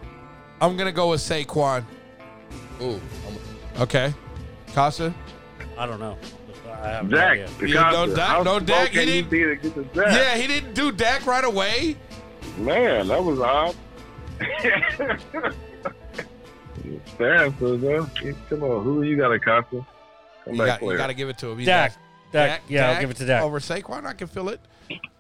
Speaker 1: I'm gonna go with Saquon.
Speaker 2: ooh, I'm,
Speaker 1: Okay. Casa?
Speaker 3: I don't know. I have no
Speaker 4: Dak.
Speaker 3: idea.
Speaker 4: the
Speaker 1: Yeah, no
Speaker 4: Costa.
Speaker 1: Dak-
Speaker 4: How
Speaker 1: no
Speaker 4: smart
Speaker 1: Dak, he
Speaker 4: can you
Speaker 1: didn't-
Speaker 4: be to get to Dak?
Speaker 1: Yeah, he didn't do Dak right away.
Speaker 4: Man, that was odd. It's fast, though. Come on, who you got, Acosta? Come
Speaker 1: You,
Speaker 4: back
Speaker 1: got,
Speaker 4: player.
Speaker 1: to give it to him. He's
Speaker 3: Dak.
Speaker 1: nice.
Speaker 3: Dak. Yeah, I'll give it to Dak.
Speaker 1: Over Saquon, I can feel it.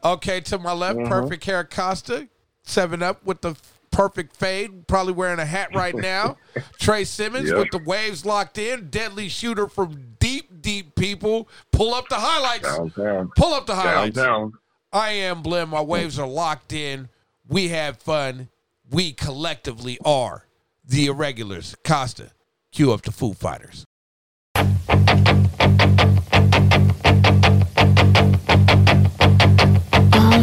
Speaker 1: Okay, to my left,
Speaker 4: Mhm.
Speaker 1: perfect hair Costa. Seven Up with the f- perfect fade, probably wearing a hat right now. Trey Simmons
Speaker 4: Yep.
Speaker 1: with the waves locked in, deadly shooter from deep, deep people. Pull up the highlights.
Speaker 4: Downtown.
Speaker 1: Pull up the highlights.
Speaker 4: Downtown.
Speaker 1: I am Blim. My waves are locked in. We have fun. We collectively are the irregulars. Costa, cue up the Foo Fighters.
Speaker 9: All